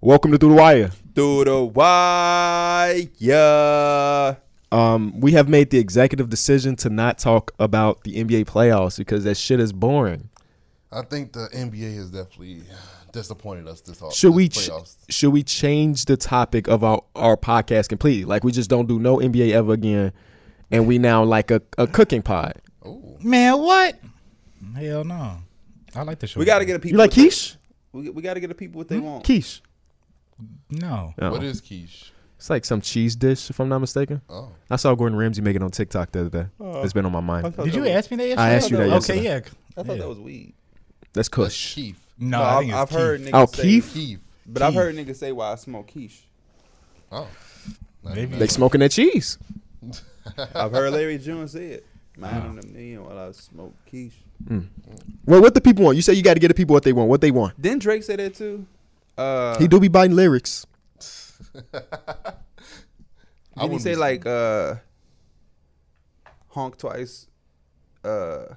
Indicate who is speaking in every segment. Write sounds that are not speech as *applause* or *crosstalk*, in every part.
Speaker 1: Welcome to Through the Wire.
Speaker 2: Through the wire.
Speaker 1: Um, we have made the executive decision to not talk about the NBA playoffs because that shit is boring.
Speaker 3: I think the NBA has definitely disappointed us this off.
Speaker 2: Oh,
Speaker 1: Should
Speaker 3: this
Speaker 1: we ch-
Speaker 3: playoffs.
Speaker 1: should we change the topic of our, our podcast completely? Like we just don't do no NBA ever again, and we now like a, a cooking pod.
Speaker 3: Ooh.
Speaker 4: Man, what? Hell no. I like the show.
Speaker 2: We got to get the people.
Speaker 1: You like Hmm?
Speaker 2: what they-
Speaker 1: quiche?
Speaker 2: We, we got to get the people what they want.
Speaker 1: Quiche.
Speaker 4: No.
Speaker 1: No.
Speaker 3: What is quiche?
Speaker 1: It's like some cheese dish, if I'm not mistaken.
Speaker 3: Oh,
Speaker 1: I saw Gordon Ramsay make it on TikTok the other day. it's been on my mind.
Speaker 2: Uh, thought
Speaker 4: Did
Speaker 2: that
Speaker 4: you
Speaker 2: was-
Speaker 4: ask me that yesterday?
Speaker 1: asked you that yesterday.
Speaker 4: Okay, yeah.
Speaker 2: I thought
Speaker 4: Yeah.
Speaker 2: that was weed.
Speaker 1: That's
Speaker 3: that's
Speaker 1: Kush.
Speaker 3: Keith.
Speaker 4: No,
Speaker 2: No,
Speaker 4: I
Speaker 2: I've,
Speaker 4: think it's
Speaker 2: I've heard
Speaker 4: Keith.
Speaker 2: niggas
Speaker 1: Oh,
Speaker 2: say,
Speaker 1: Keith?
Speaker 3: Keith.
Speaker 2: but I've heard niggas say why I smoke
Speaker 4: *laughs*
Speaker 2: quiche.
Speaker 3: Oh, Not
Speaker 4: Maybe.
Speaker 1: They smoking that cheese.
Speaker 2: I've heard Larry Jones say it. Mind in a million while I smoke quiche.
Speaker 1: Well, what the people want? You say you got to get the people what they want. What they want?
Speaker 2: Didn't Drake say that too? Uh,
Speaker 1: He do be biting lyrics.
Speaker 3: I
Speaker 2: Did he
Speaker 3: wouldn't
Speaker 2: say
Speaker 3: be-
Speaker 2: like uh, honk twice? Uh,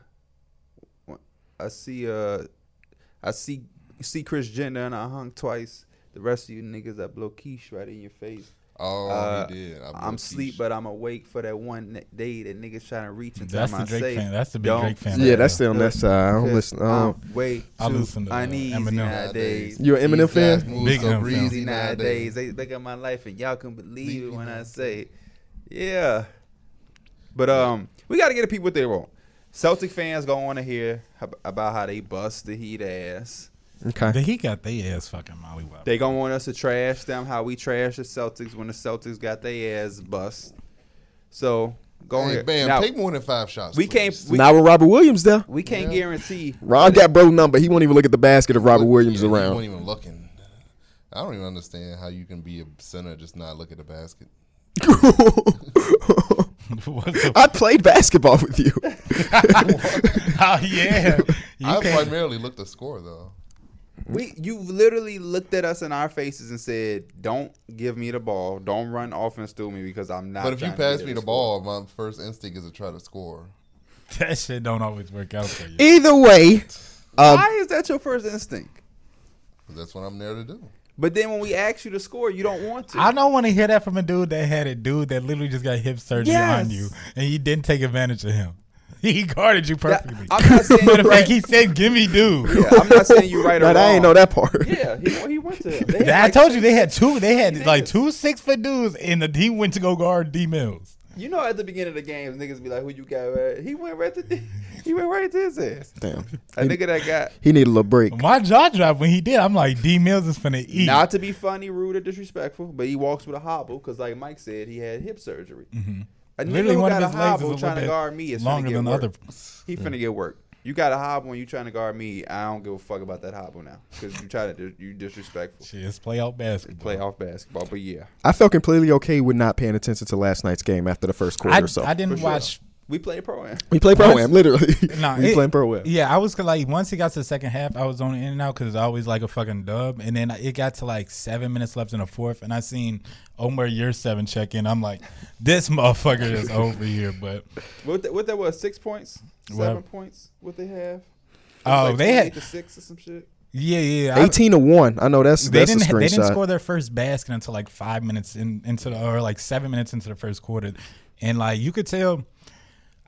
Speaker 2: wh- I see uh, I see see Chris Jenner and I honk twice. The rest of you niggas, I blow quiche right in your face.
Speaker 3: Oh,
Speaker 2: Uh,
Speaker 3: he did. I
Speaker 2: I'm
Speaker 3: believe
Speaker 2: sleep,
Speaker 3: quiche.
Speaker 2: but I'm awake for that one ne- day that niggas trying to reach and
Speaker 4: That's
Speaker 2: time
Speaker 4: the Drake
Speaker 2: I say,
Speaker 4: fan. That's the big
Speaker 2: don't
Speaker 4: Drake fan.
Speaker 1: Yeah, that's
Speaker 2: Yeah.
Speaker 1: on that side. I don't
Speaker 2: Cause
Speaker 1: listen. I don't-
Speaker 2: I'm way too
Speaker 4: I listen to, uh,
Speaker 2: uneasy
Speaker 4: Eminem.
Speaker 2: nowadays.
Speaker 1: You an Eminem
Speaker 3: These guys
Speaker 1: fan?
Speaker 3: move
Speaker 4: Big
Speaker 3: so
Speaker 4: Eminem fan.
Speaker 3: breezy
Speaker 2: Uneasy nowadays. They look at my life and y'all can believe it when I say, yeah. But um, we got to get the people what they want. Celtic fans gonna want to hear ab- about how they bust the Heat ass.
Speaker 1: okay.
Speaker 4: They- He got their ass fucking mollywopped.
Speaker 2: They gonna want us to trash them how we trash the Celtics when the Celtics got their ass bust. So go
Speaker 3: Hey,
Speaker 2: ahead.
Speaker 3: bam,
Speaker 2: Now,
Speaker 3: take more than five shots.
Speaker 2: we
Speaker 3: please.
Speaker 2: can't we,
Speaker 1: now with Robert Williams there,
Speaker 2: we can't
Speaker 3: Yeah.
Speaker 2: guarantee
Speaker 1: Ron got bro number. He won't even look at the basket if Robert
Speaker 3: Look,
Speaker 1: Williams
Speaker 3: yeah, He
Speaker 1: around.
Speaker 3: wasn't even looking. I don't even understand how you can be a center and just not look at the basket.
Speaker 4: *laughs* What the
Speaker 1: *laughs*
Speaker 2: *laughs*
Speaker 1: I played basketball with you.
Speaker 4: oh, yeah. You
Speaker 3: I
Speaker 4: can't-
Speaker 3: primarily looked at score though.
Speaker 2: We you literally looked at us in our faces and said, "Don't give me the ball. Don't run offense through me because I'm not."
Speaker 3: But if you
Speaker 2: trying to be
Speaker 3: pass
Speaker 2: there
Speaker 3: me
Speaker 2: to
Speaker 3: the
Speaker 2: score."
Speaker 3: ball, my first instinct is to try to score.
Speaker 4: that shit don't always work out for you.
Speaker 1: Either way,
Speaker 4: Uh,
Speaker 1: um,
Speaker 2: why is that your first instinct?
Speaker 3: 'Cause That's what I'm there to do.
Speaker 2: But then when we ask you to score, you don't want to.
Speaker 4: I don't want to hear that from a dude that had a dude that literally just got hip surgery
Speaker 2: Yes.
Speaker 4: on you, and you didn't take advantage of him. *laughs* He guarded you
Speaker 2: Yeah,
Speaker 4: perfectly.
Speaker 2: I'm not saying
Speaker 4: *laughs* Matter
Speaker 2: you're
Speaker 4: of
Speaker 2: *laughs* right.
Speaker 4: fact, he said, "Give me
Speaker 2: *laughs*
Speaker 4: dude."
Speaker 2: Yeah, I'm not saying you
Speaker 1: *laughs*
Speaker 2: right or
Speaker 1: but I ain't know
Speaker 2: wrong.
Speaker 1: that part.
Speaker 2: Yeah, he, he went to. Him. They had
Speaker 4: I
Speaker 2: like
Speaker 4: told
Speaker 2: six-
Speaker 4: you they had two. They had
Speaker 2: Niggas.
Speaker 4: like two six foot dudes, and the, he went to go guard D Mills.
Speaker 2: You know, at the beginning of the game, niggas be like, "Who you got?" Right? He went right to. He went right to his ass.
Speaker 1: Damn.
Speaker 2: A nigga that got
Speaker 1: He need a little break.
Speaker 4: My jaw dropped when he did. I'm like, D Mills is finna eat.
Speaker 2: Not to be funny, rude, or disrespectful, but he walks with a hobble because, like Mike said, he had hip surgery. A nigga
Speaker 4: Mm-hmm. Literally,
Speaker 2: who
Speaker 4: one
Speaker 2: got
Speaker 4: of
Speaker 2: a
Speaker 4: his legs is a
Speaker 2: hobble
Speaker 4: little
Speaker 2: trying to
Speaker 4: bit
Speaker 2: guard me is
Speaker 4: longer
Speaker 2: finna get
Speaker 4: than the
Speaker 2: work.
Speaker 4: other. *laughs*
Speaker 2: He
Speaker 4: Mm.
Speaker 2: finna get work. You got a hobble and you trying to guard me. I don't give a fuck about that hobble now because you try to dis- you disrespectful.
Speaker 4: Shit, it's playoff basketball.
Speaker 2: Playoff basketball, but yeah,
Speaker 1: I felt completely okay with not paying attention to last night's game after the first quarter
Speaker 4: I,
Speaker 1: or so.
Speaker 4: I didn't
Speaker 2: For sure.
Speaker 4: watch.
Speaker 2: we play pro am.
Speaker 1: we play pro am literally.
Speaker 4: *laughs* Nah,
Speaker 1: we
Speaker 4: it-
Speaker 1: playing pro am.
Speaker 4: Yeah, I was like, once it got to the second half, I was on in and out because it's always like a fucking dub. And then it got to like seven minutes left in the fourth, and I seen Omer year seven check in. I'm like, this motherfucker is over here. But
Speaker 2: What that, what that was? Six points, seven
Speaker 4: What?
Speaker 2: points. What they have? It was
Speaker 4: oh,
Speaker 2: like
Speaker 4: they
Speaker 2: 28
Speaker 4: had
Speaker 2: to six or some shit.
Speaker 4: yeah, yeah. I-
Speaker 1: Eighteen to one. I know that's
Speaker 4: they
Speaker 1: that's
Speaker 4: didn't
Speaker 1: a screenshot.
Speaker 4: they didn't score their first basket until like five minutes in, into the or like seven minutes into the first quarter, and like you could tell.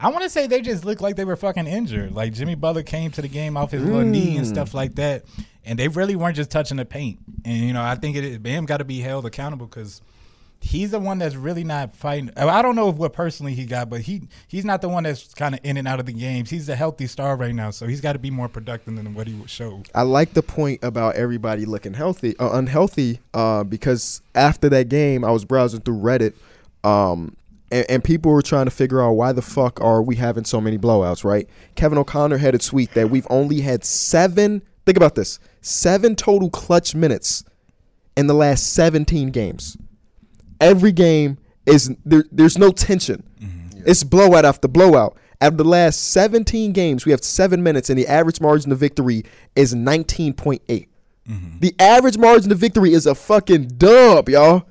Speaker 4: I want to say they just looked like they were fucking injured. Like Jimmy Butler came to the game off his little knee and
Speaker 1: Mm.
Speaker 4: stuff like that, and they really weren't just touching the paint. And you know, I think it Bam got to be held accountable because he's the one that's really not fighting. I don't know what personally he got, but he he's not the one that's kind of in and out of the games. He's a healthy star right now, so he's got to be more productive than what he showed.
Speaker 1: I like the point about everybody looking healthy, uh, unhealthy, uh, because after that game, I was browsing through Reddit, um, and, and people were trying to figure out why the fuck are we having so many blowouts, right? Kevin O'Connor had a tweet that we've only had seven. Think about this: seven total clutch minutes in the last 17 games. Every game is there, there's no tension.
Speaker 2: Mm-hmm.
Speaker 1: It's blowout after blowout. After the last 17 games, we have seven minutes, and the average margin of victory is 19.8.
Speaker 2: Mm-hmm.
Speaker 1: The average margin of victory is a fucking dub, y'all.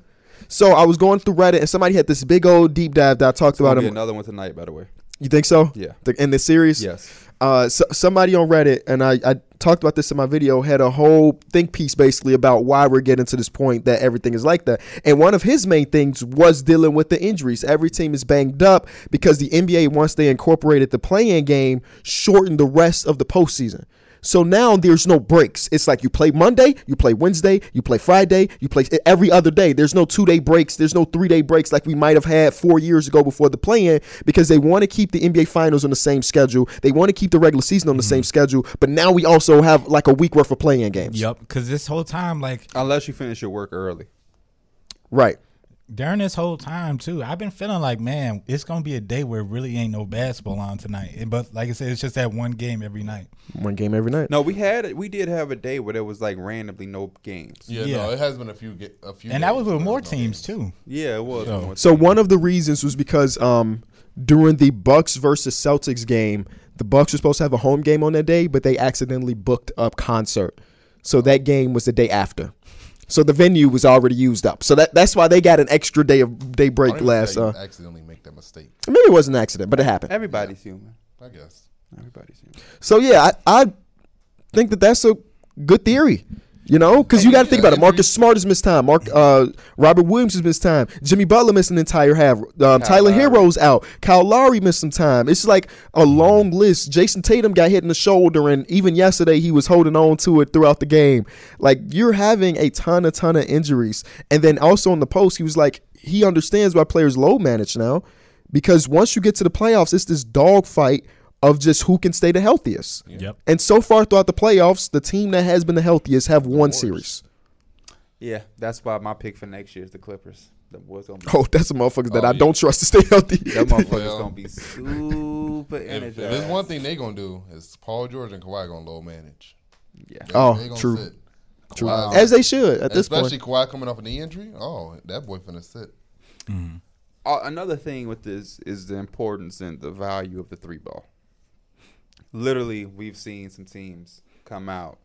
Speaker 1: So I was going through Reddit, and somebody had this big old deep dive that I talked
Speaker 2: There'll
Speaker 1: about.
Speaker 2: be
Speaker 1: Him.
Speaker 2: another one tonight, by the way.
Speaker 1: You think so?
Speaker 2: Yeah.
Speaker 1: The- in this series?
Speaker 2: Yes.
Speaker 1: uh, so, somebody on Reddit, and I, I talked about this in my video, had a whole think piece basically about why we're getting to this point that everything is like that. And one of his main things was dealing with the injuries. Every team is banged up because the NBA, once they incorporated the play-in game, shortened the rest of the postseason. So now there's no breaks. It's like you play Monday, you play Wednesday, you play Friday, you play e, every other day. There's no two day breaks, there's no three day breaks like we might have had four years ago before the play in because they want to keep the NBA finals on the same schedule. They want to keep the regular season on the same schedule, but now we also have like a week worth of play in games.
Speaker 4: Yep. Because this whole time, like
Speaker 2: Unless you finish your work early.
Speaker 1: Right.
Speaker 4: during this whole time too, I've been feeling like, man, it's gonna be a day where really ain't no basketball on tonight. And- But like I said, it's just that one game every night.
Speaker 1: One game every night.
Speaker 2: No, we had we did have a day where there was like randomly no games. Yeah,
Speaker 3: Yeah, no,
Speaker 4: Yeah.
Speaker 3: it has been a few, ga- a few.
Speaker 4: And that
Speaker 3: games
Speaker 4: was with
Speaker 3: without
Speaker 4: more
Speaker 3: no
Speaker 4: teams
Speaker 3: games.
Speaker 4: too.
Speaker 2: it was.
Speaker 4: So-
Speaker 2: one.
Speaker 1: So one of the reasons was because um, during the Bucks versus Celtics game, the Bucks were supposed to have a home game on that day, but they accidentally booked up concert. So that game was the day after. So the venue was already used up. So that, that's why they got an extra day of day
Speaker 3: I
Speaker 1: break
Speaker 3: don't even
Speaker 1: last.
Speaker 3: think
Speaker 1: Uh,
Speaker 3: you accidentally make that mistake.
Speaker 1: maybe it was an accident, but it happened.
Speaker 2: everybody's human.
Speaker 3: I guess.
Speaker 2: Everybody's human.
Speaker 1: So yeah, I, I think that that's a good theory. You know, because you got to think about it. Marcus Smart has missed time. Mark uh, Robert Williams has missed time. Jimmy Butler missed an entire half. Um, Tyler
Speaker 2: Lowry.
Speaker 1: Hero's out. Kyle Lowry missed some time. It's like a long list. Jason Tatum got hit in the shoulder, and even yesterday he was holding on to it throughout the game. Like you're having a ton, a ton of injuries, and then also on the post, he was like he understands why players low manage now, because once you get to the playoffs, it's this dogfight of just who can stay the healthiest.
Speaker 4: Yep.
Speaker 1: And so far throughout the playoffs, the team that has been the healthiest have won series.
Speaker 2: Yeah, that's why my pick for next year is the Clippers. The boys gonna be
Speaker 1: Oh, that's a motherfucker that
Speaker 3: Oh,
Speaker 1: I
Speaker 3: yeah.
Speaker 1: don't trust to stay healthy.
Speaker 2: *laughs* that motherfucker's
Speaker 3: Well.
Speaker 2: gonna be super
Speaker 3: If, if
Speaker 2: energized.
Speaker 3: there's one thing they gonna do is Paul George and Kawhi gonna low manage.
Speaker 2: yeah.
Speaker 3: They-
Speaker 1: Oh,
Speaker 3: they gonna
Speaker 1: true.
Speaker 3: sit.
Speaker 1: True.
Speaker 3: Kawhi's-
Speaker 1: As they should at this
Speaker 3: especially
Speaker 1: point.
Speaker 3: Kawhi coming off a knee injury. Oh, that boy finna sit.
Speaker 2: Uh, another thing with this is the importance and the value of the three ball. Literally, we've seen some teams come out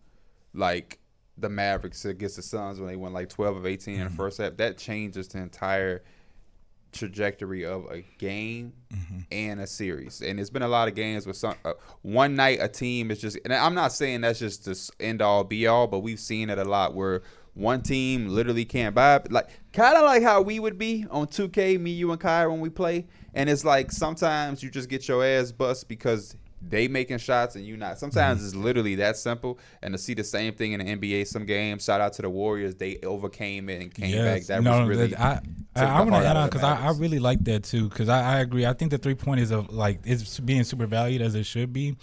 Speaker 2: like the Mavericks against the Suns when they won like 12 of 18 in the first half. That changes the entire trajectory of a game
Speaker 4: Mm-hmm.
Speaker 2: and a series. And it's been a lot of games with some uh, one night a team is just. And I'm not saying that's just this end all be all, but we've seen it a lot where one team literally can't buy. Like kind of like how we would be on 2K, me, you, and Kai when we play. And it's like sometimes you just get your ass bust because they making shots and you not. Sometimes
Speaker 4: Mm-hmm.
Speaker 2: it's literally that simple. And to see the same thing in the NBA, some games. Shout out to the Warriors, they overcame it and came back.
Speaker 4: Yes.
Speaker 2: That
Speaker 4: no,
Speaker 2: was really.
Speaker 4: that- I,
Speaker 2: the
Speaker 4: I, I want to
Speaker 2: heart
Speaker 4: add
Speaker 2: out
Speaker 4: on
Speaker 2: of the
Speaker 4: because I, I
Speaker 2: Mavericks.
Speaker 4: really like that too because I, I agree. I think the three point is of like it's being super valued as it should be,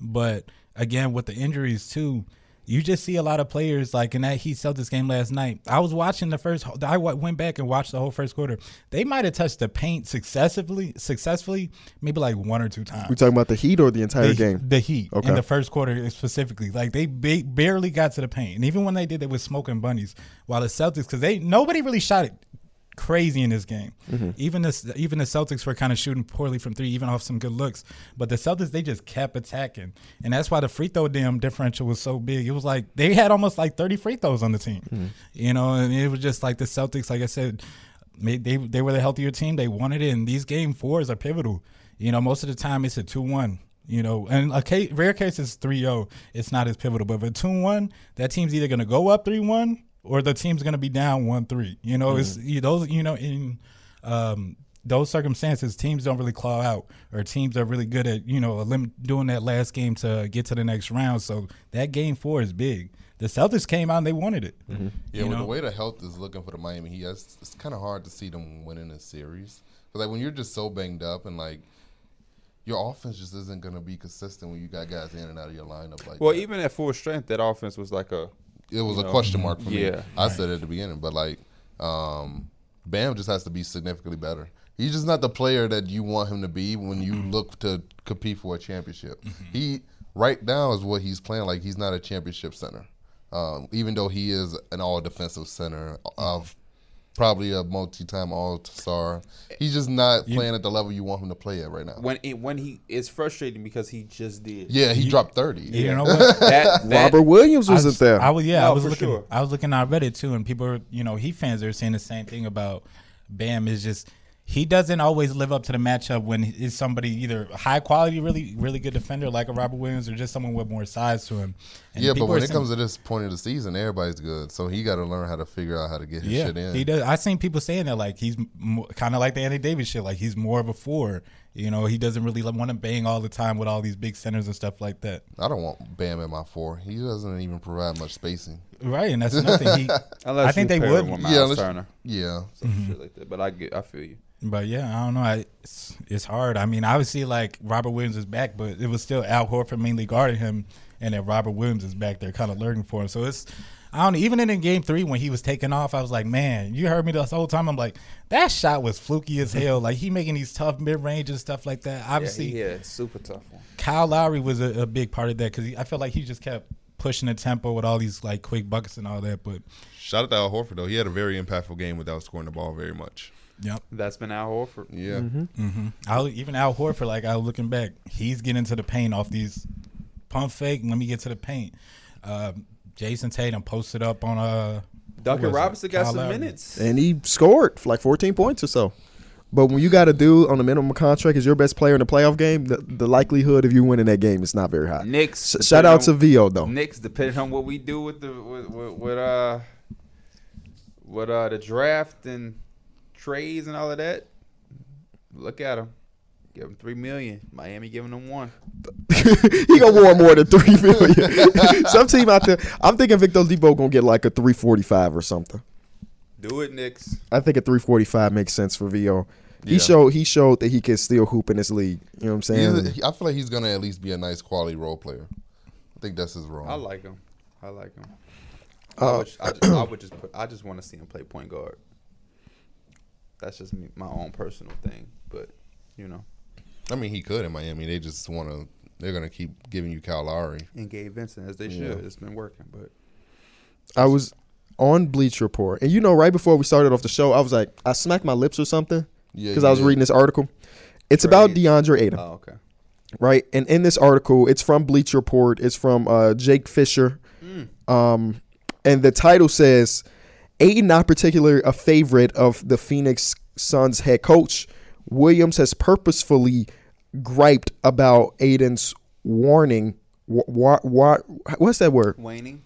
Speaker 4: but again with the injuries too, you just see a lot of players like in that Heat Celtics game last night. I was watching the first. I wa- went back and watched the whole first quarter. They might have touched the paint successively, successfully maybe like one or two times
Speaker 1: We talking about the Heat or the entire
Speaker 4: the,
Speaker 1: game?
Speaker 4: the Heat
Speaker 1: Okay.
Speaker 4: in the first quarter specifically. Like they ba- barely got to the paint, and even when they did, they was smoking bunnies. While the Celtics, because they nobody really shot it crazy in this game.
Speaker 1: Mm-hmm.
Speaker 4: Even this, even the Celtics were kind of shooting poorly from three, even off some good looks. But the Celtics, they just kept attacking, and that's why the free throw damn differential was so big. It was like they had almost like thirty free throws on the team,
Speaker 1: Mm-hmm.
Speaker 4: you know, and it was just like the Celtics. Like I said. They, they, they were the healthier team. They wanted it, and these game fours are pivotal. You know, most of the time it's a two one. You know, and a case, rare case is 3-0. It's not as pivotal, but if a 2-1, that team's either going to go up 3-1 or the team's going to be down 1-3. You know, it's you, those you know in um those circumstances teams don't really claw out or teams are really good at, you know, elim- doing that last game to get to the next round. So that game 4 is big. The Celtics came out and they wanted it.
Speaker 3: Yeah,
Speaker 4: You
Speaker 3: with
Speaker 4: know?
Speaker 3: the way the health is looking for the Miami Heat, it's, it's kind of hard to see them winning a series. But like when you're just so banged up and like your offense just isn't gonna be consistent when you got guys in and out of your lineup. Like,
Speaker 2: Well,
Speaker 3: that.
Speaker 2: even at full strength, that offense was like a
Speaker 3: it was
Speaker 2: you
Speaker 3: a
Speaker 2: know,
Speaker 3: question mark for me.
Speaker 2: yeah.
Speaker 3: I said at the beginning, but like, um, Bam just has to be significantly better. He's just not the player that you want him to be when you look to compete for a championship. He right now is what he's playing like. He's not a championship center, um, even though he is an all defensive center of probably a multi time All Star. He's just not playing at the level you want him to play at right now.
Speaker 2: when it, when he it's frustrating because he just did.
Speaker 3: yeah, he dropped thirty.
Speaker 4: You know what?
Speaker 2: That,
Speaker 1: *laughs*
Speaker 2: that
Speaker 1: Robert Williams wasn't
Speaker 4: I,
Speaker 1: there.
Speaker 4: I was yeah,
Speaker 2: No,
Speaker 4: I was
Speaker 2: for
Speaker 4: looking
Speaker 2: sure.
Speaker 4: I was looking on Reddit too and people were, you know, he fans are saying the same thing about Bam is just he doesn't always live up to the matchup when it's somebody either high quality, really, really good defender like a Robert Williams, or just someone with more size to him. And
Speaker 3: yeah, but
Speaker 4: people
Speaker 3: when
Speaker 4: are
Speaker 3: it
Speaker 4: saying-
Speaker 3: comes to this point of the season, everybody's good. So he got to learn how to figure out how to get his shit in.
Speaker 4: He does. I seen people saying that like he's m- kind of like the Andy Davis shit. Like he's more of a four. You know, he doesn't really want to bang all the time with all these big centers and stuff like that.
Speaker 3: I don't want Bam at my four. He doesn't even provide much spacing.
Speaker 4: Right, and that's nothing. He,
Speaker 2: Unless
Speaker 4: I think
Speaker 2: you
Speaker 4: they
Speaker 2: pair
Speaker 4: would.
Speaker 2: him with
Speaker 3: Yeah,
Speaker 2: Miles
Speaker 3: unless-
Speaker 2: Turner,
Speaker 3: Yeah,
Speaker 2: some shit like that. But I get, I feel you.
Speaker 4: but yeah, I don't know. I, it's, it's hard. I mean, obviously, like Robert Williams is back, but it was still Al Horford mainly guarding him, and then Robert Williams is back there kind of lurking for him. So it's. I don't even in game three when he was taking off, I was like, man, you heard me this whole time. I'm like, that shot was fluky as hell. Like he making these tough mid range and stuff like that.
Speaker 2: Yeah,
Speaker 4: Obviously,
Speaker 2: he had a super tough one.
Speaker 4: Kyle Lowry was a, a big part of that because I felt like he just kept pushing the tempo with all these like quick buckets and all that. But
Speaker 5: Shout out to Al Horford though. He had a very impactful game without scoring the ball very much.
Speaker 4: yep,
Speaker 2: That's been Al Horford.
Speaker 3: yeah.
Speaker 4: Mm-hmm. I was- even Al Horford, like I was looking back, he's getting to the paint off these pump fake. Let me get to the paint. Um, Jason Tatum posted up on uh, who
Speaker 2: Duncan
Speaker 4: was it?
Speaker 2: Robinson got
Speaker 4: Kyle
Speaker 2: some
Speaker 4: Lowry.
Speaker 2: minutes.
Speaker 1: and he scored like 14 points or so. But when you got a dude on a minimum contract as your best player in the playoff game, the, the likelihood of you winning that game is not very high.
Speaker 2: Knicks.
Speaker 1: Sh- shout out to
Speaker 2: depending
Speaker 1: Vo
Speaker 2: on-
Speaker 1: though.
Speaker 2: Knicks. Depending on what we do with the with, with, with uh with uh the draft and trades and all of that, look at him. Give him three million. Miami giving him one.
Speaker 1: *laughs* he gonna want more than three million. *laughs* Some team out there. I'm thinking Victor Debo gonna get like a 345 or something.
Speaker 2: Do it, Knicks.
Speaker 1: I think a 345 makes sense for Vo. He
Speaker 3: Yeah.
Speaker 1: showed he showed that he can still hoop in this league. You know what I'm saying?
Speaker 3: He's a- he- I feel like he's gonna at least be a nice quality role player. I think that's his role.
Speaker 2: I like him. I like him. I,
Speaker 1: Uh,
Speaker 2: would, I, just, I would just put, I just want to see him play point guard. That's just me, my own personal thing, but you know,
Speaker 3: I mean, he could in Miami. They just want to. They're gonna keep giving you Kyle Lowry.
Speaker 2: and Gabe Vincent as they should. It's been working, but
Speaker 1: I was on Bleach Report, and you know, right before we started off the show, I was like, I smacked my lips or something
Speaker 3: Yeah,
Speaker 1: because I was
Speaker 3: yeah.
Speaker 1: reading this article. It's about
Speaker 2: Trades.
Speaker 1: DeAndre Ayton.
Speaker 2: oh okay.
Speaker 1: right? And in this article, it's from Bleach Report. It's from uh, Jake Fisher, um, and the title says, "Aiden, not particular a favorite of the Phoenix Suns head coach, Williams has purposefully griped about Aiden's warning. Wha wa- wa- what's that word?
Speaker 2: Waning.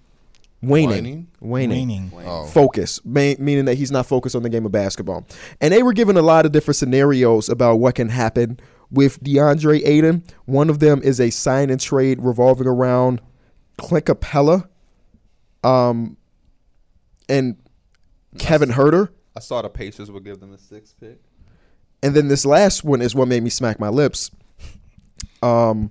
Speaker 1: Waning. Waning.
Speaker 4: Waning.
Speaker 3: Oh,
Speaker 1: Focus, ma- meaning that he's not focused on the game of basketball. And they were given a lot of different scenarios about what can happen with DeAndre Aiden. One of them is a sign and trade revolving around Clinkapella um, and Kevin Herter.
Speaker 2: I saw the Pacers would give them a six pick.
Speaker 1: And then this last one is what made me smack my lips. Um,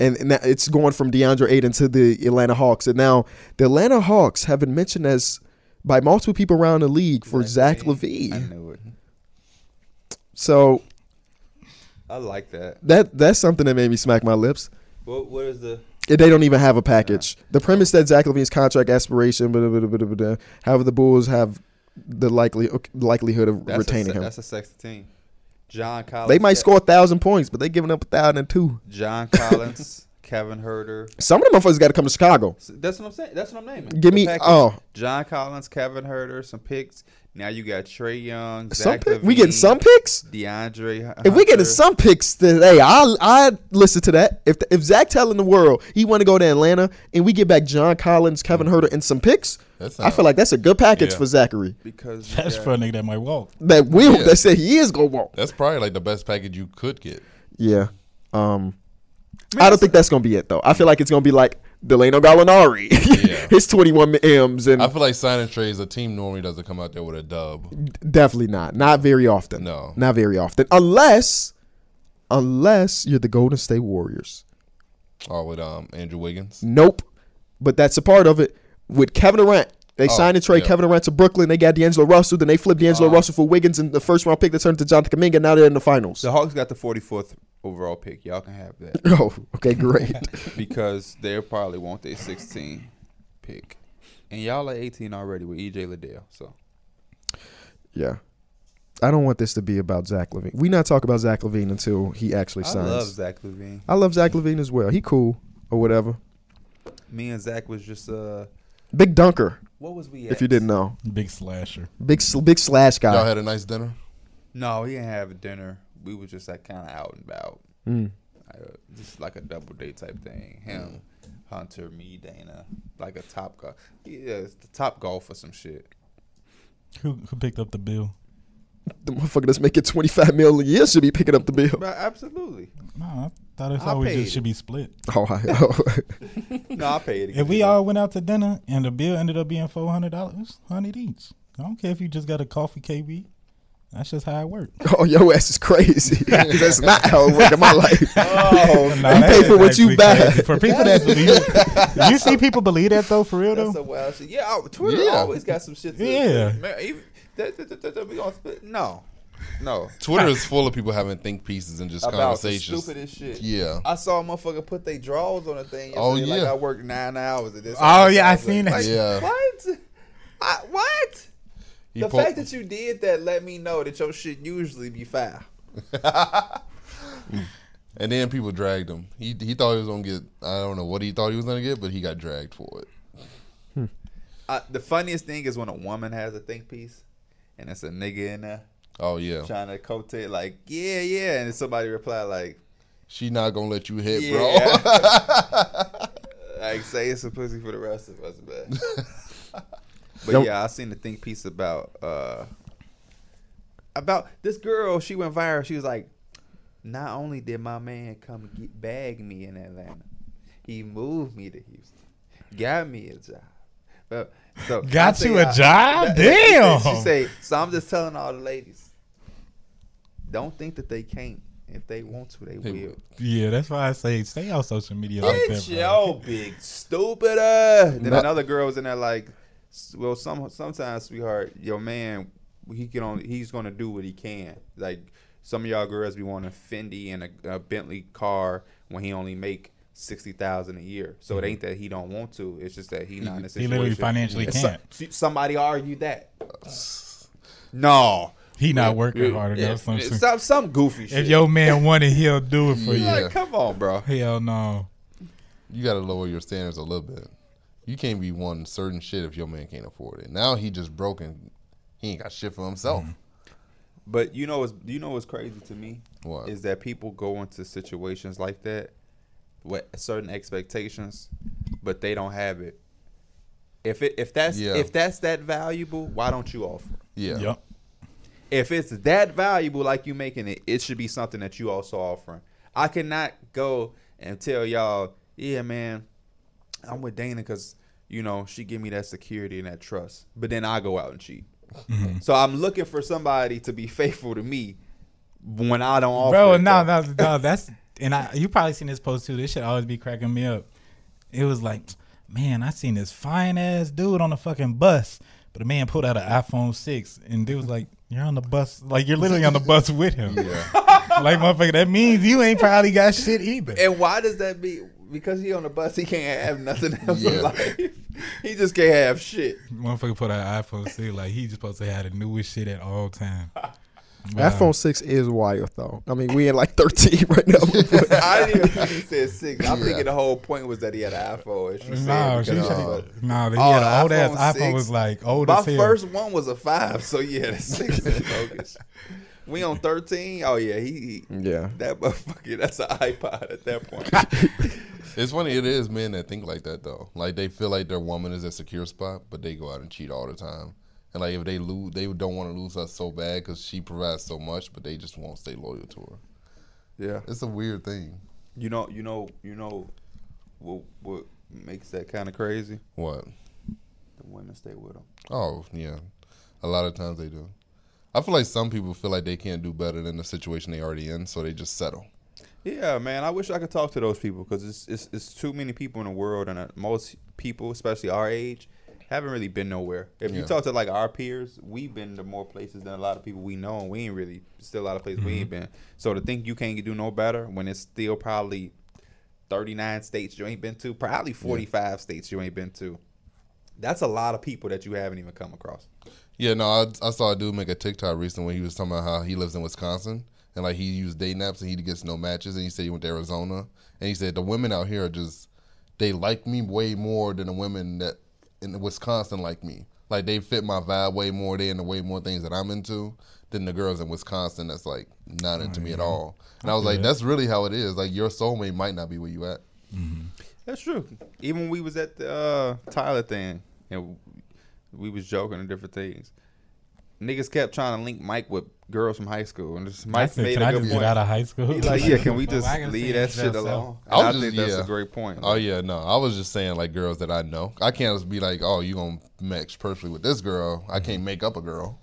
Speaker 1: and, and that- it's going from DeAndre Aiden to the Atlanta Hawks. And now the Atlanta Hawks have been mentioned as by multiple people around the league for Zach,
Speaker 2: I
Speaker 1: Levine.
Speaker 2: knew it.
Speaker 1: So
Speaker 2: I like that.
Speaker 1: that that's something that made me smack my lips.
Speaker 2: What What is the?
Speaker 1: They don't even have a package. The premise that Zach Levine's contract aspiration, blah, blah, blah, blah, blah, blah, however, the Bulls have the likely likelihood of
Speaker 2: That's
Speaker 1: retaining
Speaker 2: a, se-
Speaker 1: him.
Speaker 2: That's a sexy team. John Collins.
Speaker 1: They might
Speaker 2: Ke-
Speaker 1: score a thousand points, but they giving up a thousand and two.
Speaker 2: John Collins, *laughs* Kevin Herter.
Speaker 1: Some of them motherfuckers got to come to Chicago.
Speaker 2: S- That's what I'm saying. That's what I'm naming.
Speaker 1: Give
Speaker 2: The
Speaker 1: me-
Speaker 2: package.
Speaker 1: oh.
Speaker 2: John Collins, Kevin Herter, some picks. Now you got Trey Young,
Speaker 1: Some
Speaker 2: Zach
Speaker 1: pick, we getting
Speaker 2: Levine,
Speaker 1: some picks.
Speaker 2: DeAndre. Hunter.
Speaker 1: If we getting some picks today, I I listen to that. If if Zach telling the world he want to go to Atlanta and we get back John Collins, Kevin Herter, and some picks,
Speaker 3: That
Speaker 1: I feel
Speaker 3: sound-
Speaker 1: like that's a good package
Speaker 5: Yeah.
Speaker 1: for Zachary.
Speaker 2: because *laughs* you
Speaker 4: That's
Speaker 2: got-
Speaker 4: for a nigga that might walk.
Speaker 1: That will
Speaker 3: Yeah.
Speaker 1: that said he is gonna walk.
Speaker 3: that's probably like the best package you could get.
Speaker 1: Yeah. Um I don't think that's gonna be it though. I feel like it's gonna be like Delano Gallinari, *laughs*
Speaker 3: Yeah.
Speaker 1: his twenty one M's, and
Speaker 3: I feel like signing trades. A team normally doesn't come out there with a dub.
Speaker 1: definitely not, not very often.
Speaker 3: No.
Speaker 1: not very often, unless, unless you're the Golden State Warriors.
Speaker 3: Or with um Andrew Wiggins.
Speaker 1: Nope, but that's a part of it. With Kevin Durant, they
Speaker 2: Oh,
Speaker 1: signed and trade
Speaker 3: yeah.
Speaker 1: Kevin Durant to Brooklyn. They got D'Angelo Russell, then they flipped D'Angelo Russell for Wiggins in the first round pick that turned to Jonathan Kaminga. Now they're in the finals.
Speaker 2: the Hawks got the 44th overall pick. Y'all can have that
Speaker 1: *laughs* Oh, okay, great. *laughs*
Speaker 2: because they probably want their 16 pick, and y'all are 18 already with EJ Liddell. So
Speaker 1: yeah. I don't want this to be about Zach Levine. We not talk about Zach Levine until he actually
Speaker 2: I
Speaker 1: signs.
Speaker 2: love Zach Levine.
Speaker 1: I love Zach Levine as well. He cool or whatever.
Speaker 2: Me and Zach was just uh,
Speaker 1: Big dunker,
Speaker 2: what was we? At?
Speaker 1: if you didn't know.
Speaker 4: Big slasher.
Speaker 1: Big sl- big slash guy.
Speaker 2: Uh,
Speaker 3: Y'all had a nice dinner.
Speaker 2: No, he didn't have dinner. We was just like kind of out and about.
Speaker 4: Mm.
Speaker 2: I, uh, just like a double date type thing. Him,
Speaker 4: Mm.
Speaker 2: Hunter, me, Dana, like a top golf. Yeah, it's the top golf or some shit.
Speaker 4: Who who picked up the bill?
Speaker 1: The motherfucker that's making twenty five mil a year should be picking up the bill. *laughs*
Speaker 2: But absolutely,
Speaker 4: No, I thought it's
Speaker 2: I
Speaker 4: always
Speaker 2: paid
Speaker 4: just should be split.
Speaker 1: Oh, I, oh.
Speaker 2: no, I paid. it.
Speaker 4: If we all went out to dinner and the bill ended up being four hundred dollars, hundred each. I don't care if you just got a coffee KB. That's just how it works.
Speaker 1: *laughs* Oh, your ass is
Speaker 3: *laughs*
Speaker 1: crazy. That's not how it worked in my life.
Speaker 4: Oh,
Speaker 1: *laughs*
Speaker 4: *laughs*
Speaker 1: you pay for what you buy.
Speaker 4: For people
Speaker 1: *laughs*
Speaker 4: that believe, it. you see people believe that though, for real
Speaker 2: That's
Speaker 4: though.
Speaker 2: a wild shit. Yeah, I- Twitter
Speaker 3: Yeah.
Speaker 2: always got some shit. To,
Speaker 4: Yeah.
Speaker 2: Man, even- that- that- that- that- that we gonna split- no, no. *laughs*
Speaker 3: Twitter is full of people having think pieces and just
Speaker 2: About the
Speaker 3: conversations.
Speaker 2: stupidest shit. Uh,
Speaker 3: Yeah.
Speaker 2: I saw a motherfucker put they draws on a thing.
Speaker 3: Oh,
Speaker 2: yesterday, Like
Speaker 3: yeah.
Speaker 2: I worked nine hours at this.
Speaker 4: Oh, yeah, I
Speaker 2: was like,
Speaker 4: seen that
Speaker 2: like,
Speaker 3: shit. Yeah.
Speaker 2: What? I, what?
Speaker 3: He
Speaker 2: the
Speaker 3: po-
Speaker 2: fact that you did that let me know that your shit usually be foul.
Speaker 3: and then people dragged him. He he thought he was gonna get. I don't know what he thought he was gonna get, but he got dragged for it.
Speaker 2: Uh, the funniest thing is when a woman has a think piece, and it's a nigga in there
Speaker 3: Oh yeah,
Speaker 2: trying to coat it like, yeah, yeah, and then somebody reply like,
Speaker 3: she not gonna let you hit, bro.
Speaker 2: yeah, *laughs* like say it's a pussy for the rest of us, man. *laughs* but
Speaker 1: Nope.
Speaker 2: yeah, I seen the think piece about uh about this girl. She went viral. She was like, not only did my man come get, bag me in Atlanta, he moved me to Houston, got me a job. But, so
Speaker 4: *laughs* Got
Speaker 2: I
Speaker 4: you
Speaker 2: say,
Speaker 4: a
Speaker 2: I-
Speaker 4: job? Damn.
Speaker 2: *laughs* She say, so I'm just telling all the ladies, don't think that they can't. If they want to, they,
Speaker 3: They
Speaker 2: will.
Speaker 3: will.
Speaker 4: Yeah, that's why I say stay off social media like that.
Speaker 2: Bitch,
Speaker 4: bro.
Speaker 2: yo, big stupid. uh. Then
Speaker 1: Nah.
Speaker 2: another girl was in there like, s- well, some sometimes, sweetheart, your man, he can only he's gonna do what he can. Like some of y'all girls be wanting a Fendi and a, a Bentley car when he only make sixty thousand a year. So it ain't that he don't want to. It's just that he not in a
Speaker 4: Mm-hmm. He
Speaker 2: situation.
Speaker 4: literally financially
Speaker 2: And so-
Speaker 4: can't.
Speaker 2: she- somebody argued that. No.
Speaker 4: He not working hard
Speaker 2: Yeah,
Speaker 4: enough. Some shit.
Speaker 2: some, some goofy
Speaker 4: If
Speaker 2: shit.
Speaker 4: your man wanted, he'll do it for
Speaker 3: Yeah.
Speaker 4: you.
Speaker 2: like, come on, bro.
Speaker 4: Hell no.
Speaker 3: you gotta lower your standards a little bit. You can't be wanting certain shit if your man can't afford it. Now he just broken. He ain't got shit for himself.
Speaker 2: Mm-hmm. But you know what's you know what's crazy to me
Speaker 3: What?
Speaker 2: is that people go into situations like that with certain expectations, but they don't have it. If it if that's
Speaker 3: Yeah.
Speaker 2: if that's that valuable, why don't you offer?
Speaker 3: Yeah.
Speaker 4: Yep.
Speaker 2: If it's that valuable, like you making it, it should be something that you also offering. I cannot go and tell y'all, yeah, man, I'm with Dana because you know she give me that security and that trust, but then I go out and cheat. So I'm looking for somebody to be *laughs* faithful to me when I don't offer.
Speaker 4: Bro,
Speaker 2: it,
Speaker 4: no,
Speaker 2: though.
Speaker 4: no,
Speaker 2: *laughs*
Speaker 4: no. That's and I. You probably seen this post too. This should always be cracking me up. It was like, man, I seen this fine ass dude on the fucking bus, but the man pulled out an iPhone six, and dude was like, "You're on the bus, like you're literally on the bus with him." *laughs* like motherfucker, that means you ain't probably got shit either.
Speaker 2: And why does that be? Because he on the bus, he can't have nothing else
Speaker 3: Yeah.
Speaker 2: in life. *laughs* He just can't have shit.
Speaker 4: motherfucker put out iPhone six, like he just supposed to have the newest shit at all time. Wow.
Speaker 1: iPhone six is wild though. I mean, we in like *laughs* thirteen right
Speaker 3: *laughs*
Speaker 1: now. but-
Speaker 2: I didn't even think he said six. I'm
Speaker 3: Yeah.
Speaker 2: thinking the whole point was that he had an iPhone. As you said,
Speaker 4: No, she
Speaker 2: because, uh,
Speaker 4: should. No, he
Speaker 2: oh,
Speaker 4: had
Speaker 2: the
Speaker 4: an old
Speaker 2: iPhone
Speaker 4: ass iPhone
Speaker 2: 6?
Speaker 4: was like old
Speaker 2: My
Speaker 4: as hell.
Speaker 2: first one was a five, so yeah, the six is bogus. We on thirteen. Oh yeah, he, he
Speaker 1: yeah.
Speaker 2: that motherfucker. That's an iPod at that point.
Speaker 3: It's funny. It is men that think like that though. Like they feel like their woman is a secure spot, but they go out and cheat all the time. And like if they lose, they don't want to lose us so bad because she provides so much, but they just won't stay loyal to her.
Speaker 2: yeah,
Speaker 3: It's a weird thing.
Speaker 2: *laughs* you know, you know, you know, what what makes that kind of crazy?
Speaker 3: What?
Speaker 2: The women stay with him.
Speaker 3: Oh yeah, a lot of times they do. I feel like some people feel like they can't do better than the situation they already in, so they just settle.
Speaker 2: Yeah, man. I wish I could talk to those people because it's, it's it's too many people in the world, and uh, most people, especially our age, haven't really been nowhere. If you
Speaker 3: Yeah.
Speaker 2: talk to like our peers, we've been to more places than a lot of people we know, and we ain't really still a lot of places we ain't been. So to think you can't do no better when it's still probably thirty nine states you ain't been to, probably forty five states you ain't been to. That's a lot of people that you haven't even come across.
Speaker 3: Yeah, no, I, I saw a dude make a TikTok recently when he was talking about how he lives in Wisconsin and like he used dating apps and he gets no matches and he said he went to Arizona and he said the women out here are just they like me way more than the women that in Wisconsin like me. Like they fit my vibe way more. They into way more things that I'm into than the girls in Wisconsin. That's like not into me at all. And I was like, that's really how it is. Like your soulmate might not be where you at.
Speaker 2: That's true. Even when we was at the uh, Tyler thing and we was joking and different things, niggas kept trying to link Mike with girls from high school, and just
Speaker 4: I
Speaker 2: Mike
Speaker 4: said,
Speaker 2: made
Speaker 4: can
Speaker 2: a
Speaker 4: I
Speaker 2: good
Speaker 4: just get
Speaker 2: point.
Speaker 4: out of high school?
Speaker 2: He's like, yeah, can we
Speaker 4: *laughs* Well,
Speaker 2: just
Speaker 4: I can see Oh,
Speaker 2: leave that
Speaker 4: it
Speaker 2: shit
Speaker 4: yourself.
Speaker 2: alone?
Speaker 3: I
Speaker 2: And
Speaker 3: was
Speaker 2: I,
Speaker 3: just-
Speaker 2: think that's
Speaker 3: yeah.
Speaker 2: a great point.
Speaker 3: Oh yeah, no. I was just saying like girls that I know. I can't just be like, oh, you gonna match perfectly with this girl.
Speaker 4: Mm-hmm.
Speaker 3: I can't make up a girl.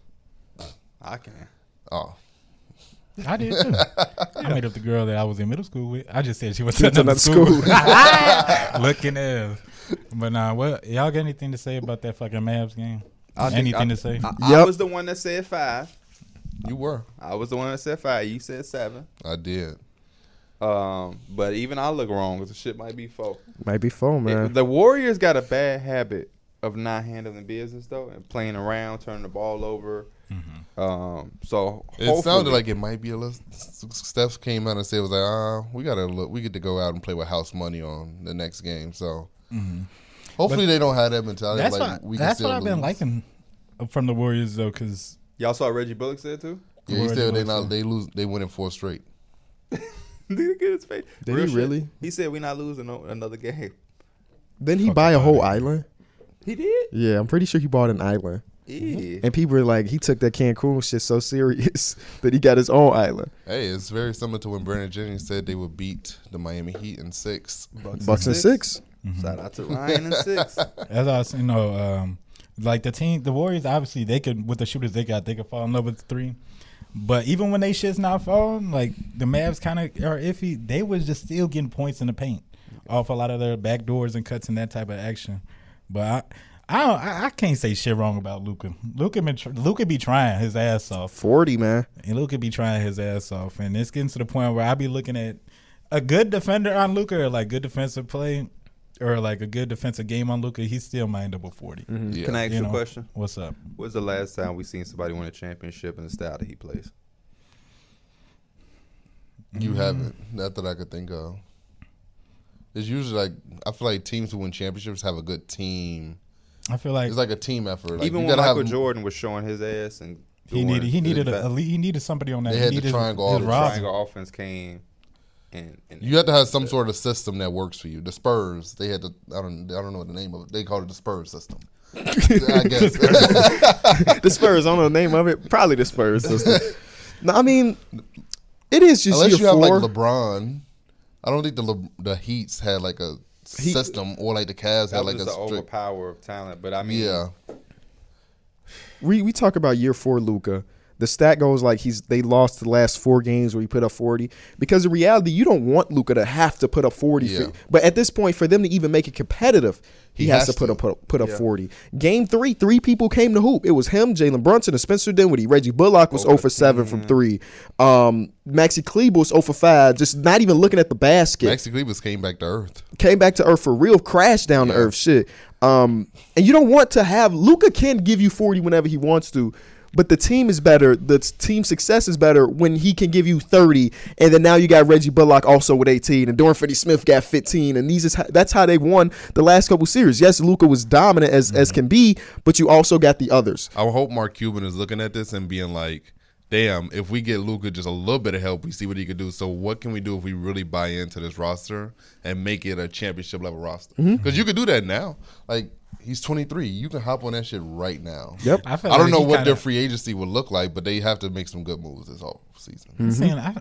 Speaker 2: I can.
Speaker 3: Oh,
Speaker 4: I did too. I made up the girl that I was in middle school with. I just said she was
Speaker 1: She
Speaker 4: in
Speaker 1: was in
Speaker 4: another
Speaker 1: another
Speaker 4: school.
Speaker 1: school.
Speaker 2: *laughs*
Speaker 4: *laughs* Looking ill. But nah, what y'all got anything to say about that fucking Mavs game?
Speaker 2: I think
Speaker 4: anything
Speaker 2: I-
Speaker 4: to say?
Speaker 2: I, I
Speaker 1: Yep.
Speaker 2: was the one that said five.
Speaker 3: you were.
Speaker 2: I was the one that said five. You said seven.
Speaker 3: I did.
Speaker 2: Um, but even I look wrong because the shit might be four.
Speaker 1: Might be phone, man.
Speaker 2: The Warriors got a bad habit of not handling business though and playing around, turning the ball over.
Speaker 4: Mm-hmm.
Speaker 2: Um, so
Speaker 3: It
Speaker 2: hopefully-
Speaker 3: sounded like it might be a little. Steph came out and said, "Was like, ah, we gotta look. We get to go out and play with house money on the next game." So, hopefully, they don't have that mentality.
Speaker 4: Mm-hmm. that's
Speaker 3: like,
Speaker 4: what,
Speaker 3: we
Speaker 4: that's
Speaker 3: can still
Speaker 4: what I've been
Speaker 3: lose.
Speaker 4: liking from the Warriors though, because
Speaker 2: y'all saw Reggie Bullock said too. *laughs*
Speaker 3: Yeah, he
Speaker 4: Lord,
Speaker 3: said they
Speaker 4: Lord,
Speaker 3: not. They lose. They win in four straight.
Speaker 2: Did he get his face?
Speaker 1: Did
Speaker 2: Real
Speaker 1: he
Speaker 2: shit.
Speaker 1: really?
Speaker 2: He said we're not losing no, another game.
Speaker 1: Then he buy a whole island.
Speaker 2: He did.
Speaker 1: Yeah, I'm pretty sure he bought an island.
Speaker 2: Yeah.
Speaker 1: And people are like, he took that Cancun shit so serious *laughs* that he got his own island.
Speaker 3: Hey, it's very similar to when Brandon Jennings said they would beat the Miami Heat in Mm-hmm. six.
Speaker 1: Bucks and six.
Speaker 4: Mm-hmm.
Speaker 2: Shout out to Ryan and
Speaker 3: *laughs*
Speaker 2: six.
Speaker 4: as I was, you know, um, like the team, the Warriors, obviously they could with the shooters they got, they could fall in love with three. But even when they shit's not falling, like the Mavs kind of are iffy. They was just still getting points in the paint off a lot of their back doors and cuts and that type of action. But I. I, don't, I I can't say shit wrong about Luca. Luca been tr- Luca be trying his ass off.
Speaker 1: 40, man. *laughs*
Speaker 4: And Luca be trying his ass off, and it's getting to the point where I be looking at a good defender on Luca, or like good defensive play, or like a good defensive game on Luca. He's still mind double 40
Speaker 3: Yeah.
Speaker 2: Can I ask
Speaker 4: You
Speaker 2: you
Speaker 4: know.
Speaker 2: a question?
Speaker 4: What's up?
Speaker 2: When's the last time we seen somebody win a championship in the style that he plays?
Speaker 3: You
Speaker 2: Mm-hmm.
Speaker 3: haven't. Not that I could think of. It's usually like I feel like teams who win championships have a good team.
Speaker 4: I feel like,
Speaker 3: It's like a team effort. Like,
Speaker 2: Even
Speaker 3: you
Speaker 2: when
Speaker 3: gotta have-
Speaker 2: Michael Jordan was showing his ass and
Speaker 4: he
Speaker 2: doing
Speaker 4: needed he
Speaker 2: his
Speaker 4: needed a,
Speaker 2: best,
Speaker 4: a lead- he needed somebody on that.
Speaker 3: They
Speaker 4: he
Speaker 3: had the
Speaker 4: needed
Speaker 3: triangle
Speaker 4: his
Speaker 3: offense.
Speaker 4: roster.
Speaker 2: triangle offense came and, and
Speaker 3: You have to have some sort of system that works for you. The Spurs, they had the I don't I don't know what the name of it. They called it the Spurs system.
Speaker 2: *laughs*
Speaker 3: I guess
Speaker 1: The Spurs, I don't know the name of it. Probably the
Speaker 3: *laughs*
Speaker 1: Spurs. system. no, I mean, it is just
Speaker 3: unless
Speaker 1: year
Speaker 3: you have
Speaker 1: four.
Speaker 3: like LeBron, I don't think the Le, the Heat's had like a
Speaker 1: He-
Speaker 3: system or like the Cavs
Speaker 2: that
Speaker 3: had like
Speaker 2: was
Speaker 3: a
Speaker 2: the
Speaker 3: strict.
Speaker 2: overpower of talent. But I mean,
Speaker 3: Yeah,
Speaker 1: we we talk about year four Luca. The stat goes like he's they lost the last four games where he put up forty. Because in reality, you don't want Luca to have to put up forty. for-
Speaker 3: Yeah.
Speaker 1: but at this point, for them to even make it competitive, he,
Speaker 3: He
Speaker 1: has,
Speaker 3: has
Speaker 1: to put
Speaker 3: to.
Speaker 1: up put up, put up forty. Game three, three people came to hoop. It was him, Jalen Brunson, and Spencer Dinwiddie. Reggie Bullock was 0 for seven from three. Um, Maxi Kleba was 0 for five. Just not even looking at the basket
Speaker 3: Maxi Cleavis came back to earth.
Speaker 1: came back to earth for real, crashed down to earth shit. Um, and you don't want to have Luca can give you 40 whenever he wants to, but the team is better. The t- team success is better when he can give you 30, and then now you got Reggie Bullock also with 18, and Dorian Finney-Smith got 15, and these is how, that's how they won the last couple series. Yes, Luca was dominant as as can be, but you also got the others.
Speaker 5: I hope Mark Cuban is looking at this and being like, "Damn, if we get Luca just a little bit of help, we see what he could do. So what can we do if we really buy into this roster and make it a championship level roster? Because you could do that now. Like he's 23, you can hop on that shit right now.
Speaker 1: Yep.
Speaker 4: I, feel
Speaker 3: I don't
Speaker 4: like
Speaker 3: know
Speaker 4: he
Speaker 3: what
Speaker 4: kinda-
Speaker 3: their free agency would look like, but they have to make some good moves this whole season.
Speaker 4: I'm saying, I,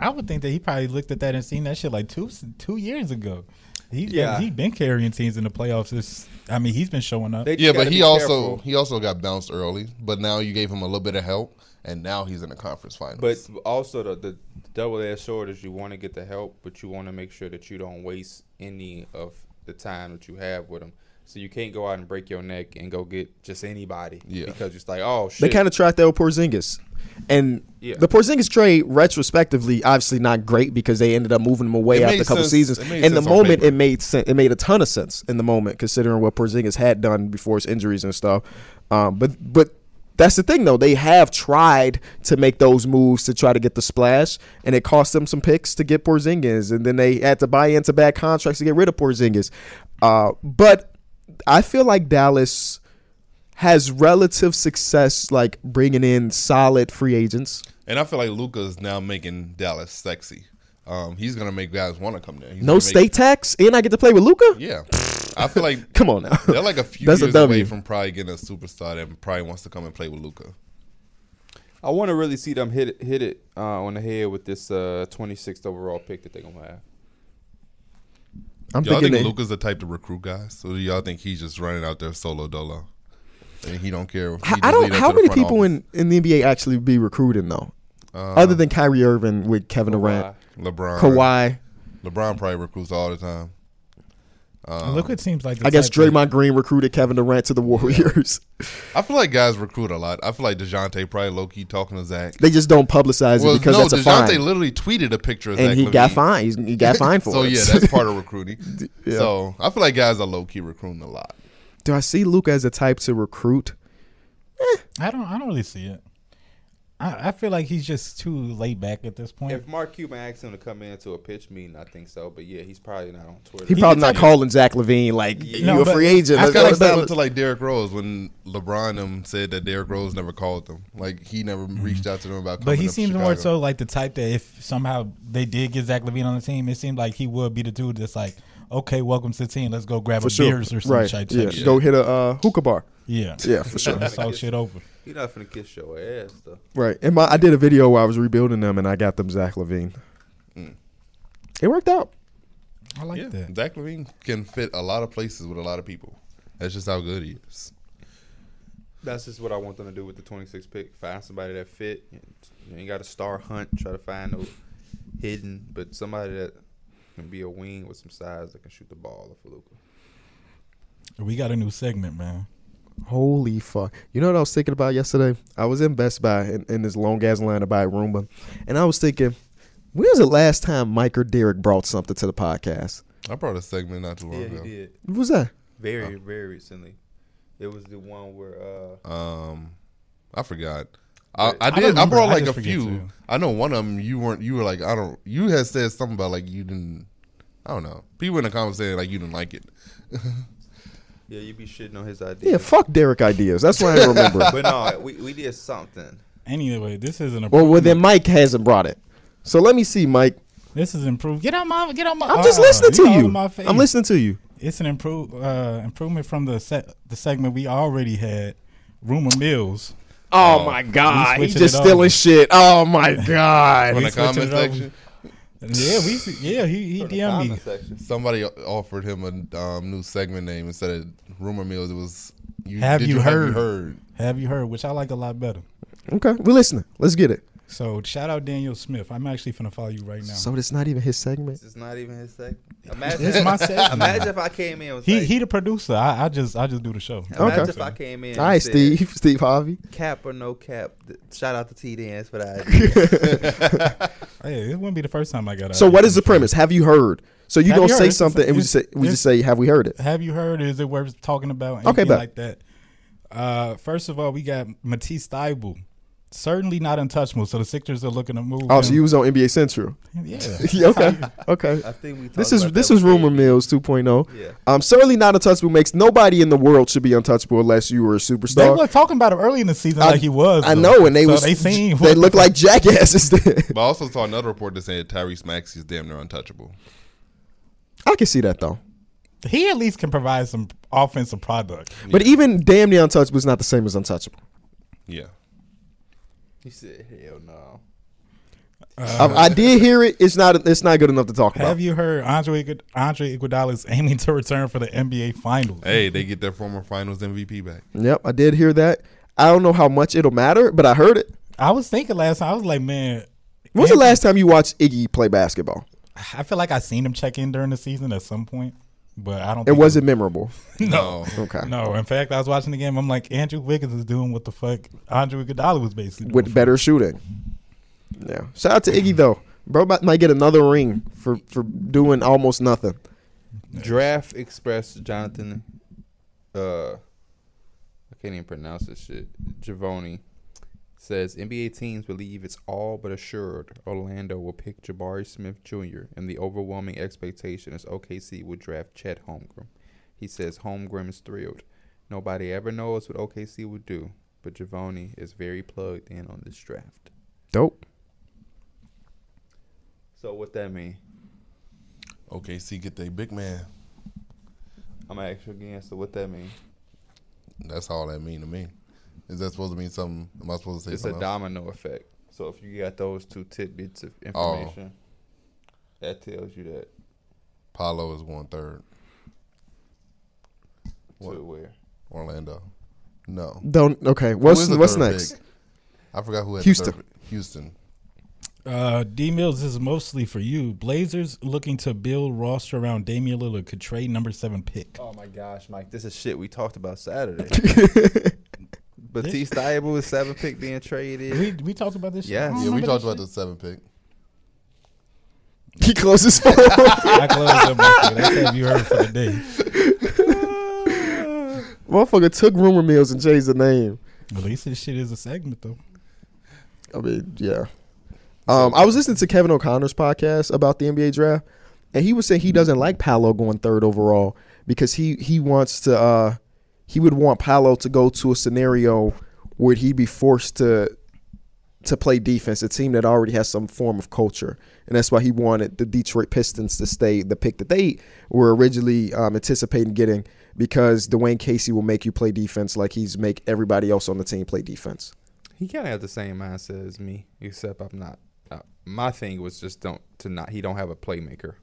Speaker 4: I would think that he probably looked at that and seen that shit like two two years ago. He yeah.
Speaker 2: Yeah.
Speaker 4: he been carrying teams in the playoffs. This I mean, he's been showing up.
Speaker 2: they just
Speaker 3: Yeah,
Speaker 2: gotta
Speaker 3: but he
Speaker 2: be
Speaker 3: also
Speaker 2: careful.
Speaker 3: he also got bounced early. But now you gave him a little bit of help, and now he's in the conference finals.
Speaker 2: But also the the double edged sword is you want to get the help, but you want to make sure that you don't waste any of the time that you have with them. So you can't go out and break your neck and go get just anybody
Speaker 3: Yeah.
Speaker 2: because it's like oh shit.
Speaker 1: They kind of tried that with Porzingis. And
Speaker 2: Yeah.
Speaker 1: the Porzingis trade, retrospectively, obviously not great because they ended up moving him away
Speaker 3: It
Speaker 1: after
Speaker 3: made
Speaker 1: a couple
Speaker 3: sense-
Speaker 1: seasons.
Speaker 3: it made
Speaker 1: In the
Speaker 3: sense on
Speaker 1: moment,
Speaker 3: paper.
Speaker 1: it made sense. It made a ton of sense in the moment, considering what Porzingis had done before his injuries and stuff. Um, but but that's the thing though; they have tried to make those moves to try to get the splash, and it cost them some picks to get Porzingis, and then they had to buy into bad contracts to get rid of Porzingis. Uh, but I feel like Dallas has relative success, like bringing in solid free agents.
Speaker 3: And I feel like Luca is now making Dallas sexy. Um, he's gonna make guys want to come there. He's
Speaker 1: No
Speaker 3: gonna make-
Speaker 1: state tax, and I get to play with Luca.
Speaker 3: Yeah, I
Speaker 1: *laughs*
Speaker 3: feel like
Speaker 1: Come on now.
Speaker 3: they're like a few
Speaker 1: That's a
Speaker 3: years away
Speaker 1: W.
Speaker 3: from probably getting a superstar that probably wants to come and play with Luca.
Speaker 2: I want to really see them hit it, hit it uh, on the head with this uh, 26th overall pick that they're gonna have.
Speaker 1: I'm
Speaker 3: Y'all
Speaker 1: thinking
Speaker 3: think
Speaker 1: they-
Speaker 3: Luca's the type to recruit guys, so do y'all think he's just running out there solo dolo, and he don't care? He
Speaker 1: I- I
Speaker 3: just
Speaker 1: don't.
Speaker 3: lead up
Speaker 1: How
Speaker 3: to the
Speaker 1: many
Speaker 3: front
Speaker 1: people
Speaker 3: office. Uh,
Speaker 1: in, in the NBA actually be recruiting though, other than Kyrie Irving with Kevin Durant,
Speaker 3: LeBron?
Speaker 1: Kawhi?
Speaker 3: LeBron probably recruits all the time. Uh,
Speaker 4: Look, it seems like the
Speaker 1: I guess
Speaker 4: type of-
Speaker 1: Draymond Green recruited Kevin Durant to the Warriors. *laughs*
Speaker 3: I feel like guys recruit a lot. I feel like Dejounte probably low key talking to Zach.
Speaker 1: they just don't publicize it because that's a
Speaker 3: Dejounte
Speaker 1: fine,
Speaker 3: literally tweeted a picture of Zach
Speaker 1: and he got
Speaker 3: Levine.
Speaker 1: fined. He's, he
Speaker 3: *laughs*
Speaker 1: got fined for
Speaker 3: so
Speaker 1: it.
Speaker 3: yeah, that's part of
Speaker 4: *laughs*
Speaker 3: recruiting.
Speaker 1: Yeah.
Speaker 3: So I feel like guys are low key recruiting a lot.
Speaker 1: *laughs* Do I see Luca as a type to recruit?
Speaker 4: I don't. I don't really see it. I, I feel like he's just too laid back at this point.
Speaker 2: If Mark Cuban asks him to come into a pitch meeting, I think so. But yeah, he's probably not on Twitter.
Speaker 1: He probably not calling Zach Levine like you
Speaker 4: No,
Speaker 1: a
Speaker 4: but
Speaker 1: free agent.
Speaker 3: I
Speaker 1: Let's
Speaker 3: kind
Speaker 1: go
Speaker 3: of similar
Speaker 1: establish-
Speaker 3: to like Derrick Rose when LeBron them said that Derrick Rose never called them. Like he never
Speaker 4: Mm-hmm.
Speaker 3: reached out to them about.
Speaker 4: but
Speaker 3: coming
Speaker 4: he
Speaker 3: to
Speaker 4: seems more
Speaker 3: Chicago.
Speaker 4: so like the type that if somehow they did get Zach Levine on the team, it seemed like he would be the dude that's like, okay, welcome to the team. Let's go grab a beers or some
Speaker 1: right?
Speaker 4: shit.
Speaker 1: yeah.
Speaker 4: shit.
Speaker 1: go hit a uh, hookah bar.
Speaker 4: yeah,
Speaker 1: Yeah, for sure.
Speaker 4: Let's talk shit over.
Speaker 2: He not finna kiss your ass though.
Speaker 1: right. And my, I did a video where I was rebuilding them, and I got them Zach Levine.
Speaker 3: Mm.
Speaker 1: It worked out.
Speaker 4: I like
Speaker 3: Yeah,
Speaker 4: that.
Speaker 3: Zach Levine can fit a lot of places with a lot of people. That's just how good he is.
Speaker 2: That's just what I want them to do with the 26th pick. Find somebody that fit. You ain't got to star hunt. Try to find no hidden, but somebody that can be a wing with some size that can shoot the ball off of Luca.
Speaker 4: We got a new segment, man.
Speaker 1: Holy fuck. You know what I was thinking about yesterday? I was in Best Buy in, in this long ass line to buy a Roomba. And I was thinking, when was the last time Mike or Derek brought something to the podcast?
Speaker 3: I brought a segment not too long ago.
Speaker 2: did
Speaker 1: What was that?
Speaker 2: very very recently. It was the one where uh,
Speaker 3: Um, I forgot. I, I
Speaker 4: I
Speaker 3: did. I,
Speaker 4: remember.
Speaker 3: brought
Speaker 4: I
Speaker 3: like
Speaker 4: just
Speaker 3: a
Speaker 4: forget
Speaker 3: few.
Speaker 4: too.
Speaker 3: I know one of them. You weren't. You were like, I don't. You had said something about like you didn't. I don't know. People in the comments saying like you didn't like it. *laughs*
Speaker 2: yeah you be shitting on his idea.
Speaker 1: Yeah, fuck Derek ideas. That's why I don't
Speaker 4: *laughs*
Speaker 1: remember.
Speaker 2: but no, we, we did something.
Speaker 4: Anyway, this is an
Speaker 1: well,
Speaker 4: improvement.
Speaker 1: well, then Mike hasn't brought it. So let me see, Mike.
Speaker 4: this is improved. Get on my. Get on my.
Speaker 1: I'm just
Speaker 4: uh,
Speaker 1: listening to
Speaker 4: all in
Speaker 1: you.
Speaker 4: my face.
Speaker 1: I'm listening to you.
Speaker 4: It's an improve uh, improvement from the se- the segment we already had. Rumor Mills.
Speaker 1: Oh, my God.
Speaker 4: we
Speaker 1: He's
Speaker 4: switching
Speaker 1: just
Speaker 4: it
Speaker 1: stealing
Speaker 4: up.
Speaker 1: shit. Oh
Speaker 4: *laughs*
Speaker 1: my
Speaker 3: In
Speaker 1: God.
Speaker 3: the
Speaker 4: switching it
Speaker 3: comment
Speaker 4: over.
Speaker 3: section,
Speaker 4: Yeah, we. see- Yeah, he he DM'd me.
Speaker 2: Comment section.
Speaker 3: somebody o- offered him a um, new segment name instead of rumor mills. It was. You,
Speaker 4: Have
Speaker 3: did
Speaker 4: you
Speaker 3: Have you
Speaker 4: heard?
Speaker 3: heard?
Speaker 4: Have you heard? Which I like a lot better.
Speaker 1: okay, we're listening. Let's get it.
Speaker 4: So shout out Daniel Smith. I'm actually finna follow you right now.
Speaker 1: So it's not even his segment.
Speaker 2: It's not even his segment. Imagine,
Speaker 4: It's my segment.
Speaker 2: imagine if I came in. And was
Speaker 4: he
Speaker 2: like,
Speaker 4: he the producer. I, I just I just do the show.
Speaker 2: imagine
Speaker 1: Okay.
Speaker 2: if I came in. and
Speaker 1: All right,
Speaker 2: said,
Speaker 1: Steve. *laughs* Steve Harvey.
Speaker 2: Cap or no cap. th- Shout out to T Dance for that. idea.
Speaker 4: Hey, it wouldn't be the first time I got. out
Speaker 1: So
Speaker 4: of
Speaker 1: what
Speaker 4: here.
Speaker 1: is the premise? Have you heard? So you
Speaker 4: Have
Speaker 1: gonna
Speaker 4: you
Speaker 1: say
Speaker 4: heard?
Speaker 1: something and we just say we just say have we heard
Speaker 4: *laughs*
Speaker 1: it?
Speaker 4: Have you heard? Is it worth talking about? Anything
Speaker 1: Okay, bet.
Speaker 4: like that. Uh, first of all, we got Matisse Thybulle. Certainly not untouchable. So the Sixers are looking to move.
Speaker 1: Oh,
Speaker 4: him.
Speaker 1: so you was on NBA Central. *laughs*
Speaker 4: yeah. *laughs*
Speaker 1: okay. Okay.
Speaker 2: I think we.
Speaker 1: This
Speaker 2: talked
Speaker 1: is
Speaker 2: about
Speaker 1: this
Speaker 2: that
Speaker 1: is
Speaker 2: with
Speaker 1: rumor
Speaker 2: Dave.
Speaker 1: mills 2.0.
Speaker 2: Yeah.
Speaker 1: Um, certainly not untouchable makes nobody in the world should be untouchable unless you were a
Speaker 4: They
Speaker 1: superstar.
Speaker 4: were talking about him early in the season,
Speaker 1: I-
Speaker 4: like he was.
Speaker 1: I
Speaker 4: though.
Speaker 1: know, and they
Speaker 4: so
Speaker 1: was
Speaker 4: they seen
Speaker 1: they look like jackasses.
Speaker 3: But I also saw another report that said Tyrese Maxey is damn near untouchable.
Speaker 1: *laughs* I can see that though.
Speaker 4: he at least can provide some offensive product.
Speaker 1: But even damn near untouchable is not the same as untouchable.
Speaker 3: Yeah.
Speaker 2: He said, "Hell no."
Speaker 1: Um, I, I did hear it. It's not it's not good enough to talk
Speaker 4: Uh, Have
Speaker 1: about.
Speaker 4: you heard Andre Iguod- Andre Iguodala is aiming to return for the NBA Finals?
Speaker 3: Hey, they get their former Finals MVP back.
Speaker 1: Yep, I did hear that. I don't know how much it'll matter, but I heard it.
Speaker 4: I was thinking last time. I was like, man,
Speaker 1: When's the last time you watched Iggy play basketball?
Speaker 4: I feel like I seen him check in during the season at some point, but I don't.
Speaker 1: It
Speaker 4: think
Speaker 1: wasn't memorable.
Speaker 3: No.
Speaker 1: Okay.
Speaker 4: No, in fact, I was watching the game. I'm like, Andrew Wiggins is doing what the fuck Andre Iguodala was basically doing.
Speaker 1: with better shooting. Yeah. Shout out to Iggy though. Bro might might get another ring for for doing almost nothing.
Speaker 2: Draft Express Jonathan. Uh, I can't even pronounce this shit. Javoni says NBA teams believe it's all but assured Orlando will pick Jabari Smith Jr. and the overwhelming expectation is OKC will draft Chet Holmgren. He says Holmgren is thrilled. Nobody ever knows what OKC would do, but Javoni is very plugged in on this draft.
Speaker 1: Dope.
Speaker 2: So what that mean?
Speaker 5: OKC get their big man.
Speaker 2: I'm gonna ask you again. So what that mean?
Speaker 5: That's all that mean to me.
Speaker 3: Is that supposed to mean something? Am I supposed to say
Speaker 2: It's a
Speaker 3: something? else?
Speaker 2: domino effect. Oh. So if you got those two tidbits of information, that tells you that
Speaker 3: Paolo is going third.
Speaker 2: to where.
Speaker 3: Orlando. No.
Speaker 1: Don't okay.
Speaker 3: Who is
Speaker 1: What's
Speaker 3: the
Speaker 1: what's
Speaker 3: third
Speaker 1: next?
Speaker 3: pick? I forgot who had the
Speaker 1: Houston.
Speaker 3: third pick. Houston.
Speaker 4: Uh, D Mills this is mostly for you. Blazers looking to build roster around Damian Lillard could trade number seven pick.
Speaker 2: Oh my gosh, Mike! This is shit we talked about Saturday. Batiste Diable with seven pick being traded.
Speaker 4: We we talked about this. shit?
Speaker 2: Yes.
Speaker 4: I don't
Speaker 3: Yeah, we
Speaker 4: remember
Speaker 3: talked
Speaker 4: that
Speaker 3: about the seventh pick.
Speaker 1: *laughs* He closes phone.
Speaker 4: shit. I closed up. my shit. That's what you heard for the day.
Speaker 1: *laughs* Motherfucker took rumor mills and changed the name.
Speaker 4: At least this shit is a segment though.
Speaker 1: I mean, yeah. Um, I was listening to Kevin O'Connor's podcast about the NBA draft, and he was saying he doesn't like Paolo going third overall because he he wants to uh, he would want Paolo to go to a scenario where he'd be forced to to play defense, a team that already has some form of culture, and that's why he wanted the Detroit Pistons to stay the pick that they were originally um, anticipating getting because Dwayne Casey will make you play defense like he's make everybody else on the team play defense.
Speaker 2: He kind of had the same mindset as me, except I'm not. Uh, my thing was just don't to not. He don't have a playmaker.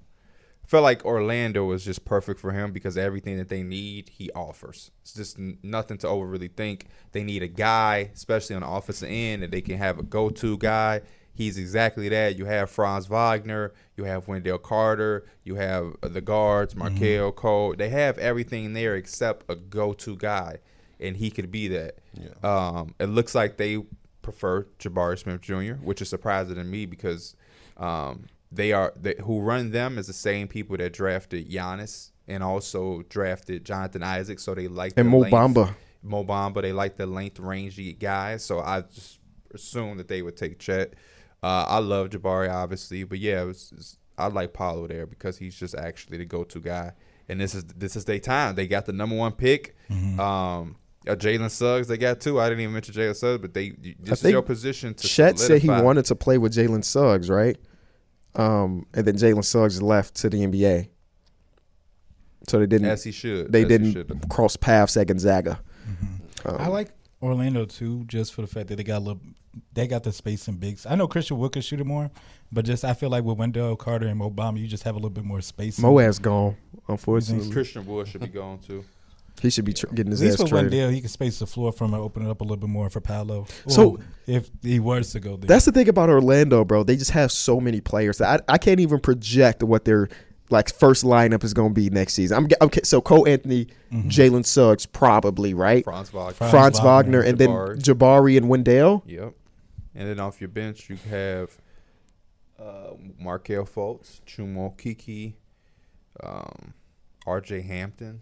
Speaker 2: Felt like Orlando was just perfect for him because everything that they need, he offers. It's just n- nothing to over really think. They need a guy, especially on the offensive end, that they can have a go-to guy. He's exactly that. You have Franz Wagner, you have Wendell Carter, you have uh, the guards, Markel Cole. They have everything there except a go-to guy, and he could be that. Um, it looks like they prefer Jabari Smith Jr., which is surprising to me because um, they are they, who run them is the same people that drafted Giannis and also drafted Jonathan Isaac. So they like
Speaker 1: And
Speaker 2: the
Speaker 1: Mo
Speaker 2: length-
Speaker 1: Bamba.
Speaker 2: Mo Bamba. They like the length, rangy guys. So I just assume that they would take Chet. Uh, I love Jabari, obviously, but yeah, it was, it's- I like Paolo there because he's just actually the go-to guy. And this is this is their time. They got the number one pick.
Speaker 1: Mm-hmm.
Speaker 2: Um, uh, Jalen Suggs, they got two. I didn't even mention Jalen Suggs, but they you- this is
Speaker 1: think
Speaker 2: your position to.
Speaker 1: Chet said he
Speaker 2: solidify.
Speaker 1: wanted to play with Jalen Suggs, right? Um, and then Jalen Suggs left to the NBA, so they didn't
Speaker 2: as he should.
Speaker 1: they
Speaker 2: as he should.
Speaker 1: didn't cross paths at Gonzaga.
Speaker 4: I like Orlando too, just for the fact that they got a little, they got the space and bigs. I know Christian Wood could shoot it more, but just I feel like with Wendell Carter and Obama, you just have a little bit more space.
Speaker 1: Mo has gone. Unfortunately,
Speaker 2: Christian Wood should be going too.
Speaker 1: he should be tr- getting
Speaker 4: At
Speaker 1: his
Speaker 4: least
Speaker 1: ass
Speaker 4: with
Speaker 1: traded.
Speaker 4: Wendell, he can space the floor from and open it up a little bit more for Paolo.
Speaker 1: So-
Speaker 4: Or if he was to go there,
Speaker 1: That's the thing about Orlando, bro. They just have so many players that I, I can't even project what their like first lineup is going to be next season. I'm ge- okay. So Cole Anthony,
Speaker 2: Mm-hmm.
Speaker 1: Jalen Suggs, probably right.
Speaker 2: Franz Wagner.
Speaker 4: Franz
Speaker 1: Franz Wagner,
Speaker 4: Wagner,
Speaker 1: and then
Speaker 2: Jabari.
Speaker 1: Jabari and Wendell.
Speaker 2: Yep. And then off your bench, you have uh, Markel Fultz, Chumo Kiki, um, R.J. Hampton.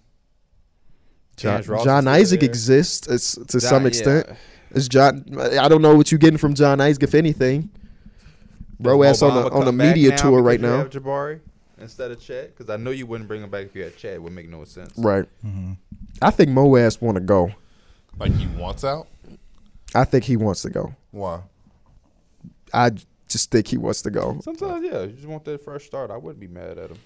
Speaker 1: John,
Speaker 2: Terrence Ross
Speaker 1: John
Speaker 2: is still
Speaker 1: Isaac
Speaker 2: there.
Speaker 1: exists it's, to
Speaker 2: John-
Speaker 1: some extent.
Speaker 2: yeah.
Speaker 1: It's John. I don't know what you're getting from John Isaac, if anything. Bro, ass
Speaker 2: Does
Speaker 1: on a
Speaker 2: Obama
Speaker 1: on a
Speaker 2: come back
Speaker 1: media
Speaker 2: now
Speaker 1: tour
Speaker 2: because
Speaker 1: right
Speaker 2: you
Speaker 1: now.
Speaker 2: Have Jabari instead of Chad, because I know you wouldn't bring him back if you had Chad. It would make no sense.
Speaker 1: Right.
Speaker 4: Mhm.
Speaker 1: I think Mo ass want to go.
Speaker 3: Like he wants out?
Speaker 1: I think he wants to go.
Speaker 3: Why?
Speaker 1: I just think he wants to go.
Speaker 2: Sometimes, yeah, you just want that fresh start. I wouldn't be mad at him.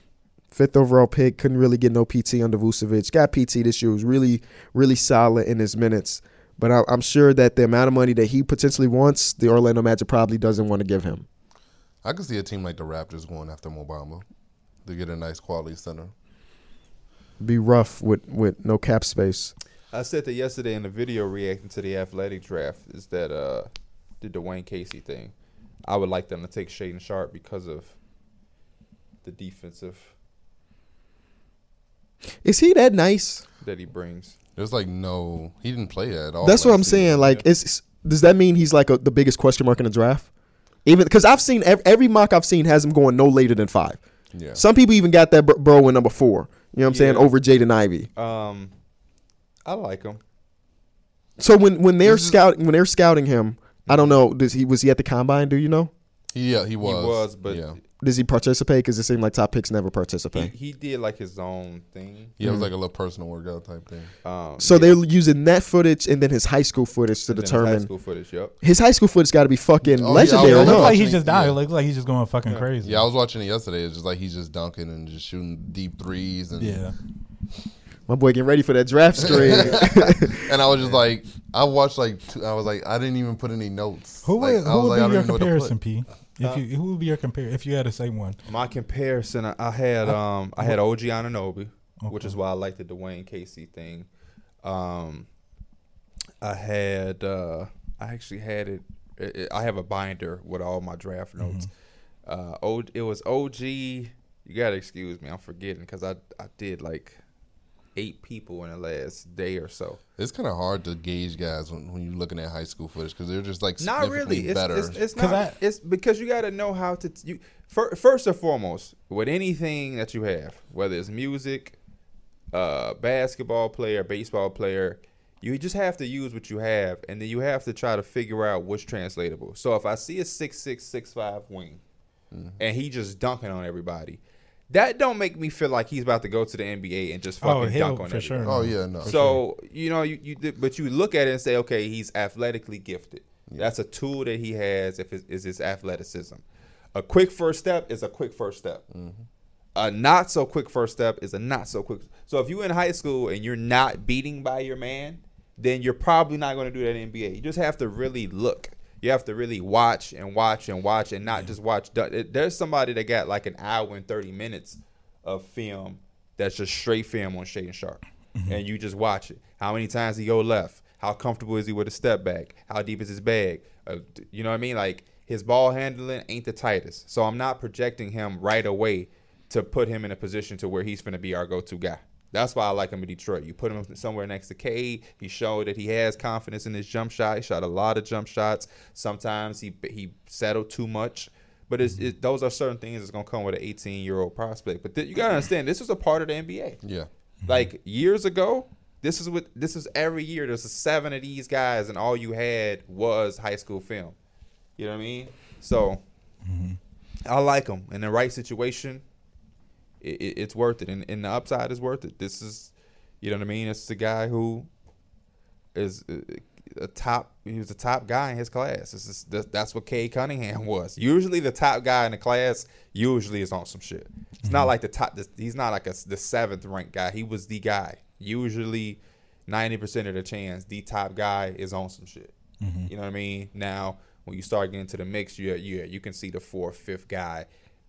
Speaker 1: Fifth overall pick, couldn't really get no PT under Vucevic. Got PT this year, was really, really solid in his minutes. But I, I'm sure that the amount of money that he potentially wants, the Orlando Magic probably doesn't want to give him.
Speaker 3: I could see a team like the Raptors going after Mobamba to get a nice quality center.
Speaker 1: Be rough with, with no cap space.
Speaker 2: I said that yesterday in the video reacting to the athletic draft is that uh the Dwayne Casey thing. I would like them to take Shaden Sharp because of the defensive
Speaker 1: Is he that nice?
Speaker 2: that he brings.
Speaker 3: There's like no, he didn't play at all.
Speaker 1: That's what
Speaker 3: last
Speaker 1: I'm
Speaker 3: season.
Speaker 1: saying. Like, it's, does that mean he's like a, the biggest question mark in the draft? Even because I've seen every, every mock I've seen has him going no later than five.
Speaker 3: Yeah.
Speaker 1: Some people even got that bro- bro in number four. You know what I'm saying?
Speaker 2: Yeah.
Speaker 1: Over Jaden Ivey.
Speaker 2: Um I like him.
Speaker 1: So when when they're scouting when they're scouting him, I don't know. Does he was he at the combine? Do you know?
Speaker 3: He, yeah, he was.
Speaker 2: He was, but
Speaker 3: yeah,
Speaker 1: Does he participate? Because it seemed like top picks never
Speaker 2: he,
Speaker 1: participate.
Speaker 2: he did like his own thing.
Speaker 3: yeah, it was like a little personal workout type thing.
Speaker 2: Um,
Speaker 1: So they're using that footage and then his high school footage to
Speaker 2: and then his high
Speaker 1: determine
Speaker 2: school footage. Yep.
Speaker 1: his high school footage. Got to be fucking
Speaker 3: Oh, yeah,
Speaker 1: legendary,
Speaker 3: I
Speaker 4: It
Speaker 3: was-
Speaker 1: huh?
Speaker 4: looks like
Speaker 3: Yeah.
Speaker 4: he's just dying.
Speaker 3: Yeah.
Speaker 4: It looks like he's just going fucking crazy.
Speaker 3: Yeah, I was watching it yesterday. It's just like he's just dunking and just shooting deep threes and
Speaker 4: yeah.
Speaker 1: My boy getting ready for that draft screen. *laughs*
Speaker 3: And I was just like, I watched like two, I was like, I didn't even put any notes.
Speaker 4: Who
Speaker 3: like,
Speaker 4: would,
Speaker 3: I
Speaker 4: who
Speaker 3: was
Speaker 4: would
Speaker 3: like, I
Speaker 4: be your
Speaker 3: don't even know what to put.
Speaker 4: comparison, P? If you who would be your compare if you had to say one?
Speaker 2: My comparison, I, I had um, I had OG Ananobi, which is why I liked the Dwayne Casey thing. Um, I had uh, I actually had it. it- it- I have a binder with all my draft notes. Uh, o, it was OG. You gotta excuse me, I'm forgetting because I I did like eight people in the last day or so.
Speaker 3: It's kind of hard to gauge guys when, when you're looking at high school footage because they're just like
Speaker 2: not really
Speaker 3: significantly
Speaker 2: it's,
Speaker 3: better.
Speaker 2: it's, it's
Speaker 4: 'Cause
Speaker 2: not
Speaker 4: I-
Speaker 2: it's because you got to know how to t- you fir- first and foremost with anything that you have whether it's music uh basketball player baseball player you just have to use what you have and then you have to try to figure out what's translatable so if i see a 6665 wing
Speaker 3: Mm-hmm.
Speaker 2: and he just dunking on everybody that don't make me feel like he's about to go to the nba and just
Speaker 4: Oh,
Speaker 2: fucking
Speaker 4: hell,
Speaker 2: dunk on
Speaker 4: for
Speaker 2: everybody.
Speaker 4: sure.
Speaker 3: oh yeah, no.
Speaker 2: So you know, you, you did- but you look at it and say, okay, he's athletically gifted. That's a tool that he has. If it's, is his athleticism, a quick first step is a quick first step. A not so quick first step is a not so quick. So if you're in high school and you're not beating by your man, then you're probably not going to do that in NBA. You just have to really look. You have to really watch and watch and watch and not just watch. dun- There's somebody that got like an hour and thirty minutes of film that's just straight film on Shade and Sharp. And you just watch it. How many times he go left? How comfortable is he with a step back? How deep is his bag? Uh, d- you know what I mean? Like his ball handling ain't the tightest. So I'm not projecting him right away to put him in a position to where he's going to be our go-to guy. That's why I like him in Detroit. You put him somewhere next to Cade. He showed that he has confidence in his jump shot. He shot a lot of jump shots. Sometimes he he settled too much. But it's, it, those are certain things that's gonna come with an 18 year old prospect. But th- you gotta understand, this is a part of the NBA.
Speaker 3: yeah,
Speaker 2: Like years ago, this is what this is every year. There's a seven of these guys, and all you had was high school film. You know what I mean? So I like them in the right situation. It, it, it's worth it, and, and the upside is worth it. This is, you know what I mean? It's the guy who is uh, a top. He was the top guy in his class. This is that, that's what Kay Cunningham *laughs* was. Usually, the top guy in the class usually is on some shit. It's not like the top. This, he's not like a, the seventh ranked guy. He was the guy. Usually, ninety percent of the chance, the top guy is on some shit. You know what I mean? Now, when you start getting to the mix, you you you can see the fourth, fifth guy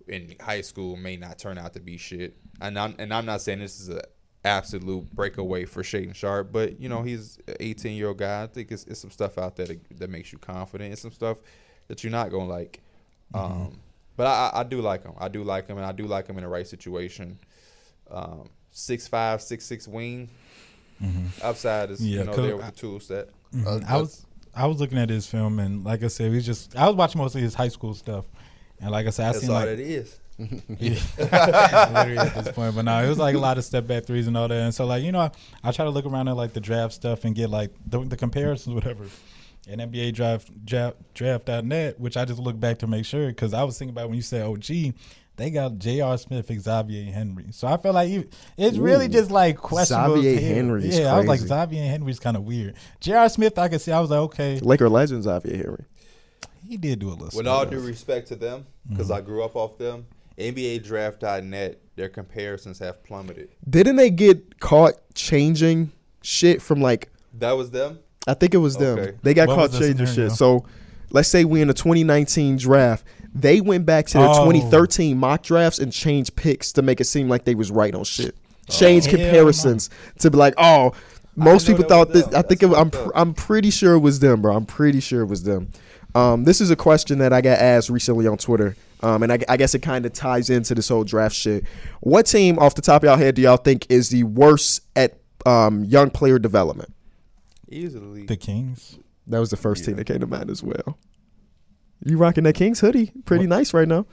Speaker 2: in high school may not turn out to be shit. And I'm and I'm not saying this is a absolute breakaway for Shaden Sharp, but you know he's an 18 year old guy. I think it's, it's some stuff out there that, that makes you confident. It's some stuff that you're not gonna like.
Speaker 4: Mm-hmm.
Speaker 2: Um, but I, I I do like him. I do like him, and I do like him in the right situation. Um, six five, six six wing. Upside is
Speaker 4: Mm-hmm. Yeah,
Speaker 2: you know
Speaker 4: cause
Speaker 2: there with
Speaker 4: I-
Speaker 2: the tool set.
Speaker 3: Uh,
Speaker 4: Mm-hmm. I was I was looking at his film and like I said, we just I was watching mostly his high school stuff. And like I said, I
Speaker 2: That's
Speaker 4: seen
Speaker 2: all
Speaker 4: like
Speaker 2: it is.
Speaker 4: Yeah. *laughs* Literally at this point. But no, it was like a lot of step back threes and all that. And so like, you know, I, I try to look around at like the draft stuff and get like the, the comparisons, whatever. And NBA draft draft draft.net, which I just look back to make sure because I was thinking about when you said OG, they got J.R. Smith, Xavier Henry. So I feel like you, it's really
Speaker 1: Ooh.
Speaker 4: just like questionable.
Speaker 1: Xavier
Speaker 4: as hell.
Speaker 1: Henry is
Speaker 4: yeah. I was like
Speaker 1: crazy.
Speaker 4: Xavier Henry's kind of weird. J.R. Smith, I could see. I was like, okay,
Speaker 1: Laker legends Xavier Henry.
Speaker 4: he did do a little.
Speaker 2: With
Speaker 4: stuff.
Speaker 2: all due respect to them, because
Speaker 4: Mm-hmm.
Speaker 2: I grew up off them, NBA Draft.net, their comparisons have plummeted.
Speaker 1: Didn't they get caught changing shit from like
Speaker 2: That was them.
Speaker 1: I think it was them.
Speaker 2: Okay.
Speaker 1: They got
Speaker 4: What
Speaker 1: caught
Speaker 4: was the
Speaker 1: changing
Speaker 4: scenario?
Speaker 1: shit. So let's say we in the 2019 draft, they went back to the
Speaker 4: Oh.
Speaker 1: 2013 mock drafts and changed picks to make it seem like they was right on shit.
Speaker 2: Oh.
Speaker 1: Changed
Speaker 4: Hell no.
Speaker 1: comparisons to be like, oh, most
Speaker 2: didn't
Speaker 1: people
Speaker 2: know
Speaker 1: thought
Speaker 2: that was
Speaker 1: this.
Speaker 2: them.
Speaker 1: I think it,
Speaker 2: That's
Speaker 1: I'm
Speaker 2: fucked
Speaker 1: pr-
Speaker 2: up.
Speaker 1: I'm pretty sure it was them, bro. I'm pretty sure it was them. Um, this is a question that I got asked recently on Twitter, um, and I, I guess it kind of ties into this whole draft shit. What team, off the top of y'all head, do y'all think is the worst at um, young player development?
Speaker 2: Easily.
Speaker 4: the Kings.
Speaker 1: That was the first team that came to mind as well. You rocking that Kings hoodie, pretty nice right now.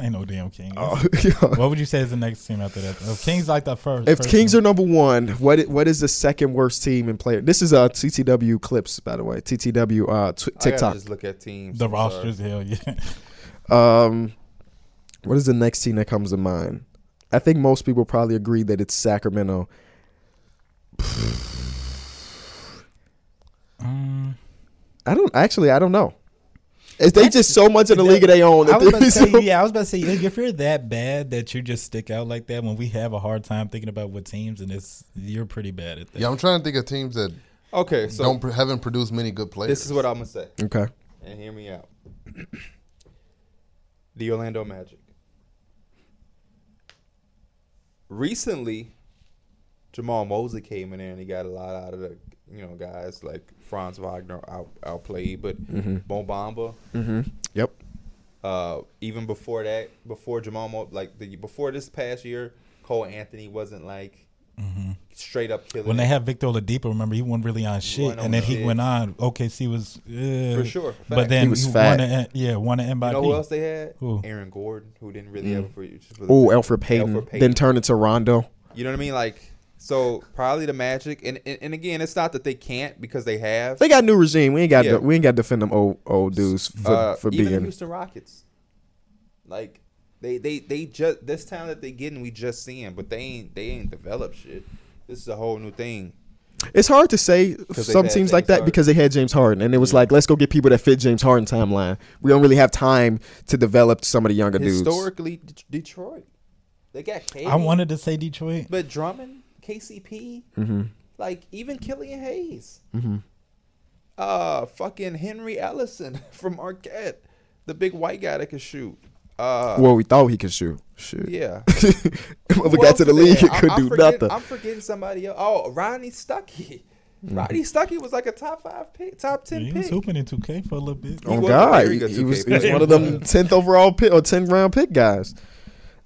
Speaker 4: Ain't no damn Kings.
Speaker 1: *laughs* Oh, yeah.
Speaker 4: What would you say is the next team after that? If Kings like the first.
Speaker 1: If
Speaker 4: first
Speaker 1: Kings
Speaker 4: team.
Speaker 1: are number one, what i- what is the second worst team in player? This is uh TTW clips, by the way. TTW uh, tw-
Speaker 2: I gotta
Speaker 1: TikTok.
Speaker 2: just look at teams.
Speaker 4: the
Speaker 2: I'm sorry.
Speaker 4: rosters, hell yeah. *laughs*
Speaker 1: Um, what is the next team that comes to mind? I think most people probably agree that it's Sacramento.
Speaker 4: Um,
Speaker 1: I don't actually. I don't know. Is they just so much in the league of their own?
Speaker 4: I
Speaker 1: that
Speaker 4: was about
Speaker 1: *laughs*
Speaker 4: to
Speaker 1: there's
Speaker 4: say,
Speaker 1: no-
Speaker 4: yeah, I was about to say, if you're that bad that you just stick out like that, when we have a hard time thinking about what teams, and it's you're pretty bad at that.
Speaker 3: Yeah, I'm trying to think of teams that
Speaker 2: Okay, so
Speaker 3: don't pr- haven't produced many good players.
Speaker 2: this is what I'm gonna say,
Speaker 1: Okay.
Speaker 2: and hear me out. *coughs* the Orlando Magic. Recently, Jamal Mosley came in there and he got a lot out of the you know guys like Franz Wagner out outplayed, but
Speaker 4: Mm-hmm.
Speaker 2: Mobamba.
Speaker 1: Yep.
Speaker 2: Uh, even before that, before Jamal, Mo, like the before this past year, Cole Anthony wasn't like straight up killing.
Speaker 4: Mm-hmm. When
Speaker 2: it.
Speaker 4: they had Victor Oladipo, remember he wasn't really on shit,
Speaker 2: wasn't on
Speaker 4: and then he
Speaker 2: shit.
Speaker 4: went on. OKC was uh,
Speaker 2: For sure.
Speaker 4: but
Speaker 2: Fact.
Speaker 4: then
Speaker 1: He was
Speaker 4: won
Speaker 1: fat.
Speaker 4: a, yeah, won an
Speaker 2: you
Speaker 4: MVP.
Speaker 2: know who else they had?
Speaker 4: Who? Mm.
Speaker 2: Aaron Gordon, who didn't really ever. For,
Speaker 1: Oh, Alfred Payton.
Speaker 2: Alfred Payton.
Speaker 1: Then turn into Rondo.
Speaker 2: You know what I mean? Like so, probably the Magic, and and, and again, it's not that they can't because they have.
Speaker 1: They got new regime. We ain't got.
Speaker 2: Yeah.
Speaker 1: To, we ain't got to defend them old old dudes for,
Speaker 2: uh,
Speaker 1: for
Speaker 2: even the
Speaker 1: being.
Speaker 2: Houston Rockets, like they they they just this talent that they getting, we just seeing, but they ain't they ain't developed shit. This is a whole new thing.
Speaker 1: It's hard to say
Speaker 2: they've
Speaker 1: some
Speaker 2: had
Speaker 1: teams like
Speaker 2: James
Speaker 1: that
Speaker 2: Harden.
Speaker 1: because they had James Harden, and it was like, let's go get people that fit James Harden timeline. We don't really have time to develop some of the younger dudes.
Speaker 2: Historically, Det- Detroit, they got. KD,
Speaker 4: I wanted to say Detroit.
Speaker 2: But Drummond, KCP,
Speaker 1: Mm-hmm.
Speaker 2: like even Killian Hayes, uh, fucking Henry Ellison *laughs* from Marquette, the big white guy that can shoot. Uh,
Speaker 1: Well, we thought he could shoot. Shit. *laughs*
Speaker 2: yeah.
Speaker 1: Mother
Speaker 2: Who
Speaker 1: got
Speaker 2: else
Speaker 1: to the
Speaker 2: did
Speaker 1: league,
Speaker 2: they
Speaker 1: it
Speaker 2: have?
Speaker 1: could
Speaker 2: I- I'm
Speaker 1: do
Speaker 2: forgetting-
Speaker 1: nothing.
Speaker 2: I'm forgetting somebody else. Oh, Ronnie Stuckey.
Speaker 1: Mm-hmm.
Speaker 2: Ronnie Stuckey was like a top five pick, top ten
Speaker 4: He was
Speaker 2: pick.
Speaker 4: hooping in 2K for a little bit.
Speaker 1: oh
Speaker 2: was a
Speaker 1: God,
Speaker 2: very
Speaker 1: he,
Speaker 2: good
Speaker 1: he
Speaker 2: 2K
Speaker 1: was, he
Speaker 2: player.
Speaker 1: was one of
Speaker 2: *laughs*
Speaker 1: them tenth overall pick or ten round pick guys.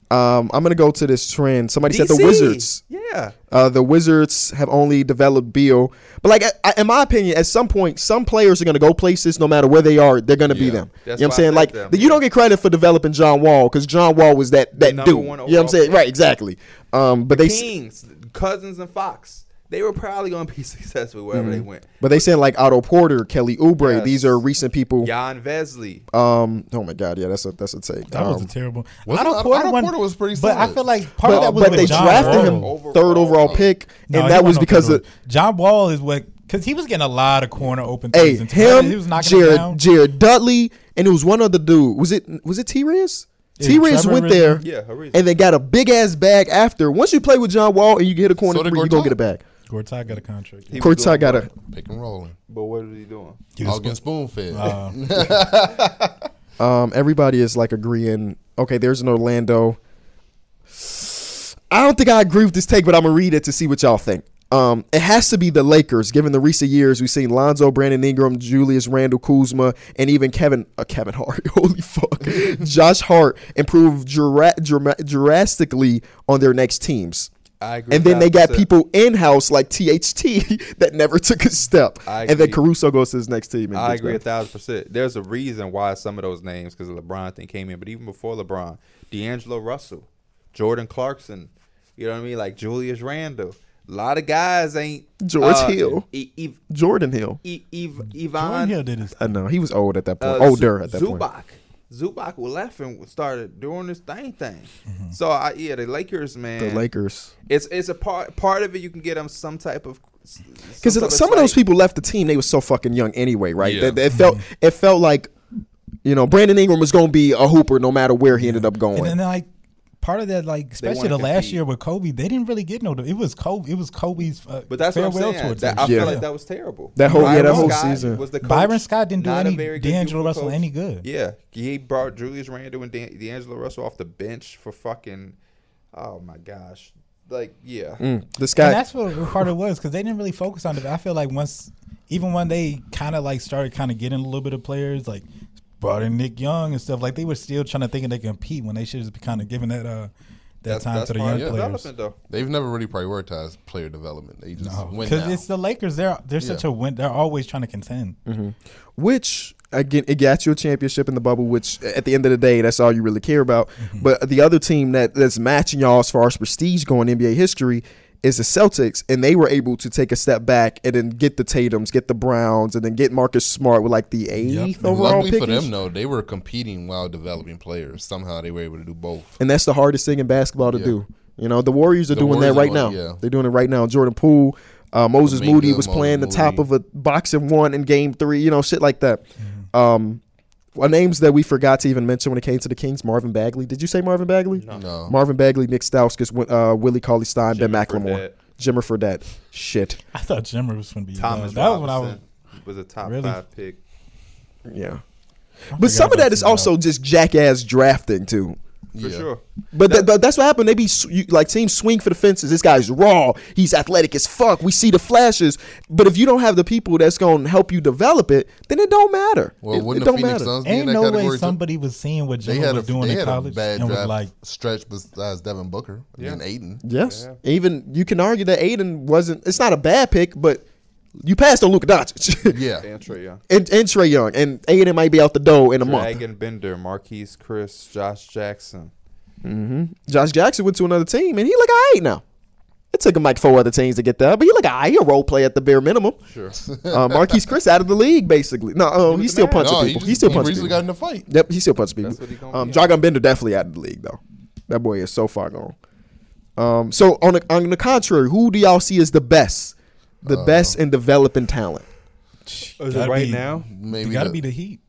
Speaker 1: Um, I'm gonna go to this trend. Somebody said the
Speaker 2: DC.
Speaker 1: Wizards.
Speaker 2: Yeah.
Speaker 1: Uh, the Wizards have only developed Beal, but like I, I- in my opinion, at some point, some players are going to go places. No matter where they are, they're going to be
Speaker 5: Yeah.
Speaker 1: them. You know
Speaker 2: That's
Speaker 1: what I'm
Speaker 2: why I
Speaker 1: saying?
Speaker 2: said
Speaker 1: Like
Speaker 2: them,
Speaker 1: th- you don't get credit for developing John Wall because John Wall was that that dude.
Speaker 2: number
Speaker 1: You
Speaker 2: one
Speaker 1: know what I'm
Speaker 2: overall
Speaker 1: saying?
Speaker 2: player.
Speaker 1: Right, exactly. Um, but they s-
Speaker 2: Kings, Cousins, and Fox. They were probably going to be *laughs* successful
Speaker 1: Mm-hmm.
Speaker 2: wherever they went.
Speaker 1: but they said like Otto Porter, Kelly Oubre.
Speaker 2: Yes.
Speaker 1: These are recent people.
Speaker 2: Jan Vesley.
Speaker 1: Um, oh my God, yeah, that's a that's a take.
Speaker 4: That was
Speaker 1: Um,
Speaker 4: a terrible.
Speaker 3: wasn't Otto- Otto
Speaker 4: wasn't-
Speaker 3: Porter was pretty
Speaker 4: But I
Speaker 3: solid.
Speaker 4: feel like part
Speaker 1: but
Speaker 4: of that was
Speaker 1: but
Speaker 4: with
Speaker 1: they
Speaker 4: John
Speaker 1: drafted him
Speaker 4: Wall.
Speaker 1: third overall pick,
Speaker 4: No,
Speaker 1: and
Speaker 4: he
Speaker 1: that was
Speaker 4: wasn't
Speaker 1: because
Speaker 4: open
Speaker 1: of
Speaker 4: to it. John Wall is what because he was getting a lot of corner open
Speaker 1: hey
Speaker 4: threes and turnovers. he was
Speaker 1: him,
Speaker 4: knocking them down.
Speaker 1: Jared, Jared Dudley, and it was one other dude. Was it was it T. Riz?
Speaker 4: Yeah,
Speaker 1: T. Riz
Speaker 4: Trevor
Speaker 1: went
Speaker 4: Riz-
Speaker 1: there,
Speaker 2: Yeah, Hariz.
Speaker 1: and they got a big ass bag after. Once you play with John Wall and you get a corner
Speaker 3: So did
Speaker 1: three, you gonna
Speaker 3: Gortat.
Speaker 1: get a bag.
Speaker 4: Gortat got a contract.
Speaker 2: He was
Speaker 1: Kurtzai
Speaker 2: doing
Speaker 1: got a
Speaker 3: Pick and rolling.
Speaker 2: But what was he doing?
Speaker 4: He was
Speaker 3: All getting spoon fed.
Speaker 4: Uh,
Speaker 1: Um, everybody is like agreeing. Okay, there's an Orlando. I don't think I agree with this take, but I'm gonna read it to see what y'all think. Um, it has to be the Lakers, given the recent years we've seen Lonzo, Brandon Ingram, Julius Randle, Kuzma, and even Kevin uh, Kevin Hart. *laughs* Holy
Speaker 2: *laughs*
Speaker 1: fuck, Josh Hart improved dra- dra- drastically on their next teams.
Speaker 2: I agree.
Speaker 1: And then they got
Speaker 2: 100%.
Speaker 1: people in house like THT *laughs* that never took a step.
Speaker 2: I
Speaker 1: And then
Speaker 2: agree.
Speaker 1: Caruso goes to his next team. And
Speaker 2: I
Speaker 1: gets
Speaker 2: agree a
Speaker 1: better.
Speaker 2: thousand percent. There's a reason why some of those names, because the LeBron thing came in, but even before LeBron, D'Angelo Russell, Jordan Clarkson, you know what I mean, like Julius Randle, a lot of guys ain't
Speaker 1: George Hill.
Speaker 2: E- Ev-
Speaker 1: Jordan Hill.
Speaker 2: E- Ev-
Speaker 4: Jordan
Speaker 2: Ivan,
Speaker 4: Hill did his.
Speaker 1: I know he was old at that point.
Speaker 2: uh,
Speaker 1: Older
Speaker 2: Zu-
Speaker 1: at that
Speaker 2: Zubac.
Speaker 1: point.
Speaker 2: Zubac left and started doing this thing thing. So I, yeah, the Lakers, man,
Speaker 1: The Lakers.
Speaker 2: It's it's a part part of it. You can get them some type of
Speaker 1: Because
Speaker 2: type
Speaker 1: some,
Speaker 2: of
Speaker 1: of those
Speaker 2: slight-
Speaker 1: people left the team. They were so fucking young anyway, right?
Speaker 5: Yeah.
Speaker 1: That- that It, felt
Speaker 3: Mm-hmm.
Speaker 1: it felt like you know Brandon Ingram was going to be a hooper no matter where he ended up going.
Speaker 4: And then like part of that, like especially
Speaker 2: wanna
Speaker 4: the last
Speaker 2: compete.
Speaker 4: year with Kobe, they didn't really get no. It was Kobe. It was Kobe's. Uh,
Speaker 2: But that's
Speaker 4: farewell
Speaker 2: what I'm saying.
Speaker 4: towards
Speaker 2: That,
Speaker 4: him.
Speaker 2: I
Speaker 1: Yeah.
Speaker 2: feel like that was terrible.
Speaker 1: That whole- yeah, that whole
Speaker 2: Scott
Speaker 1: season.
Speaker 2: Was the coach,
Speaker 4: Byron Scott didn't do
Speaker 2: not a
Speaker 4: any
Speaker 2: very good
Speaker 4: D'Angelo
Speaker 2: youthful
Speaker 4: Russell
Speaker 2: coach.
Speaker 4: any good.
Speaker 2: Yeah, he brought Julius Randle and Dan- D'Angelo Russell off the bench for fucking. Oh my gosh, like yeah,
Speaker 1: Mm, this
Speaker 4: and
Speaker 1: guy,
Speaker 4: that's what part of it was because they didn't really focus on it. I feel like once, even when they kind of like started kind of getting a little bit of players, like brought in Nick Young and stuff, like they were still trying to think they could compete when they should just be kind of giving that uh that
Speaker 2: that's,
Speaker 4: time
Speaker 2: that's
Speaker 4: to the
Speaker 2: part
Speaker 4: young
Speaker 2: of
Speaker 4: players.
Speaker 2: development though.
Speaker 3: They've never really prioritized player development. They just win
Speaker 4: Because
Speaker 3: now.
Speaker 4: Oh, it's the Lakers. They're they're such a win. They're always trying to contend.
Speaker 3: Mm-hmm.
Speaker 1: which again, it got you a championship in the bubble. Which at the end of the day, that's all you
Speaker 3: Mm-hmm.
Speaker 1: really care about. But the other team that that's matching y'all as far as prestige going in NBA history is the Celtics, and they were able to take a step back and then get the Tatum's, get the Browns, and then get Marcus Smart with like the eighth
Speaker 4: And
Speaker 1: overall
Speaker 3: Luckily
Speaker 1: pick.
Speaker 3: for them, though, they were competing while developing players. Somehow they were able to do both.
Speaker 1: and that's the hardest thing in basketball to do. You know, the Warriors are
Speaker 3: The
Speaker 1: doing that
Speaker 3: Warriors
Speaker 1: right now.
Speaker 3: are- yeah.
Speaker 1: They're doing it right now. Jordan Poole, uh, Moses
Speaker 3: Kuminga,
Speaker 1: Moody was playing the
Speaker 3: Moses
Speaker 1: top of
Speaker 3: Moody.
Speaker 1: a boxing one in game three, you know, shit like that. Um, well, names that we forgot to even mention when it came to the Kings, Marvin Bagley. Did you say Marvin Bagley?
Speaker 3: No.
Speaker 1: Marvin Bagley, Nick Stauskas, Wi- uh, Willie Cauley Stein, Ben McLemore,
Speaker 2: Fredette.
Speaker 1: Jimmer Fredette. Shit.
Speaker 4: I thought Jimmer was going to be
Speaker 2: Thomas
Speaker 4: that was when I
Speaker 2: Robinson
Speaker 4: was.
Speaker 2: was a top
Speaker 4: Really?
Speaker 2: five pick.
Speaker 1: Yeah. But some of
Speaker 4: about
Speaker 1: that is
Speaker 4: Jimmer.
Speaker 1: also just jackass drafting, too.
Speaker 2: For
Speaker 3: Yeah.
Speaker 2: sure.
Speaker 1: But, that, but that's what happened. They be s- you, like teams swing for the fences. This guy's raw. He's athletic as fuck. We see the flashes. But if you don't have the people that's going to help you develop it, then it don't matter.
Speaker 3: Well,
Speaker 1: it, it
Speaker 3: wouldn't the
Speaker 1: don't
Speaker 3: Phoenix
Speaker 1: matter.
Speaker 3: Suns be in
Speaker 4: Ain't
Speaker 3: that
Speaker 4: no way
Speaker 3: category? too?
Speaker 4: somebody was seeing what
Speaker 3: They
Speaker 4: Jimmer
Speaker 3: had a,
Speaker 4: was doing
Speaker 3: they
Speaker 4: in
Speaker 3: had a
Speaker 4: college
Speaker 3: bad
Speaker 4: and was
Speaker 3: draft
Speaker 4: like,
Speaker 3: stretch besides Devin Booker and Aiden.
Speaker 1: Yes. Even you can argue that Aiden wasn't. It's not a bad pick, but you passed on Luka Doncic *laughs*
Speaker 3: Yeah.
Speaker 2: And Trae Young.
Speaker 1: and, and Trey Young, and Aiden might be out the door in a month.
Speaker 2: Dragon Bender, Marquise Chris, Josh Jackson.
Speaker 1: Josh Jackson went to another team, and he look all right now. It took him like four other teams to get there, but he look all right. He a role play at the bare minimum.
Speaker 2: Sure.
Speaker 1: Uh, Marquise Chris out of the league, basically. No, um, he's still
Speaker 2: the man.
Speaker 1: punching
Speaker 3: No, Oh, he,
Speaker 1: people.
Speaker 3: just,
Speaker 1: he's still
Speaker 3: he
Speaker 1: punching
Speaker 3: recently
Speaker 1: people.
Speaker 3: got in a fight.
Speaker 1: Yep, he still punches people.
Speaker 2: That's what he gonna
Speaker 1: um,
Speaker 2: be.
Speaker 1: Dragon Bender definitely out of the league though. That boy is so far gone. Um, so on the, on the contrary, who do y'all see as the best, the best in developing talent?
Speaker 2: As of
Speaker 4: Gotta
Speaker 2: right
Speaker 4: be-
Speaker 2: now,
Speaker 3: Maybe
Speaker 4: you got to
Speaker 3: the-
Speaker 4: be the Heat.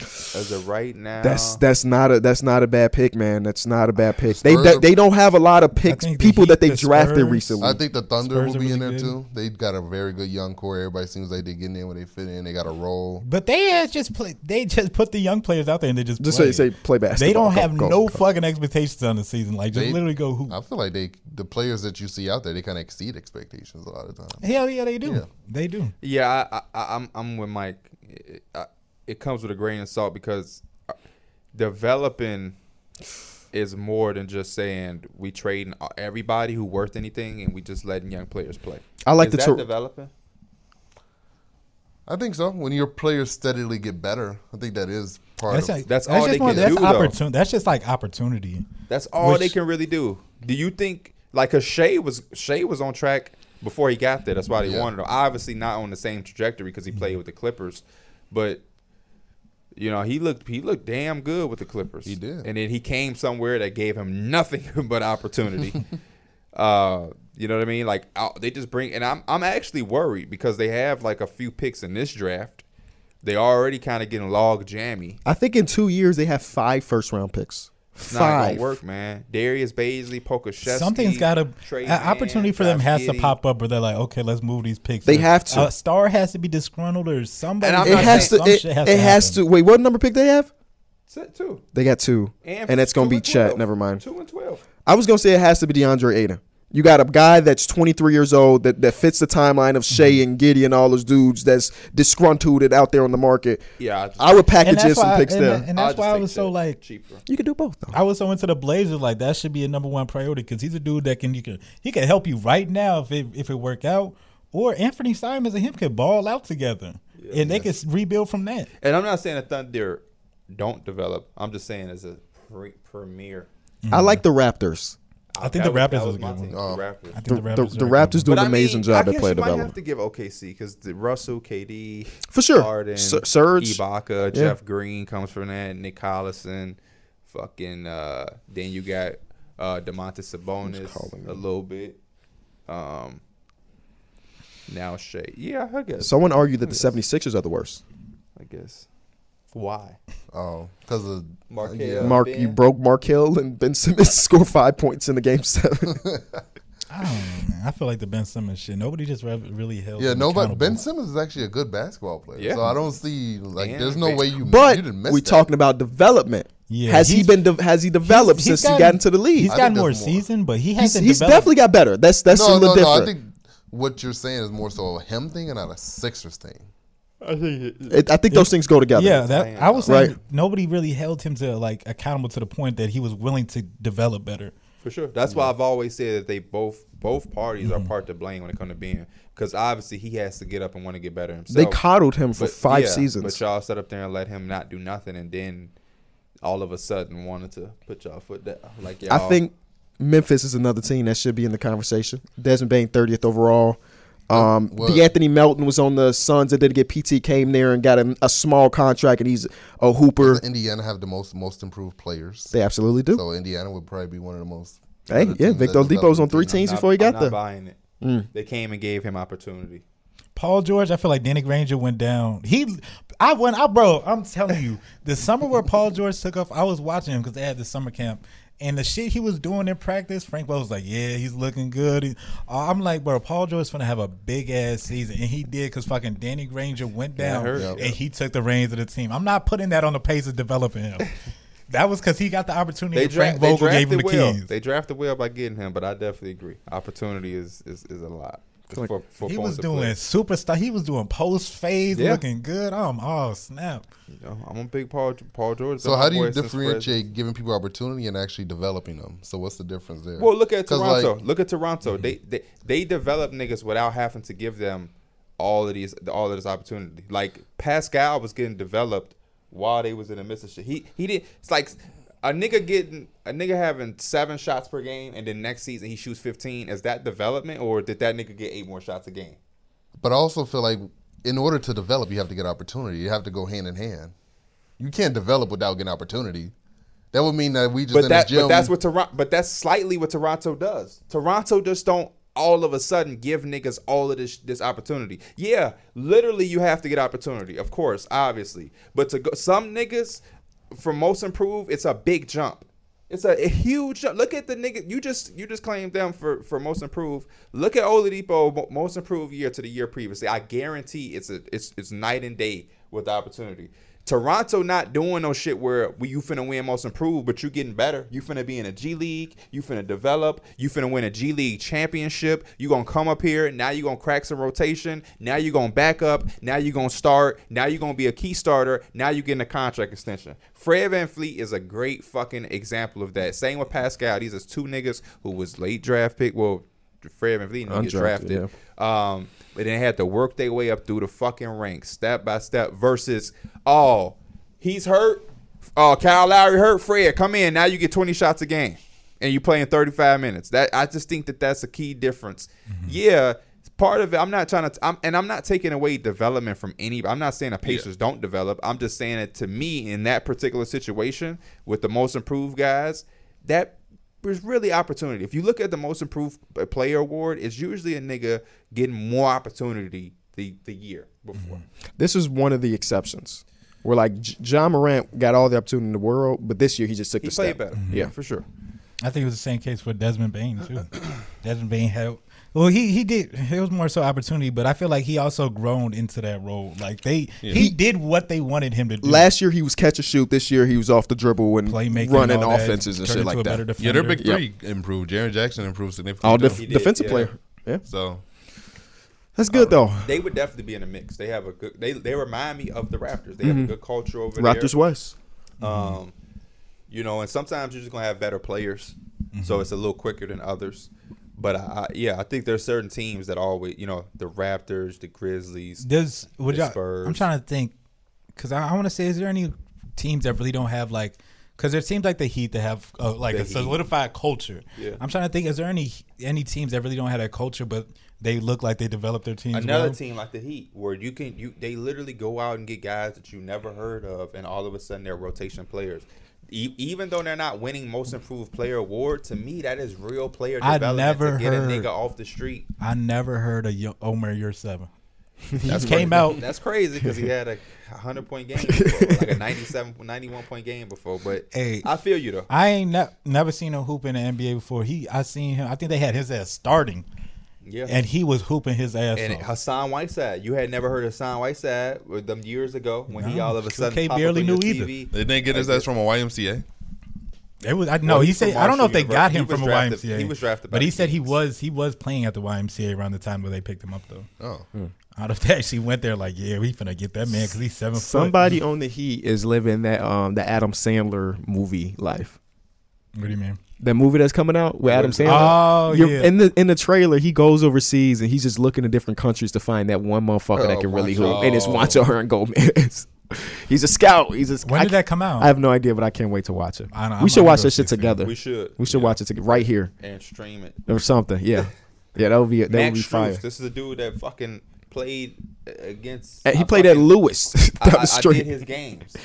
Speaker 2: as of right now,
Speaker 1: That's that's not a that's not a bad pick, man. That's not a bad pick. They
Speaker 3: Spurs-
Speaker 1: they don't have a lot of picks
Speaker 4: think the
Speaker 1: people
Speaker 4: Heat,
Speaker 1: that they
Speaker 4: the
Speaker 1: drafted
Speaker 4: Spurs-
Speaker 1: recently.
Speaker 3: I think the Thunder
Speaker 4: Spurs
Speaker 3: will
Speaker 4: are
Speaker 3: be in there
Speaker 4: really good.
Speaker 3: too. They got a very good young core. Everybody seems like they get in there when they fit in. They got a role.
Speaker 4: But they had just play. They just put the young players out there and they just
Speaker 1: just
Speaker 4: play.
Speaker 1: say say play basketball.
Speaker 4: they don't
Speaker 1: Go-
Speaker 4: have
Speaker 1: go-
Speaker 4: no
Speaker 1: go.
Speaker 4: fucking expectations on the season. Like just
Speaker 3: They- Uh,
Speaker 4: literally go hoop.
Speaker 3: I feel like they the players that you see out there they kind of exceed expectations a lot of the time.
Speaker 4: Hell yeah, they do. They do.
Speaker 2: yeah, I, I, I'm I'm with Mike. It, I, it comes with a grain of salt because uh, developing is more than just saying we trading uh, everybody who worth anything and we just letting young players play.
Speaker 1: I like
Speaker 2: Is
Speaker 1: the
Speaker 2: that
Speaker 1: Tor-
Speaker 2: developing.
Speaker 3: I think so. When your players steadily get better, I think that is part
Speaker 4: That's
Speaker 3: of.
Speaker 4: like,
Speaker 2: That's
Speaker 4: that's,
Speaker 2: all
Speaker 4: just
Speaker 2: they
Speaker 4: one,
Speaker 2: can
Speaker 4: that's
Speaker 2: do, though.
Speaker 4: opportun- That's just like opportunity.
Speaker 2: That's all
Speaker 4: Which-
Speaker 2: they can really do. Do you think like cause Shea was Shea was on track before he got there? That's why they
Speaker 3: Yeah.
Speaker 2: wanted him. Obviously not on the same trajectory because he played with the Clippers, but you know he looked he looked damn good with the Clippers. He
Speaker 3: did.
Speaker 2: and then he came somewhere that gave him nothing *laughs* but opportunity. uh, you know what I mean? Like uh, they just bring and I'm I'm actually worried because they have like a few picks in this draft. They already kind of getting log jammy.
Speaker 1: I think in two years they have five first round picks.
Speaker 2: It's not
Speaker 1: Five.
Speaker 2: gonna work, man. Darius Baisley, Pokashevsky.
Speaker 4: Something's got to
Speaker 2: Trey
Speaker 4: an
Speaker 2: Mann,
Speaker 4: opportunity for them
Speaker 2: Josh
Speaker 4: has
Speaker 2: Giddey.
Speaker 4: to pop up where they're like, okay, let's move these picks.
Speaker 1: They
Speaker 4: Or
Speaker 1: have to.
Speaker 4: A star has to be disgruntled or somebody.
Speaker 2: And I'm
Speaker 1: It
Speaker 2: not
Speaker 1: has to.
Speaker 4: some
Speaker 1: It,
Speaker 4: shit
Speaker 1: it has
Speaker 4: happen.
Speaker 1: to. Wait, what number pick they have?
Speaker 2: Set two.
Speaker 1: They got two, and, it's gonna
Speaker 2: two
Speaker 1: be
Speaker 2: and
Speaker 1: Chet.
Speaker 2: 12.
Speaker 1: Never mind.
Speaker 2: Two and twelve.
Speaker 1: I was gonna say it has to be DeAndre Aiden. You got a guy that's 23 years old that, that fits the timeline of Shea and Giddy and all those dudes that's disgruntled and out there on the market.
Speaker 2: Yeah, I just-
Speaker 1: I would package in
Speaker 4: that's
Speaker 1: some
Speaker 4: why-
Speaker 1: picks
Speaker 4: and
Speaker 1: there.
Speaker 4: that- and
Speaker 2: I'll
Speaker 4: that's
Speaker 2: just
Speaker 4: why I
Speaker 2: take
Speaker 4: was so
Speaker 2: Chet.
Speaker 4: like,
Speaker 2: cheaper.
Speaker 1: you could do both though.
Speaker 4: I was so into the Blazers, like that should be a number one priority because he's a dude that can you can he can help you right now if it if it work out. Or Anthony Simons and him could ball out together, and they could rebuild from that.
Speaker 2: And I'm not saying the Thunder don't develop. I'm just saying as a pre- premier.
Speaker 1: I like the Raptors.
Speaker 4: I think
Speaker 2: That
Speaker 4: the Raptors
Speaker 2: that
Speaker 4: was a
Speaker 2: my
Speaker 4: good
Speaker 2: team,
Speaker 4: one.
Speaker 2: the Raptors.
Speaker 1: The,
Speaker 4: I think
Speaker 1: the,
Speaker 4: the,
Speaker 1: the
Speaker 4: Raptors, are a
Speaker 1: Raptors
Speaker 4: good
Speaker 1: do an
Speaker 2: But I mean,
Speaker 1: amazing
Speaker 2: I
Speaker 1: job
Speaker 2: guess
Speaker 1: at player
Speaker 2: you might have
Speaker 1: development
Speaker 2: to give OKC because the Russell, KD,
Speaker 1: for sure.
Speaker 2: Harden,
Speaker 1: Sur- Surge,
Speaker 2: Ibaka, Jeff Green comes from that. Nick Collison, fucking. Uh, then you got uh, Demontis Sabonis a little bit. Um, now Shea. Yeah, I guess.
Speaker 1: someone argued that the 76ers are the worst.
Speaker 2: I guess. Why?
Speaker 3: Oh, because of
Speaker 2: Marquez.
Speaker 3: yeah.
Speaker 2: Yeah,
Speaker 1: Mark,
Speaker 2: Ben.
Speaker 1: you broke Mark Hill and Ben Simmons *laughs* scored five points in the game seven.
Speaker 4: I don't know, man. I feel like the Ben Simmons shit. Nobody just re- really held.
Speaker 3: Yeah,
Speaker 4: him
Speaker 3: nobody.
Speaker 4: accountable.
Speaker 3: Ben Simmons is actually a good basketball player.
Speaker 2: Yeah.
Speaker 3: So I don't see like
Speaker 2: And
Speaker 3: there's no
Speaker 2: Ben-
Speaker 3: way you
Speaker 1: But
Speaker 3: you didn't miss
Speaker 1: we
Speaker 3: that.
Speaker 1: talking about development.
Speaker 4: Yeah,
Speaker 1: has he
Speaker 4: he's-
Speaker 1: been? De- has he developed
Speaker 4: He's-
Speaker 1: since
Speaker 4: he's
Speaker 1: he got
Speaker 4: gotten-
Speaker 1: into the league?
Speaker 4: He's
Speaker 3: I
Speaker 4: gotten
Speaker 3: think
Speaker 4: more
Speaker 3: there's more.
Speaker 4: season, but he
Speaker 1: He's,
Speaker 4: hasn't.
Speaker 1: he's
Speaker 4: developed.
Speaker 1: definitely got better. That's that's a
Speaker 3: No,
Speaker 1: little
Speaker 3: no, no.
Speaker 1: different.
Speaker 3: I think what you're saying is more so a him thing and not a Sixers thing.
Speaker 1: It- I think those things go together.
Speaker 4: Yeah, that I was saying
Speaker 1: Right.
Speaker 4: nobody really held him to like accountable to the point that he was willing to develop better.
Speaker 2: For sure. That's why I've always said that they both both parties
Speaker 1: Mm-hmm.
Speaker 2: are part to blame when it comes to being because obviously he has to get up and want to get better himself.
Speaker 1: they coddled him for
Speaker 2: But-
Speaker 1: five
Speaker 2: yeah,
Speaker 1: seasons.
Speaker 2: But y'all sat up there and let him not do nothing, and then all of a sudden wanted to put y'all foot down. Like y'all,
Speaker 1: I think Memphis is another team that should be in the conversation. Desmond Bain, 30th overall. Um,
Speaker 3: What?
Speaker 1: D'Anthony Melton was on the Suns that didn't get PT, came there and got a, a small contract, and he's a hooper.
Speaker 3: Indiana have the most most improved players.
Speaker 1: They absolutely do.
Speaker 3: So Indiana would probably be one of the most.
Speaker 1: Hey,
Speaker 3: better
Speaker 1: yeah,
Speaker 3: teams
Speaker 1: Victor
Speaker 3: that's
Speaker 1: Oladipo's on
Speaker 3: developing
Speaker 1: three
Speaker 3: team.
Speaker 1: teams before he got
Speaker 2: I'm
Speaker 1: there. Hmm.
Speaker 2: Not buying it. They came and gave him opportunity.
Speaker 4: Paul George, I feel like Danny Granger went down. He, I went, I bro, I'm telling you, the summer where Paul George took off, I was watching him because they had the summer camp. And the shit he was doing in practice, Frank Vogel was like, "Yeah, he's looking good." He- I'm like, "Bro, Paul George gonna have a big ass season," and he did because fucking Danny Granger went down
Speaker 2: hurt.
Speaker 4: and he took the reins of the team. I'm not putting that on the pace of developing him. that was because he got the opportunity.
Speaker 2: They,
Speaker 4: and
Speaker 2: dra-
Speaker 4: Frank
Speaker 2: they
Speaker 4: Vogel
Speaker 2: drafted
Speaker 4: gave him the
Speaker 2: well.
Speaker 4: keys.
Speaker 2: They drafted well by getting him, but I definitely agree. Opportunity is is, is a lot. for, for
Speaker 4: he
Speaker 2: Paul
Speaker 4: was
Speaker 2: to
Speaker 4: doing
Speaker 2: play.
Speaker 4: superstar. He was doing post phase,
Speaker 2: Yeah.
Speaker 4: looking good. I'm all snap.
Speaker 2: You know, I'm a big Paul Paul George.
Speaker 3: So
Speaker 2: been my
Speaker 3: how do
Speaker 2: boy
Speaker 3: you
Speaker 2: since Fred-
Speaker 3: differentiate giving people opportunity and actually developing them? So what's the difference there?
Speaker 2: Well, look at
Speaker 3: 'Cause,
Speaker 2: Toronto.
Speaker 3: like, Mm-hmm.
Speaker 2: look at Toronto. They, they they develop niggas without having to give them all of these all of this opportunity. Like Pascal was getting developed while they was in the midst of shit. He he did. It's like a nigga getting a nigga having seven shots per game, and then next season he shoots fifteen. Is that development, or did that nigga get eight more shots a game?
Speaker 3: But I also feel like in order to develop, you have to get opportunity. You have to go hand in hand. You can't develop without getting opportunity. That would mean that we just
Speaker 2: But
Speaker 3: in
Speaker 2: that
Speaker 3: the gym.
Speaker 2: but that's what Toronto. But that's slightly what Toronto does. Toronto just don't all of a sudden give niggas all of this this opportunity. Yeah, literally you have to get opportunity, of course, obviously. But to go, some niggas, for most improved, it's a big jump. It's a, a huge jump. Look at the nigga. You just you just claimed them for for most improved. Look at Oladipo mo- most improved year to the year previously. I guarantee it's a it's it's night and day with the opportunity. Toronto not doing no shit where we, you finna win most improved, but you getting better. You finna be in a G League. You finna develop. You finna win a G League championship. You gonna come up here. Now you gonna crack some rotation. Now you gonna back up. Now you gonna start. Now you gonna be a key starter. Now you getting a contract extension. Fred Van Fleet is a great fucking example of that. Same with Pascal. These is two niggas who was late draft pick. Well, Fred Van Fleet didn't get
Speaker 1: Undrafted,
Speaker 2: drafted. Um, but then had to work their way up through the fucking ranks, step by step. Versus, oh, he's hurt. Oh, Kyle Lowry hurt. Fred, come in. Now you get 20 shots a game, and you playing 35 minutes. That I just think that that's a key difference. Yeah, part of it. I'm not trying to. I'm, and I'm not taking away development from any. I'm not saying the Pacers don't develop. I'm just saying that to me in that particular situation with the most improved guys, that there's really opportunity. If you look at the most improved player award, it's usually a nigga getting more opportunity the, the year before.
Speaker 1: Mm-hmm. This is one of the exceptions. Where like J- John Morant got all the opportunity in the world, but this year he just took
Speaker 2: He
Speaker 1: the
Speaker 2: played
Speaker 1: step.
Speaker 2: better.
Speaker 1: Yeah.
Speaker 2: for sure.
Speaker 4: I think it was the same case for Desmond Bain too. *clears throat* Desmond Bain had well, he he did. It was more so opportunity, but I feel like he also grown into that role. Like they, he did what they wanted him to do.
Speaker 1: Last year he was catch a shoot. This year he was off the dribble and
Speaker 4: playmaking,
Speaker 1: running
Speaker 4: all that,
Speaker 1: offenses and
Speaker 4: turned
Speaker 1: shit
Speaker 4: into
Speaker 1: like
Speaker 4: a better
Speaker 1: that.
Speaker 4: defender.
Speaker 5: Yeah, their big
Speaker 1: Yep.
Speaker 5: three improved. Jaron Jackson improved significantly.
Speaker 1: All
Speaker 5: too.
Speaker 1: def-
Speaker 2: did,
Speaker 1: defensive
Speaker 2: yeah.
Speaker 1: player. Yeah,
Speaker 5: so
Speaker 1: that's good though.
Speaker 2: They would definitely be in a mix. They have a good. They they remind me of the Raptors. They have a good culture over there.
Speaker 1: Mm-hmm. Raptors West.
Speaker 2: Um, you know, and sometimes you're just gonna have better players,
Speaker 1: Mm-hmm.
Speaker 2: so it's a little quicker than others. But I, I, yeah, I think there's certain teams that always, you know, the Raptors, the Grizzlies.
Speaker 4: Does would
Speaker 2: The
Speaker 4: y'all,
Speaker 2: Spurs.
Speaker 4: I'm trying to think because I, I want to say, is there any teams that really don't have like? Because it seems like the Heat that have uh, like
Speaker 2: The
Speaker 4: a
Speaker 2: Heat.
Speaker 4: solidified culture.
Speaker 2: Yeah.
Speaker 4: I'm trying to think. Is there any any teams that really don't have that culture, but they look like they developed their teams?
Speaker 2: Another
Speaker 4: well?
Speaker 2: team like the Heat, where you can you they literally go out and get guys that you never heard of, and all of a sudden they're rotation players. E- even though they're not winning Most Improved Player award, to me that is real player
Speaker 4: I
Speaker 2: development
Speaker 4: never
Speaker 2: to get
Speaker 4: heard-
Speaker 2: a nigga off the street.
Speaker 4: I never heard of Yo- Omer Year Seven. He came out.
Speaker 2: That's crazy because
Speaker 4: *laughs*
Speaker 2: he had a hundred point game, before, like a 97, 91 point game before. But
Speaker 4: Hey.
Speaker 2: I feel you though.
Speaker 4: I ain't ne- never seen him hoop in the NBA before. He, I seen him. I think they had his ass starting,
Speaker 2: Yeah,
Speaker 4: and he was hooping his ass
Speaker 2: And
Speaker 4: off.
Speaker 2: Hassan Whiteside, you had never heard of Hassan Whiteside with them years ago when he
Speaker 4: No,
Speaker 2: all of a
Speaker 4: 2K
Speaker 2: sudden popped
Speaker 4: barely
Speaker 2: up on
Speaker 4: knew
Speaker 2: your
Speaker 4: either.
Speaker 2: TV.
Speaker 5: they didn't get his ass from a YMCA.
Speaker 4: It was. I, no,
Speaker 2: Well,
Speaker 4: he
Speaker 2: he's from
Speaker 4: said. I don't know if they
Speaker 2: Marshall
Speaker 4: got
Speaker 2: University.
Speaker 4: him
Speaker 2: He was
Speaker 4: from a
Speaker 2: drafted-
Speaker 4: YMCA.
Speaker 2: he was drafted by
Speaker 4: but he
Speaker 2: the
Speaker 4: said he
Speaker 2: Kings.
Speaker 4: was. He was playing at the YMCA around the time where they picked him up, though.
Speaker 5: Oh,
Speaker 4: I don't know if they actually went there. Like, yeah, we finna get that man because he's seven.
Speaker 1: Somebody on the Heat is living that um the Adam Sandler movie life.
Speaker 4: Foot. What do you mean?
Speaker 1: That movie that's coming out with Adam Sandler.
Speaker 4: Oh
Speaker 1: You're-
Speaker 4: yeah.
Speaker 1: In the in the trailer, he goes overseas and he's just looking to different countries to find that one motherfucker that
Speaker 3: Oh,
Speaker 1: can really
Speaker 3: Juancho.
Speaker 1: hoop, and it's Juancho Hernan Gomez. *laughs* He's a scout. He's a scout.
Speaker 4: When did that come out?
Speaker 1: I have no idea, but I can't wait to watch it.
Speaker 4: I know,
Speaker 1: we
Speaker 4: I'm
Speaker 1: should
Speaker 4: not
Speaker 1: watch
Speaker 4: gonna
Speaker 1: this shit
Speaker 4: see it.
Speaker 1: together.
Speaker 2: We should.
Speaker 1: We should watch it together right here
Speaker 2: and stream it.
Speaker 1: or something. Yeah, yeah, that would be that would
Speaker 2: Max
Speaker 1: be fire.
Speaker 2: Struz, this is a dude that fucking played uh, against.
Speaker 1: Uh, he
Speaker 2: I
Speaker 1: played at
Speaker 2: fucking-
Speaker 1: Lewis *laughs*
Speaker 2: I,
Speaker 1: down the
Speaker 2: I- I
Speaker 1: street.
Speaker 2: did his games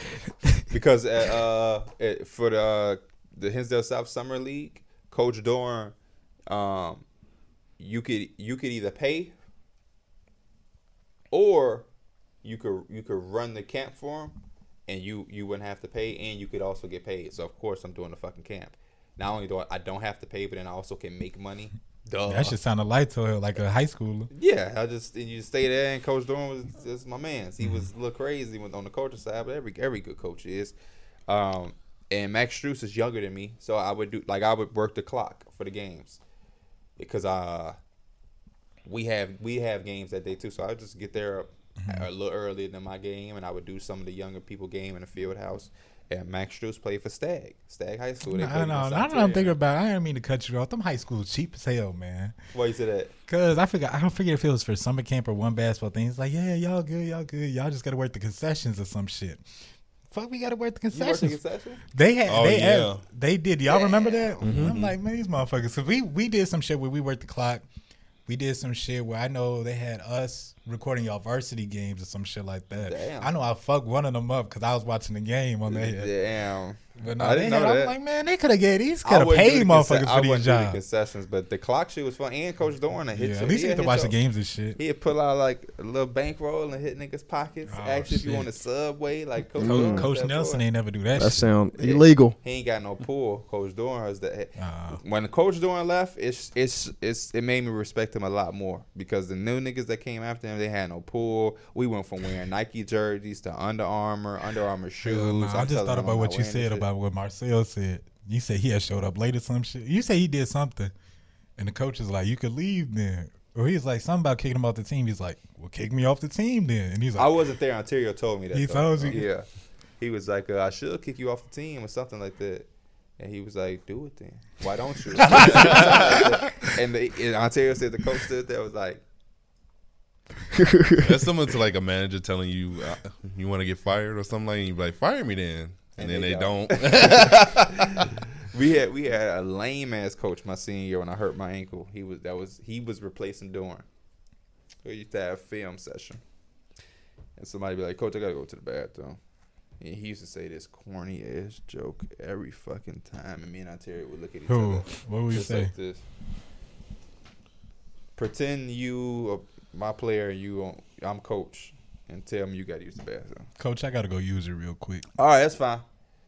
Speaker 2: because uh, uh, it- for the uh, the Hinsdale South Summer League, Coach Dorn, um, you could you could either pay or you could you could run the camp for him, and you you wouldn't have to pay, and you could also get paid. So of course I'm doing the fucking camp. Not only do I, I don't have to pay, but then I also can make money. Duh.
Speaker 4: That should sound a light to her, like a high schooler.
Speaker 2: Yeah, I just and you stay there, and Coach Dorn was is my man. He was a little crazy when- on the coaching side, but every every good coach is. Um, and Max Struess is younger than me, so I would do like I would work the clock for the games because uh we have we have games that day too. So I would just get there
Speaker 4: Mm-hmm.
Speaker 2: a little earlier than my game, and I would do some of the younger people game in the field house. And Max Struess played for Stag, Stag High School. They
Speaker 4: I
Speaker 2: played
Speaker 4: don't
Speaker 2: in
Speaker 4: know.
Speaker 2: Los
Speaker 4: Now that I'm
Speaker 2: Angeles.
Speaker 4: thinking about it, I didn't mean to cut you off. Them high school cheap as hell, man.
Speaker 2: Why you say that?
Speaker 4: Cause I forgot, I don't forget if it was for summer camp or one basketball thing. It's like, yeah, y'all good, y'all good. Y'all just gotta work the concessions or some shit. Fuck, we gotta work the
Speaker 2: You worked
Speaker 4: concessions.
Speaker 2: in concession?
Speaker 4: They had,
Speaker 5: Oh,
Speaker 4: they
Speaker 5: yeah.
Speaker 4: had, they did. Y'all remember that?
Speaker 2: Mm-hmm.
Speaker 4: I'm like, man, these motherfuckers. Cause we we did some shit where we worked the clock. We did some shit where I know they had us recording y'all varsity games or some shit like that.
Speaker 2: Damn.
Speaker 4: I know I fucked one of them up because I was watching the game on there.
Speaker 2: Damn.
Speaker 4: But no,
Speaker 2: I
Speaker 4: they
Speaker 2: didn't
Speaker 4: had,
Speaker 2: know that.
Speaker 4: I'm like, man, they could have gave these
Speaker 2: I
Speaker 4: could have
Speaker 2: wouldn't do
Speaker 4: paid
Speaker 2: the
Speaker 4: motherfuckers
Speaker 2: conce- I
Speaker 4: for these
Speaker 2: wouldn't do the
Speaker 4: jobs.
Speaker 2: concessions, but the clock shit was fun. And Coach Dorn that hit
Speaker 4: Yeah,
Speaker 2: you.
Speaker 4: at
Speaker 2: He'd
Speaker 4: least you get to
Speaker 2: hit
Speaker 4: watch the
Speaker 2: your-
Speaker 4: games and shit.
Speaker 2: He'd pull out like a little bankroll and hit niggas' pockets.
Speaker 4: Oh,
Speaker 2: ask if you
Speaker 4: shit.
Speaker 2: on the subway, like Coach, Dorn
Speaker 4: Coach,
Speaker 2: was
Speaker 4: Coach
Speaker 2: that
Speaker 4: Nelson
Speaker 2: boy.
Speaker 4: ain't never do that.
Speaker 1: That
Speaker 4: shit.
Speaker 1: sound illegal. *laughs*
Speaker 2: He ain't got no pull. Coach Dorn is that.
Speaker 4: Uh,
Speaker 2: When Coach Dorn left, it's it's it's it made me respect him a lot more because the new niggas that came after him, they had no pull. We went from wearing Nike jerseys to Under Armour, Under Armour shoes.
Speaker 4: Hell nah, I
Speaker 2: I'm
Speaker 4: just
Speaker 2: telling
Speaker 4: thought
Speaker 2: him
Speaker 4: about
Speaker 2: I'm
Speaker 4: what
Speaker 2: not wearing
Speaker 4: you
Speaker 2: this
Speaker 4: said
Speaker 2: shit.
Speaker 4: about what Marcel said. You said he had showed up late or some shit. You say he did something, and the coach is like, "You could leave then," or he's like, "Something about kicking him off the team." He's like, "Well, kick me off the team then," and he's
Speaker 2: I
Speaker 4: like,
Speaker 2: wasn't there. Ontario told me that.
Speaker 4: He
Speaker 2: though.
Speaker 4: told you?
Speaker 2: Yeah. He was like, uh, I should kick you off the team or something like that. And he was like, do it then. Why don't
Speaker 4: *laughs*
Speaker 2: you? and, the, and Ontario said the coach stood there was like,
Speaker 5: That's similar to like a manager telling you uh, you want to get fired or something like, and you be like, "Fire me then," and,
Speaker 2: And
Speaker 5: then
Speaker 2: they
Speaker 5: they,
Speaker 3: *laughs*
Speaker 5: don't.
Speaker 2: we had we had a lame ass coach my senior year when I hurt my ankle. He was that was he was replacing Dorn. We used to have a film session, and somebody be like, "Coach, I gotta go to the bathroom." And he used to say this corny ass joke every fucking time, and me and Ontario would look at each
Speaker 4: "Who?
Speaker 2: other.
Speaker 4: What would you
Speaker 2: Just
Speaker 4: say?"
Speaker 2: like this. Pretend you are my player, you on, I'm coach, and tell me you got to use the bathroom.
Speaker 4: Coach, I gotta go use it real quick.
Speaker 2: All right, that's fine.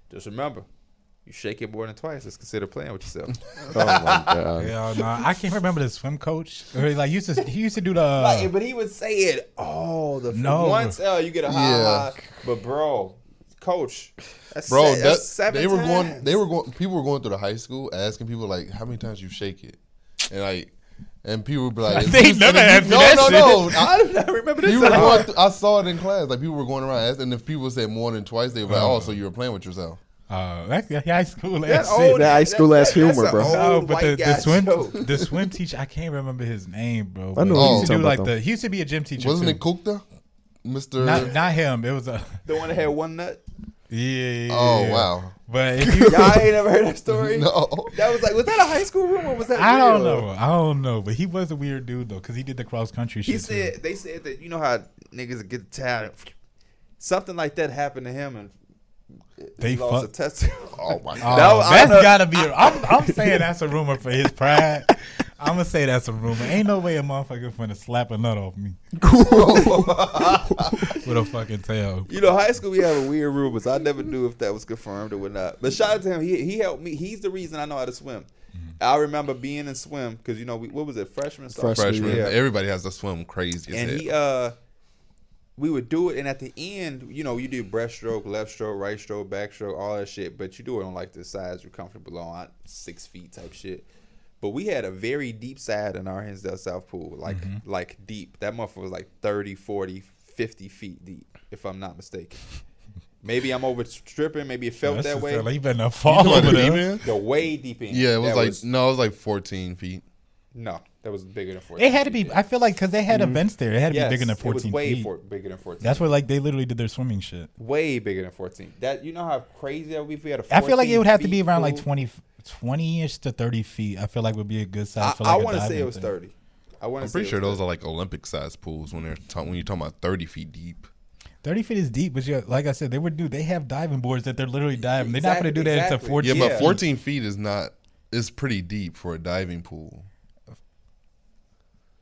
Speaker 2: Just remember, you shake it more than twice. It's considered playing with yourself.
Speaker 1: Oh my
Speaker 2: Uh,
Speaker 1: god.
Speaker 4: Yeah, nah, I can't remember the swim coach. Or he, like used to, he used to do the.
Speaker 2: Like, but he would say it all the
Speaker 4: No.
Speaker 2: once. Oh, you get a high,
Speaker 3: Yeah.
Speaker 2: high. but bro, coach, that's
Speaker 3: Bro,
Speaker 2: se-
Speaker 3: that,
Speaker 2: that's seven
Speaker 3: they were going.
Speaker 2: times.
Speaker 3: They were going. People were going through the high school asking people like, "How many times you shake it?" And like, and people would be
Speaker 4: *laughs*
Speaker 3: like,
Speaker 4: They
Speaker 3: "If you-
Speaker 4: never
Speaker 3: if you-
Speaker 4: asked me
Speaker 3: No,
Speaker 4: that
Speaker 3: no,
Speaker 4: shit.
Speaker 3: no.
Speaker 4: *laughs*
Speaker 3: I-
Speaker 2: *laughs* I do not remember this.
Speaker 3: You were
Speaker 2: at all.
Speaker 3: going through, I saw it in class. Like people were going around asking, and if people said more than twice, they were like, "Oh,
Speaker 4: Uh-huh.
Speaker 3: so you were playing with yourself."
Speaker 4: Uh, that's the high school.
Speaker 2: That
Speaker 4: ass shit.
Speaker 2: old-
Speaker 1: That high school ass
Speaker 2: that- that's
Speaker 1: humor,
Speaker 2: a
Speaker 1: bro.
Speaker 2: old
Speaker 4: No, but the,
Speaker 2: white
Speaker 4: the
Speaker 2: guy
Speaker 4: swim
Speaker 2: joke.
Speaker 4: the swim teacher I can't remember his name, bro.
Speaker 1: I know who
Speaker 4: but he
Speaker 1: you're
Speaker 4: used to do
Speaker 1: talking about,
Speaker 4: like
Speaker 1: though.
Speaker 4: the he used to be a gym teacher.
Speaker 3: Wasn't
Speaker 4: too.
Speaker 3: it Kukta, Mister?
Speaker 4: Not not him. It was a *laughs*
Speaker 2: The one that had one nut.
Speaker 4: yeah. yeah, yeah,
Speaker 3: Oh
Speaker 4: yeah.
Speaker 3: wow! *laughs*
Speaker 4: But
Speaker 2: *laughs*
Speaker 4: if you,
Speaker 2: Y'all ain't never heard that story.
Speaker 3: No,
Speaker 2: That was like, was that a high school rumor? Was that?
Speaker 4: I don't
Speaker 2: real?
Speaker 4: know. I don't know. But he was a weird dude though, because he did the cross country shit.
Speaker 2: He said they said that you know how niggas get tired. Something like that happened to him, and
Speaker 4: They
Speaker 2: he lost
Speaker 4: fucked.
Speaker 2: a testicle.
Speaker 3: oh my
Speaker 4: too. Oh,
Speaker 3: god!
Speaker 2: That was- I
Speaker 4: that's
Speaker 2: know-
Speaker 4: gotta be. A, I'm I'm saying that's a rumor for his pride. I'm gonna say that's a rumor. Ain't no way a motherfucker finna slap a nut off me with a fucking tail.
Speaker 2: *laughs* *laughs* You know, high school we have a weird rule, but I never knew if that was confirmed or what not. But shout out to him. He he helped me. He's the reason I know how to swim.
Speaker 4: Mm-hmm.
Speaker 2: I remember being in swim because you know we, what was it freshman sophomore?
Speaker 5: Freshman,
Speaker 2: Yeah.
Speaker 5: everybody has to swim crazy. as
Speaker 2: and
Speaker 5: hell.
Speaker 2: he uh we would do it and at the end you know you do breaststroke left stroke right stroke back stroke all that shit but you do it on like the size you're comfortable on six feet type shit but we had a very deep side in our Hinsdale South pool like
Speaker 4: Mm-hmm.
Speaker 2: like deep that motherfucker was like 30 40 50 feet deep if I'm not mistaken maybe I'm over stripping maybe it felt
Speaker 4: That's
Speaker 2: that
Speaker 4: just
Speaker 2: way
Speaker 4: hell. He better not fall
Speaker 5: You know what
Speaker 4: over
Speaker 5: I
Speaker 4: there.
Speaker 5: mean?
Speaker 2: the way deep end
Speaker 5: Yeah, it was
Speaker 2: That
Speaker 5: like no, it was like 14 feet.
Speaker 2: No, that was bigger than 14.
Speaker 4: It had to be. I feel like because they had events there, it had to
Speaker 2: Yes,
Speaker 4: be bigger than
Speaker 2: it was
Speaker 4: fourteen
Speaker 2: way
Speaker 4: feet.
Speaker 2: for- bigger than 14.
Speaker 4: That's where like they literally did their swimming shit.
Speaker 2: way bigger than 14. That you know how crazy that would be if we had a 14
Speaker 4: I feel like it would have to
Speaker 2: feet
Speaker 4: be around like
Speaker 2: pool?
Speaker 4: 20 20 ish to thirty feet. I feel like would be a good size.
Speaker 2: I,
Speaker 4: for like
Speaker 2: I
Speaker 4: a
Speaker 2: want to say
Speaker 4: diving
Speaker 2: it was
Speaker 4: thing.
Speaker 2: 30. I want
Speaker 3: I'm
Speaker 2: to say
Speaker 3: pretty sure
Speaker 2: it was
Speaker 3: those are like Olympic sized pools when they're ta- when you're talking about 30 feet deep.
Speaker 4: Thirty feet is deep, but yeah, like I said, they would do. They have diving boards that they're literally diving. They're not
Speaker 2: Exactly-
Speaker 4: going to do that
Speaker 2: exactly.
Speaker 4: to fourteen.
Speaker 3: Yeah,
Speaker 2: Yeah.
Speaker 3: but 14 feet is not. It's pretty deep for a diving pool.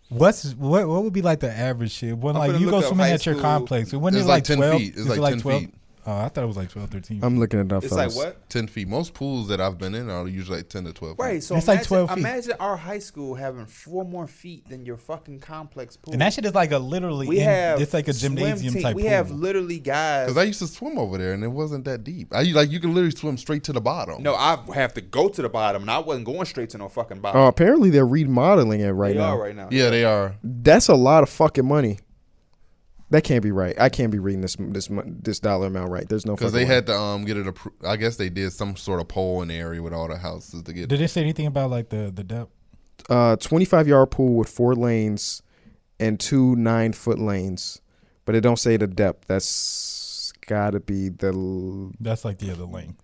Speaker 4: What's what? What would be like the average shit? When
Speaker 2: I'm
Speaker 4: like
Speaker 2: gonna
Speaker 4: you
Speaker 2: look
Speaker 4: go
Speaker 2: up
Speaker 4: swimming
Speaker 2: high
Speaker 4: at your
Speaker 2: school.
Speaker 4: complex, when
Speaker 3: It's
Speaker 4: is
Speaker 3: like
Speaker 4: like
Speaker 3: 10
Speaker 4: twelve?
Speaker 3: feet. It's
Speaker 4: Is
Speaker 3: like
Speaker 4: it
Speaker 3: 10
Speaker 4: 12?
Speaker 3: feet. Um,
Speaker 4: Oh, I thought it was like 12, 13.
Speaker 1: I'm looking it up.
Speaker 2: It's like
Speaker 1: fellas.
Speaker 2: what?
Speaker 3: 10 feet. Most pools that I've been in are usually like 10 to 12. feet.
Speaker 2: Right, so
Speaker 4: That's like
Speaker 2: imagine,
Speaker 4: 12 feet.
Speaker 2: imagine our high school having four more feet than your fucking complex pool.
Speaker 4: and that shit is like a literally.
Speaker 2: we
Speaker 4: in-
Speaker 2: have
Speaker 4: it's like a
Speaker 2: swim
Speaker 4: gymnasium
Speaker 2: team-
Speaker 4: type.
Speaker 2: We
Speaker 4: pool.
Speaker 2: have literally guys.
Speaker 3: Because I used to swim over there and it wasn't that deep. I like you could literally swim straight to the bottom.
Speaker 2: no, I have to go to the bottom, and I wasn't going straight to no fucking bottom.
Speaker 1: Uh, apparently they're remodeling it right
Speaker 2: they
Speaker 1: now.
Speaker 2: are right now.
Speaker 3: Oh, Yeah, they are.
Speaker 1: That's a lot of fucking money. That can't be right. I can't be reading this this mon- this dollar amount right. There's no
Speaker 3: Because
Speaker 1: fucking
Speaker 3: they
Speaker 1: way.
Speaker 3: had to um get it approved. I guess they did some sort of poll in the area with all the houses to get.
Speaker 4: Did it say anything about like the the depth?
Speaker 1: uh 25 yard pool with four lanes and two nine foot lanes, but it don't say the depth. That's gotta be the l-
Speaker 4: That's like the other length.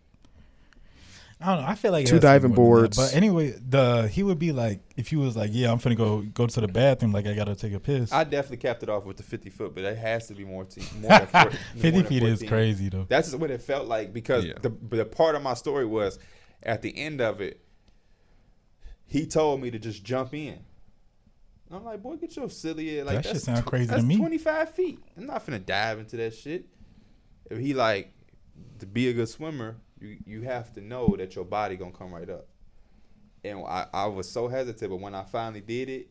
Speaker 4: I don't know. I feel like it
Speaker 1: Two
Speaker 4: has to be
Speaker 1: diving
Speaker 4: more than that.
Speaker 1: boards.
Speaker 4: But anyway, the he would be like if he was like, yeah, I'm finna go go to the bathroom, like I gotta take a piss.
Speaker 2: I definitely capped it off with the 50 foot, but it has to be more,
Speaker 4: *laughs*
Speaker 2: te- more than 14, more
Speaker 4: Fifty
Speaker 2: than
Speaker 4: feet is
Speaker 2: 14.
Speaker 4: crazy though.
Speaker 2: That's just what it felt like because
Speaker 3: Yeah.
Speaker 2: the the part of my story was at the end of it, he told me to just jump in. I'm like, boy, get your silly ass. Like,
Speaker 4: That shit
Speaker 2: that's
Speaker 4: sound
Speaker 2: tw-
Speaker 4: crazy to
Speaker 2: that's
Speaker 4: me.
Speaker 2: 25 feet. I'm not finna dive into that shit. If he like to be a good swimmer, you you have to know that your body gonna come right up. And I, I was so hesitant, but when I finally did it,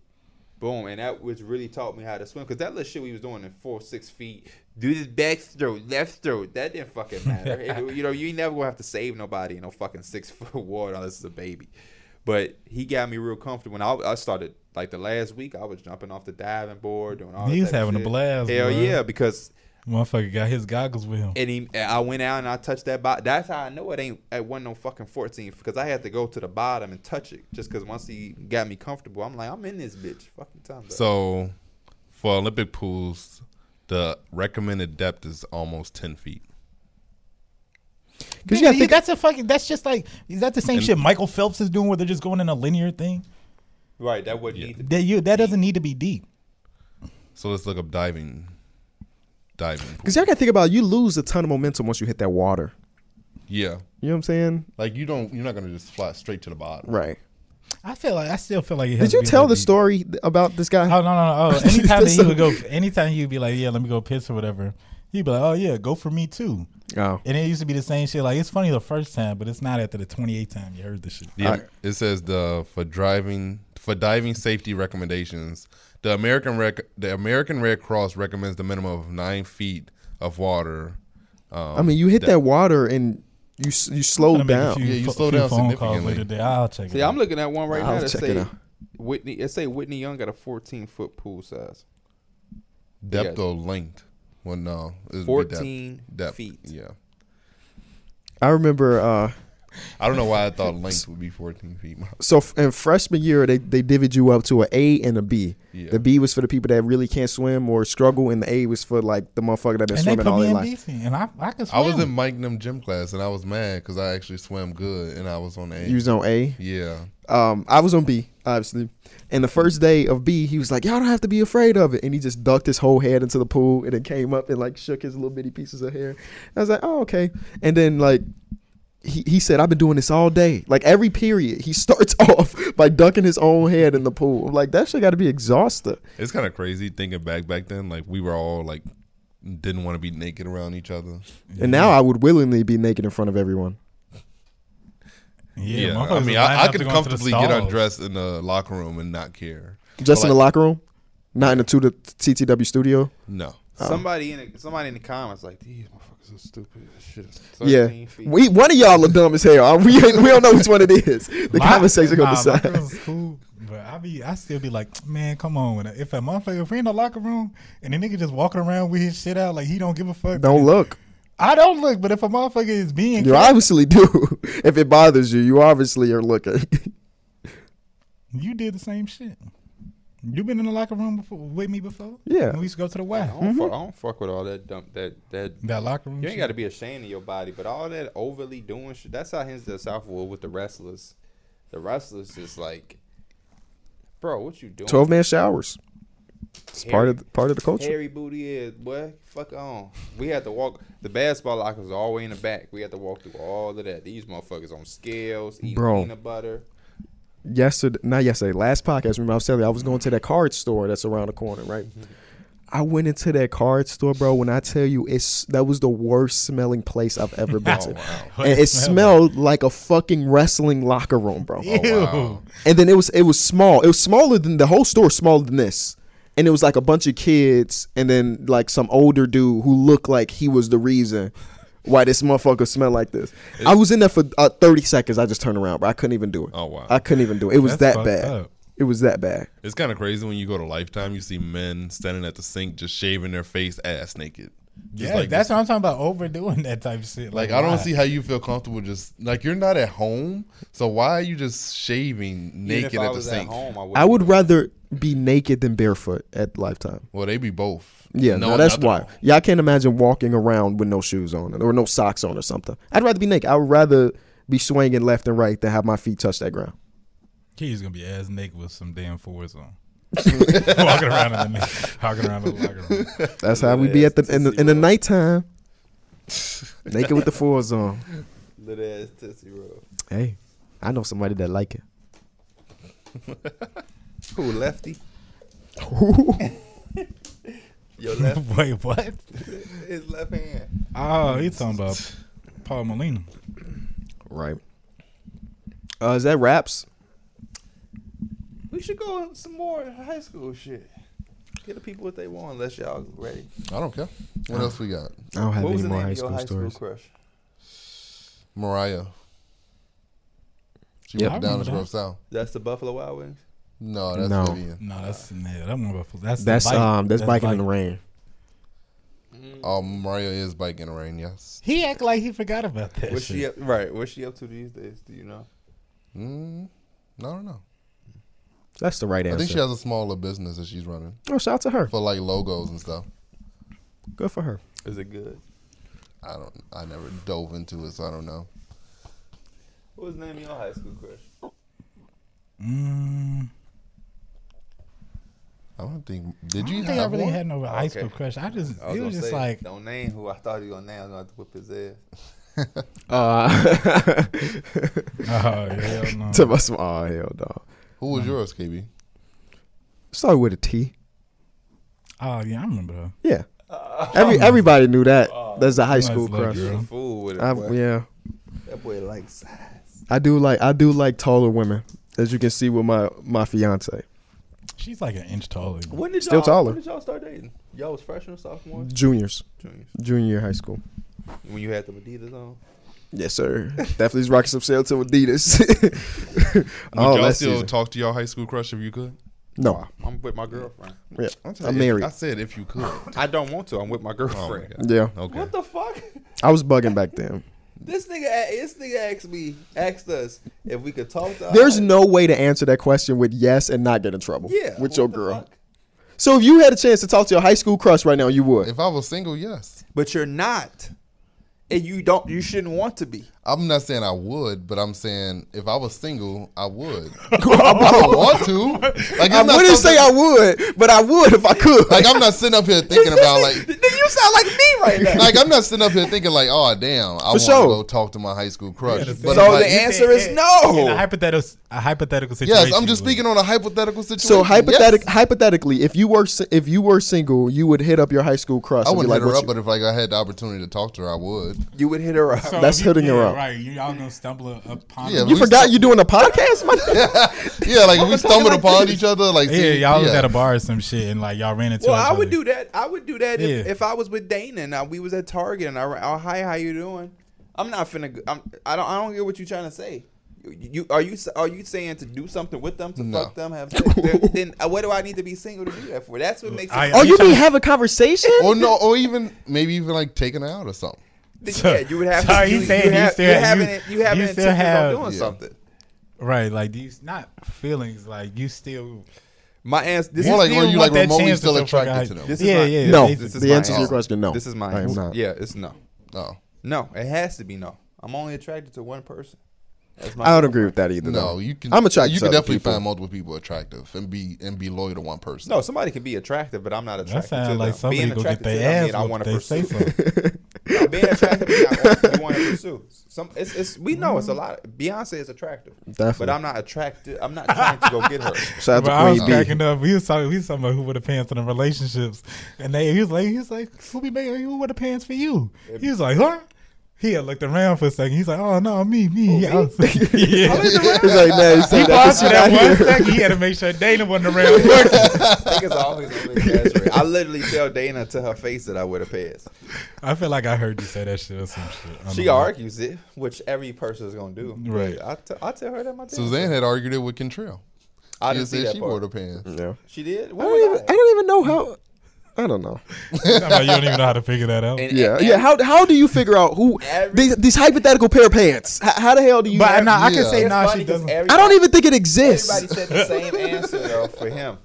Speaker 2: boom, and that was really taught me how to swim. Cause that little shit we was doing in four, six feet, do this back throw, left throw, that didn't fucking matter.
Speaker 4: *laughs*
Speaker 2: It- you know, you ain't never gonna have to save nobody in no fucking six *laughs* foot water unless it's a baby. But he got me real comfortable. When I, I started like the last week, I was jumping off the diving board, doing all.
Speaker 4: He
Speaker 2: that
Speaker 4: was
Speaker 2: type of
Speaker 4: having a
Speaker 2: shit.
Speaker 4: blast,
Speaker 2: Hell
Speaker 4: bro.
Speaker 2: yeah, because
Speaker 4: Motherfucker got his goggles with him.
Speaker 2: and he, and I went out and I touched that bot. That's how I know it ain't it wasn't no fucking 14 because I had to go to the bottom and touch it just because once he got me comfortable, I'm like, I'm in this bitch. Fucking time. So,
Speaker 3: So for Olympic pools, the recommended depth is almost 10 feet.
Speaker 1: because you gotta
Speaker 4: Nigga,
Speaker 1: think
Speaker 4: that's a fucking. That's just like is that the same
Speaker 3: And-
Speaker 4: shit Michael Phelps is doing where they're just going in a linear thing?
Speaker 2: right, that wouldn't need to be.
Speaker 4: That you that doesn't need to be deep.
Speaker 3: So let's look up diving. Diving. Pool.
Speaker 1: because y'all gotta think about it, you lose a ton of momentum once you hit that water. You
Speaker 3: Yeah.
Speaker 1: know what I'm saying?
Speaker 3: Like you don't. You're not gonna just fly straight to the bottom.
Speaker 1: Right.
Speaker 4: I feel like I still feel like. It
Speaker 1: Did
Speaker 4: has to
Speaker 1: you
Speaker 4: be
Speaker 1: tell
Speaker 4: like
Speaker 1: the
Speaker 4: deep.
Speaker 1: story th- about *laughs* this guy?
Speaker 4: Oh no no no! Oh, anytime that
Speaker 1: So-
Speaker 4: he would go, anytime he'd be like, "Yeah, let me go piss or whatever," he'd be like, "Oh yeah, go for me too."
Speaker 1: Oh,
Speaker 4: And it used to be the same shit. Like it's funny the first time, but it's not after the 28th time you heard the shit.
Speaker 3: The, It says the for driving for diving safety recommendations. The American Rec, the American Red Cross recommends the minimum of nine feet of water. Um,
Speaker 1: I mean, you hit that, water and you s- you slow
Speaker 4: I'm gonna make a
Speaker 1: down.
Speaker 4: few
Speaker 3: Yeah, you
Speaker 4: pho-
Speaker 3: slow
Speaker 4: few
Speaker 3: down
Speaker 4: phone calls
Speaker 3: significantly.
Speaker 4: later today. I'll check
Speaker 2: See,
Speaker 4: it.
Speaker 2: I'm
Speaker 4: out.
Speaker 2: looking at one right
Speaker 1: I'll
Speaker 2: now that
Speaker 1: check it
Speaker 2: say
Speaker 1: out.
Speaker 2: Whitney. It say Whitney Young got a 14 foot pool size.
Speaker 3: depth
Speaker 2: Yeah.
Speaker 3: or length. Well, no, it would be
Speaker 2: 14
Speaker 3: depth,
Speaker 2: feet.
Speaker 3: Yeah,
Speaker 1: I remember. Uh,
Speaker 3: I don't know why I thought length would be fourteen feet. *laughs*
Speaker 1: so f- in freshman year, they they divvied you up to an A and a B.
Speaker 3: Yeah.
Speaker 1: The B was for the people that really can't swim or struggle, and the A was for like the motherfucker that been
Speaker 4: and they
Speaker 1: swimming
Speaker 4: put
Speaker 1: all
Speaker 4: me
Speaker 1: their
Speaker 4: in
Speaker 1: life.
Speaker 4: BC, and I I can
Speaker 3: I
Speaker 4: swim.
Speaker 3: was in Mike Nim gym class and I was mad because I actually swam good and I was on the
Speaker 1: You
Speaker 3: A.
Speaker 1: was on A.
Speaker 3: Yeah,
Speaker 1: Um, I was on B, obviously. And the first day of B, he was like, "Y'all don't have to be afraid of it." And he just ducked his whole head into the pool, and it came up and like shook his little bitty pieces of hair. I was like, "Oh, okay." And then like. He, he said, I've been doing this all day. Like every period, he starts *laughs* off by ducking his own head in the pool. I'm like, that shit got to be exhausted.
Speaker 3: it's kind of crazy thinking back back then. Like we were all like didn't want to be naked around each other.
Speaker 1: And now I would willingly be naked in front of everyone.
Speaker 3: Yeah,
Speaker 4: motherfuckers
Speaker 3: I
Speaker 4: was
Speaker 3: mean,
Speaker 4: lining
Speaker 3: I, I
Speaker 4: up
Speaker 3: could
Speaker 4: to go into the
Speaker 3: comfortably get
Speaker 4: stalls.
Speaker 3: undressed in the locker room and not care.
Speaker 1: Just in
Speaker 3: But,
Speaker 1: the
Speaker 3: like,
Speaker 1: locker room, not in the two to TTW studio.
Speaker 3: No,
Speaker 2: Somebody in the, somebody in the comments like these motherfuckers are stupid. This shit is 13
Speaker 1: Yeah,
Speaker 2: feet.
Speaker 1: we one of y'all are dumb as hell. We ain't- we don't know which one it is. The
Speaker 4: My-
Speaker 3: *laughs*
Speaker 1: comment section
Speaker 4: nah,
Speaker 1: gonna
Speaker 4: my
Speaker 1: decide.
Speaker 4: girl's cool, but I be I still be like, man, come on. When- If a motherfucker, if we in the locker room and the nigga just walking around with his shit out, like he don't give a
Speaker 1: *laughs*
Speaker 4: fuck.
Speaker 1: Don't look.
Speaker 4: I don't look, but if a motherfucker is
Speaker 1: *laughs*
Speaker 4: being,
Speaker 1: You obviously do. If it bothers you, you obviously are looking.
Speaker 4: You did the same shit. You been in the locker room before, with me before?
Speaker 1: Yeah.
Speaker 4: When we used to go to the
Speaker 2: I
Speaker 4: Y.
Speaker 2: don't, fuck, I don't fuck with all that dump. That that
Speaker 4: That locker room.
Speaker 2: you ain't
Speaker 4: shit.
Speaker 2: got to be ashamed of your body, but all that overly doing shit. That's how hence the Southwood with the wrestlers. The wrestlers is like, bro, what you
Speaker 1: *laughs*
Speaker 2: doing?
Speaker 1: Twelve man showers. It's part of part of the culture.
Speaker 2: Hairy booty is boy. Fuck on. We had to walk. The basketball locker was all the way in the back. We had to walk through all of that. These motherfuckers on scales, eating
Speaker 1: Bro.
Speaker 2: peanut butter.
Speaker 1: Yesterday, not yesterday. Last podcast, remember I was telling you I was going to that card store that's around the corner, right? I went into that card store, bro. When I tell you, it's that was the worst smelling place I've ever been to. And it smelled like a fucking wrestling locker room, bro.
Speaker 4: Ew.
Speaker 1: And then it was it was small. It was smaller than the whole store, was smaller than this. And it was like a bunch of kids, and then like some older dude who looked like he was the reason why this motherfucker smelled like this. I was in there for uh, thirty seconds. I just turned around, bro. I couldn't even do it.
Speaker 3: Oh, wow.
Speaker 1: I couldn't even do it. It was
Speaker 4: That's
Speaker 1: that
Speaker 4: fucked
Speaker 1: bad.
Speaker 4: up.
Speaker 1: It was that bad.
Speaker 3: It's kind of crazy when you go to Lifetime, you see men standing at the sink just shaving their face ass naked. Just
Speaker 4: Yeah,
Speaker 3: like
Speaker 4: that's what I'm talking about. Overdoing that type of shit.
Speaker 3: Like I don't
Speaker 4: why?
Speaker 3: see how you feel comfortable just like you're not at home, so why are you just shaving
Speaker 2: Even
Speaker 3: naked
Speaker 2: if I
Speaker 3: at the
Speaker 2: was
Speaker 3: sink?
Speaker 2: home, I,
Speaker 1: I would rather be naked than barefoot at Lifetime.
Speaker 3: Well, they be both.
Speaker 1: Yeah, no,
Speaker 3: Knowing
Speaker 1: that's
Speaker 3: nothing.
Speaker 1: why. Yeah, I can't imagine walking around with no shoes on or no socks on or something. I'd rather be naked. I would rather be swinging left and right than have my feet touch that ground.
Speaker 4: He's gonna be ass naked with some damn fours *laughs* on. walking around in the na- walking around in the locker *laughs* room.
Speaker 1: That's how we be at the in the, in the *laughs* nighttime, naked with the fours on.
Speaker 2: Little ass tootsie roll.
Speaker 1: Hey, I know somebody that like it.
Speaker 2: Who
Speaker 1: *laughs*
Speaker 2: lefty? *laughs* Your left
Speaker 4: *laughs* Wait, what?
Speaker 2: his left hand.
Speaker 4: Oh, he's talking about Paul Molina.
Speaker 1: right. Uh, is that raps?
Speaker 2: We should go on some more high school shit. Get the people what they want unless y'all ready.
Speaker 3: I don't care. What else we got?
Speaker 1: I don't have
Speaker 2: what was
Speaker 1: any
Speaker 2: the
Speaker 1: more
Speaker 2: name
Speaker 1: high
Speaker 2: of your
Speaker 1: school
Speaker 2: high
Speaker 1: stories.
Speaker 2: school crush?
Speaker 3: Mariah. She
Speaker 1: Yep.
Speaker 3: went
Speaker 4: I
Speaker 3: down
Speaker 4: remember
Speaker 3: as
Speaker 4: that.
Speaker 3: Grove South.
Speaker 2: That's the Buffalo Wild Wings.
Speaker 3: No, that's
Speaker 1: No.
Speaker 3: Vivian.
Speaker 4: No, that's yeah, that one. That's the
Speaker 1: That's
Speaker 4: bike.
Speaker 1: um, that's, biking in the
Speaker 4: bike.
Speaker 1: rain.
Speaker 3: Oh, Mariah is biking the rain. Yes.
Speaker 4: He act like he forgot about that.
Speaker 2: What's she
Speaker 4: shit.
Speaker 2: up, right? What's she up to these days? Do you know?
Speaker 3: Mm, I don't know.
Speaker 1: That's the right
Speaker 3: I
Speaker 1: answer.
Speaker 3: think she has a smaller business that she's running
Speaker 1: oh, shout out to her.
Speaker 3: for like logos and stuff.
Speaker 1: Good for her.
Speaker 2: Is it good?
Speaker 3: I don't. I never dove into it, so I don't know.
Speaker 2: What was the name of your high school crush?
Speaker 4: Mm,
Speaker 3: I don't think. Did
Speaker 4: I
Speaker 3: you
Speaker 4: don't think I
Speaker 3: have
Speaker 4: really
Speaker 3: one?
Speaker 4: had no high school
Speaker 2: Okay.
Speaker 4: crush. I just
Speaker 2: I
Speaker 4: it
Speaker 2: gonna
Speaker 4: was just
Speaker 2: say,
Speaker 4: like
Speaker 2: don't name who I thought you were gonna name. I'm gonna have to whip his ass.
Speaker 1: Uh,
Speaker 4: *laughs*
Speaker 1: *laughs*
Speaker 4: oh hell *laughs* no.
Speaker 1: to my sm- oh hell no.
Speaker 3: Who was yours, KB?
Speaker 1: Started with a T.
Speaker 4: Oh yeah, I remember her.
Speaker 1: Yeah. Every everybody knew that. That's a high
Speaker 4: Nice
Speaker 1: school
Speaker 4: little
Speaker 1: crush.
Speaker 4: girl.
Speaker 2: You're a fool with it.
Speaker 1: I,
Speaker 2: boy.
Speaker 1: yeah.
Speaker 2: That boy likes size.
Speaker 1: I do like I do like taller women, as you can see with my my fiance.
Speaker 4: She's like an inch taller. than me.
Speaker 2: When did
Speaker 1: Still
Speaker 2: y'all,
Speaker 1: taller.
Speaker 2: When did y'all start dating? Y'all was freshman, sophomore,
Speaker 1: Juniors,
Speaker 2: juniors.
Speaker 1: junior year high school.
Speaker 2: When you had the Adidas on.
Speaker 1: Yes, sir. Definitely is rocking some sale to
Speaker 3: *laughs*
Speaker 1: Adidas.
Speaker 3: Would
Speaker 1: oh,
Speaker 3: y'all
Speaker 1: last
Speaker 3: still
Speaker 1: season.
Speaker 3: talk to your high school crush if you could?
Speaker 1: no,
Speaker 2: I'm with my girlfriend.
Speaker 1: yeah.
Speaker 3: said
Speaker 1: I'm
Speaker 3: if-
Speaker 1: married.
Speaker 3: I said if you could.
Speaker 1: *laughs*
Speaker 2: I don't want to. I'm with my
Speaker 3: Oh
Speaker 2: girlfriend.
Speaker 3: my God.
Speaker 1: Yeah,
Speaker 3: Okay.
Speaker 2: What the fuck?
Speaker 1: I was bugging back then.
Speaker 2: This nigga, a- this nigga asked me, asked us if we could talk to.
Speaker 1: There's
Speaker 2: her.
Speaker 1: no way to answer that question with yes and not get in trouble.
Speaker 2: yeah
Speaker 1: with
Speaker 2: what
Speaker 1: your
Speaker 2: the
Speaker 1: girl.
Speaker 2: fuck?
Speaker 1: So if you had a chance to talk to your high school crush right now, you would. *laughs*
Speaker 3: If I was single, yes.
Speaker 2: but you're not, and you don't. You shouldn't want to be.
Speaker 3: I'm not saying I would, but I'm saying if I was single, I
Speaker 1: *laughs*
Speaker 3: would. I don't want to. Like,
Speaker 1: I
Speaker 3: I'm not
Speaker 1: wouldn't say
Speaker 3: something-
Speaker 1: I would, but I would if I could.
Speaker 3: Like
Speaker 1: *laughs*
Speaker 3: I'm not sitting up here thinking about like.
Speaker 2: Then you sound like me right now.
Speaker 3: *laughs* Like I'm not sitting up here thinking like, oh damn, I want to
Speaker 1: sure.
Speaker 3: go talk to my high school crush.
Speaker 4: that's
Speaker 3: but
Speaker 4: it.
Speaker 3: I'm
Speaker 2: so
Speaker 3: like,
Speaker 2: the answer is
Speaker 4: In a
Speaker 2: no.
Speaker 4: hypothetical a hypothetical situation.
Speaker 3: yes, I'm just
Speaker 4: would-
Speaker 3: speaking on a hypothetical situation.
Speaker 1: So hypothetic,
Speaker 3: Yes.
Speaker 1: hypothetically, if you were si- if you were single, you would hit up your high school crush.
Speaker 3: I
Speaker 1: and be
Speaker 3: wouldn't
Speaker 1: like,
Speaker 3: hit her
Speaker 1: "What
Speaker 3: up,
Speaker 1: you-
Speaker 3: but if like I had the opportunity to talk to her, I would. *laughs*
Speaker 2: You would hit her up.
Speaker 4: So
Speaker 1: That's
Speaker 4: if you-
Speaker 1: hitting her
Speaker 4: yeah,
Speaker 1: up.
Speaker 4: Right, you all gonna stumble upon.
Speaker 3: Yeah,
Speaker 4: Yeah,
Speaker 1: You
Speaker 3: We
Speaker 1: forgot you doing a podcast, my
Speaker 3: *laughs*
Speaker 1: nigga?
Speaker 3: yeah, like if we stumbled upon each other, like
Speaker 4: yeah,
Speaker 3: see-
Speaker 4: y'all was
Speaker 3: yeah.
Speaker 4: at a bar or some shit, and like y'all ran into.
Speaker 2: well,
Speaker 4: each
Speaker 2: I would do
Speaker 4: other.
Speaker 2: that. I would do that if,
Speaker 4: Yeah.
Speaker 2: if I was with Dana and I, we was at Target and I. ra- Oh, hi, how you doing? I'm not finna. g- I'm. I don't. I don't get what you trying to say. You, you are you s- are you saying to do something with them to
Speaker 3: No.
Speaker 2: fuck them have sex? Then- then uh, what do I need to be single to do that for? That's what makes it.
Speaker 4: I-
Speaker 1: Oh, you Oh,
Speaker 4: trying
Speaker 1: mean
Speaker 4: to-
Speaker 1: have a conversation?
Speaker 3: or no, or even maybe even like taking her out or something.
Speaker 2: Then, yeah, you would have.
Speaker 4: So
Speaker 2: to,
Speaker 4: he's
Speaker 2: you,
Speaker 4: saying
Speaker 2: you
Speaker 4: you
Speaker 2: have,
Speaker 4: still-
Speaker 2: you having
Speaker 4: you-
Speaker 2: it- you having
Speaker 4: you still
Speaker 2: intentions
Speaker 4: have-
Speaker 2: of doing
Speaker 3: Yeah.
Speaker 2: something.
Speaker 4: right, like these not feelings, like you still
Speaker 2: My answer. This
Speaker 3: More
Speaker 2: is
Speaker 3: like
Speaker 4: you
Speaker 3: when you like
Speaker 4: want that
Speaker 3: remotely
Speaker 4: chance
Speaker 3: still
Speaker 4: that your
Speaker 3: attracted
Speaker 4: fucking-
Speaker 3: to them.
Speaker 2: This is
Speaker 4: Yeah,
Speaker 2: my,
Speaker 4: yeah,
Speaker 1: No,
Speaker 4: basically.
Speaker 1: the
Speaker 2: my
Speaker 1: answer to your question, no.
Speaker 2: This is my
Speaker 1: I am
Speaker 2: answer.
Speaker 1: not.
Speaker 2: Yeah, it's no.
Speaker 3: No,
Speaker 2: No, it has to be no. I'm only attracted to one person. That's my
Speaker 1: I don't agree with that either.
Speaker 3: no,
Speaker 1: No,
Speaker 3: you can.
Speaker 1: I'm attracted
Speaker 3: You
Speaker 1: to
Speaker 3: can
Speaker 1: other
Speaker 3: definitely
Speaker 1: people.
Speaker 3: find multiple people attractive and be and be loyal to one person.
Speaker 2: No, somebody can be attractive, but I'm not attracted
Speaker 4: sound
Speaker 2: to
Speaker 4: like
Speaker 2: them.
Speaker 4: somebody
Speaker 2: Being
Speaker 4: go get
Speaker 2: attracted to
Speaker 4: their
Speaker 2: them,
Speaker 4: ass
Speaker 2: mean I
Speaker 4: whooped
Speaker 2: want to
Speaker 4: they say
Speaker 2: pursue.
Speaker 4: so.
Speaker 2: No, being attractive, mean
Speaker 4: *laughs*
Speaker 2: I want, you want to pursue. Some, it's, it's, we know it's a lot. Beyonce is attractive,
Speaker 1: Definitely.
Speaker 2: but I'm not attracted. I'm not trying to go get
Speaker 4: *laughs*
Speaker 2: her.
Speaker 1: Shout
Speaker 4: Bro,
Speaker 1: out
Speaker 4: I was
Speaker 1: to Queen *laughs*
Speaker 4: cracking
Speaker 1: B.
Speaker 4: up. We was talking. We was talking about who would have pants in the relationships, and they he was like, he was like, who be making who would have pants for you? He was like, huh? He had looked around for a second. He's like, oh no, me, me. yeah, I was-
Speaker 3: *laughs*
Speaker 4: yeah.
Speaker 1: He's like, man, you say
Speaker 4: He paused for
Speaker 1: that
Speaker 4: that one
Speaker 1: because you
Speaker 4: second. He had to make sure Dana wasn't
Speaker 3: *laughs*
Speaker 4: around. looking.
Speaker 2: Niggas always *laughs* exaggerate. I literally tell Dana to her face that I wear the pants.
Speaker 4: I feel like I heard you say that shit or some shit. I don't
Speaker 2: She
Speaker 4: know.
Speaker 2: argues it, which every person is gonna do.
Speaker 4: Right.
Speaker 2: I, t- I tell her that my
Speaker 3: Suzanne had argued it with Contrell.
Speaker 2: I
Speaker 3: She
Speaker 2: didn't see
Speaker 3: said
Speaker 2: that
Speaker 3: she
Speaker 2: part.
Speaker 3: wore the pants.
Speaker 1: Yeah.
Speaker 2: She did.
Speaker 1: I
Speaker 2: What
Speaker 1: don't even. I don't even know how. I don't know.
Speaker 4: Talking about you don't even know how to figure that out.
Speaker 1: Yeah, yeah. How how do you figure out who
Speaker 2: Every-
Speaker 1: these, these hypothetical pair of pants? How, how the hell do you?
Speaker 4: But
Speaker 1: have-
Speaker 4: nah, I can
Speaker 3: yeah.
Speaker 4: say
Speaker 2: It's
Speaker 4: nah.
Speaker 2: funny
Speaker 4: She
Speaker 2: 'cause
Speaker 4: doesn't.
Speaker 1: I
Speaker 2: everybody-
Speaker 1: don't even think it exists.
Speaker 2: Everybody said the same answer though for him.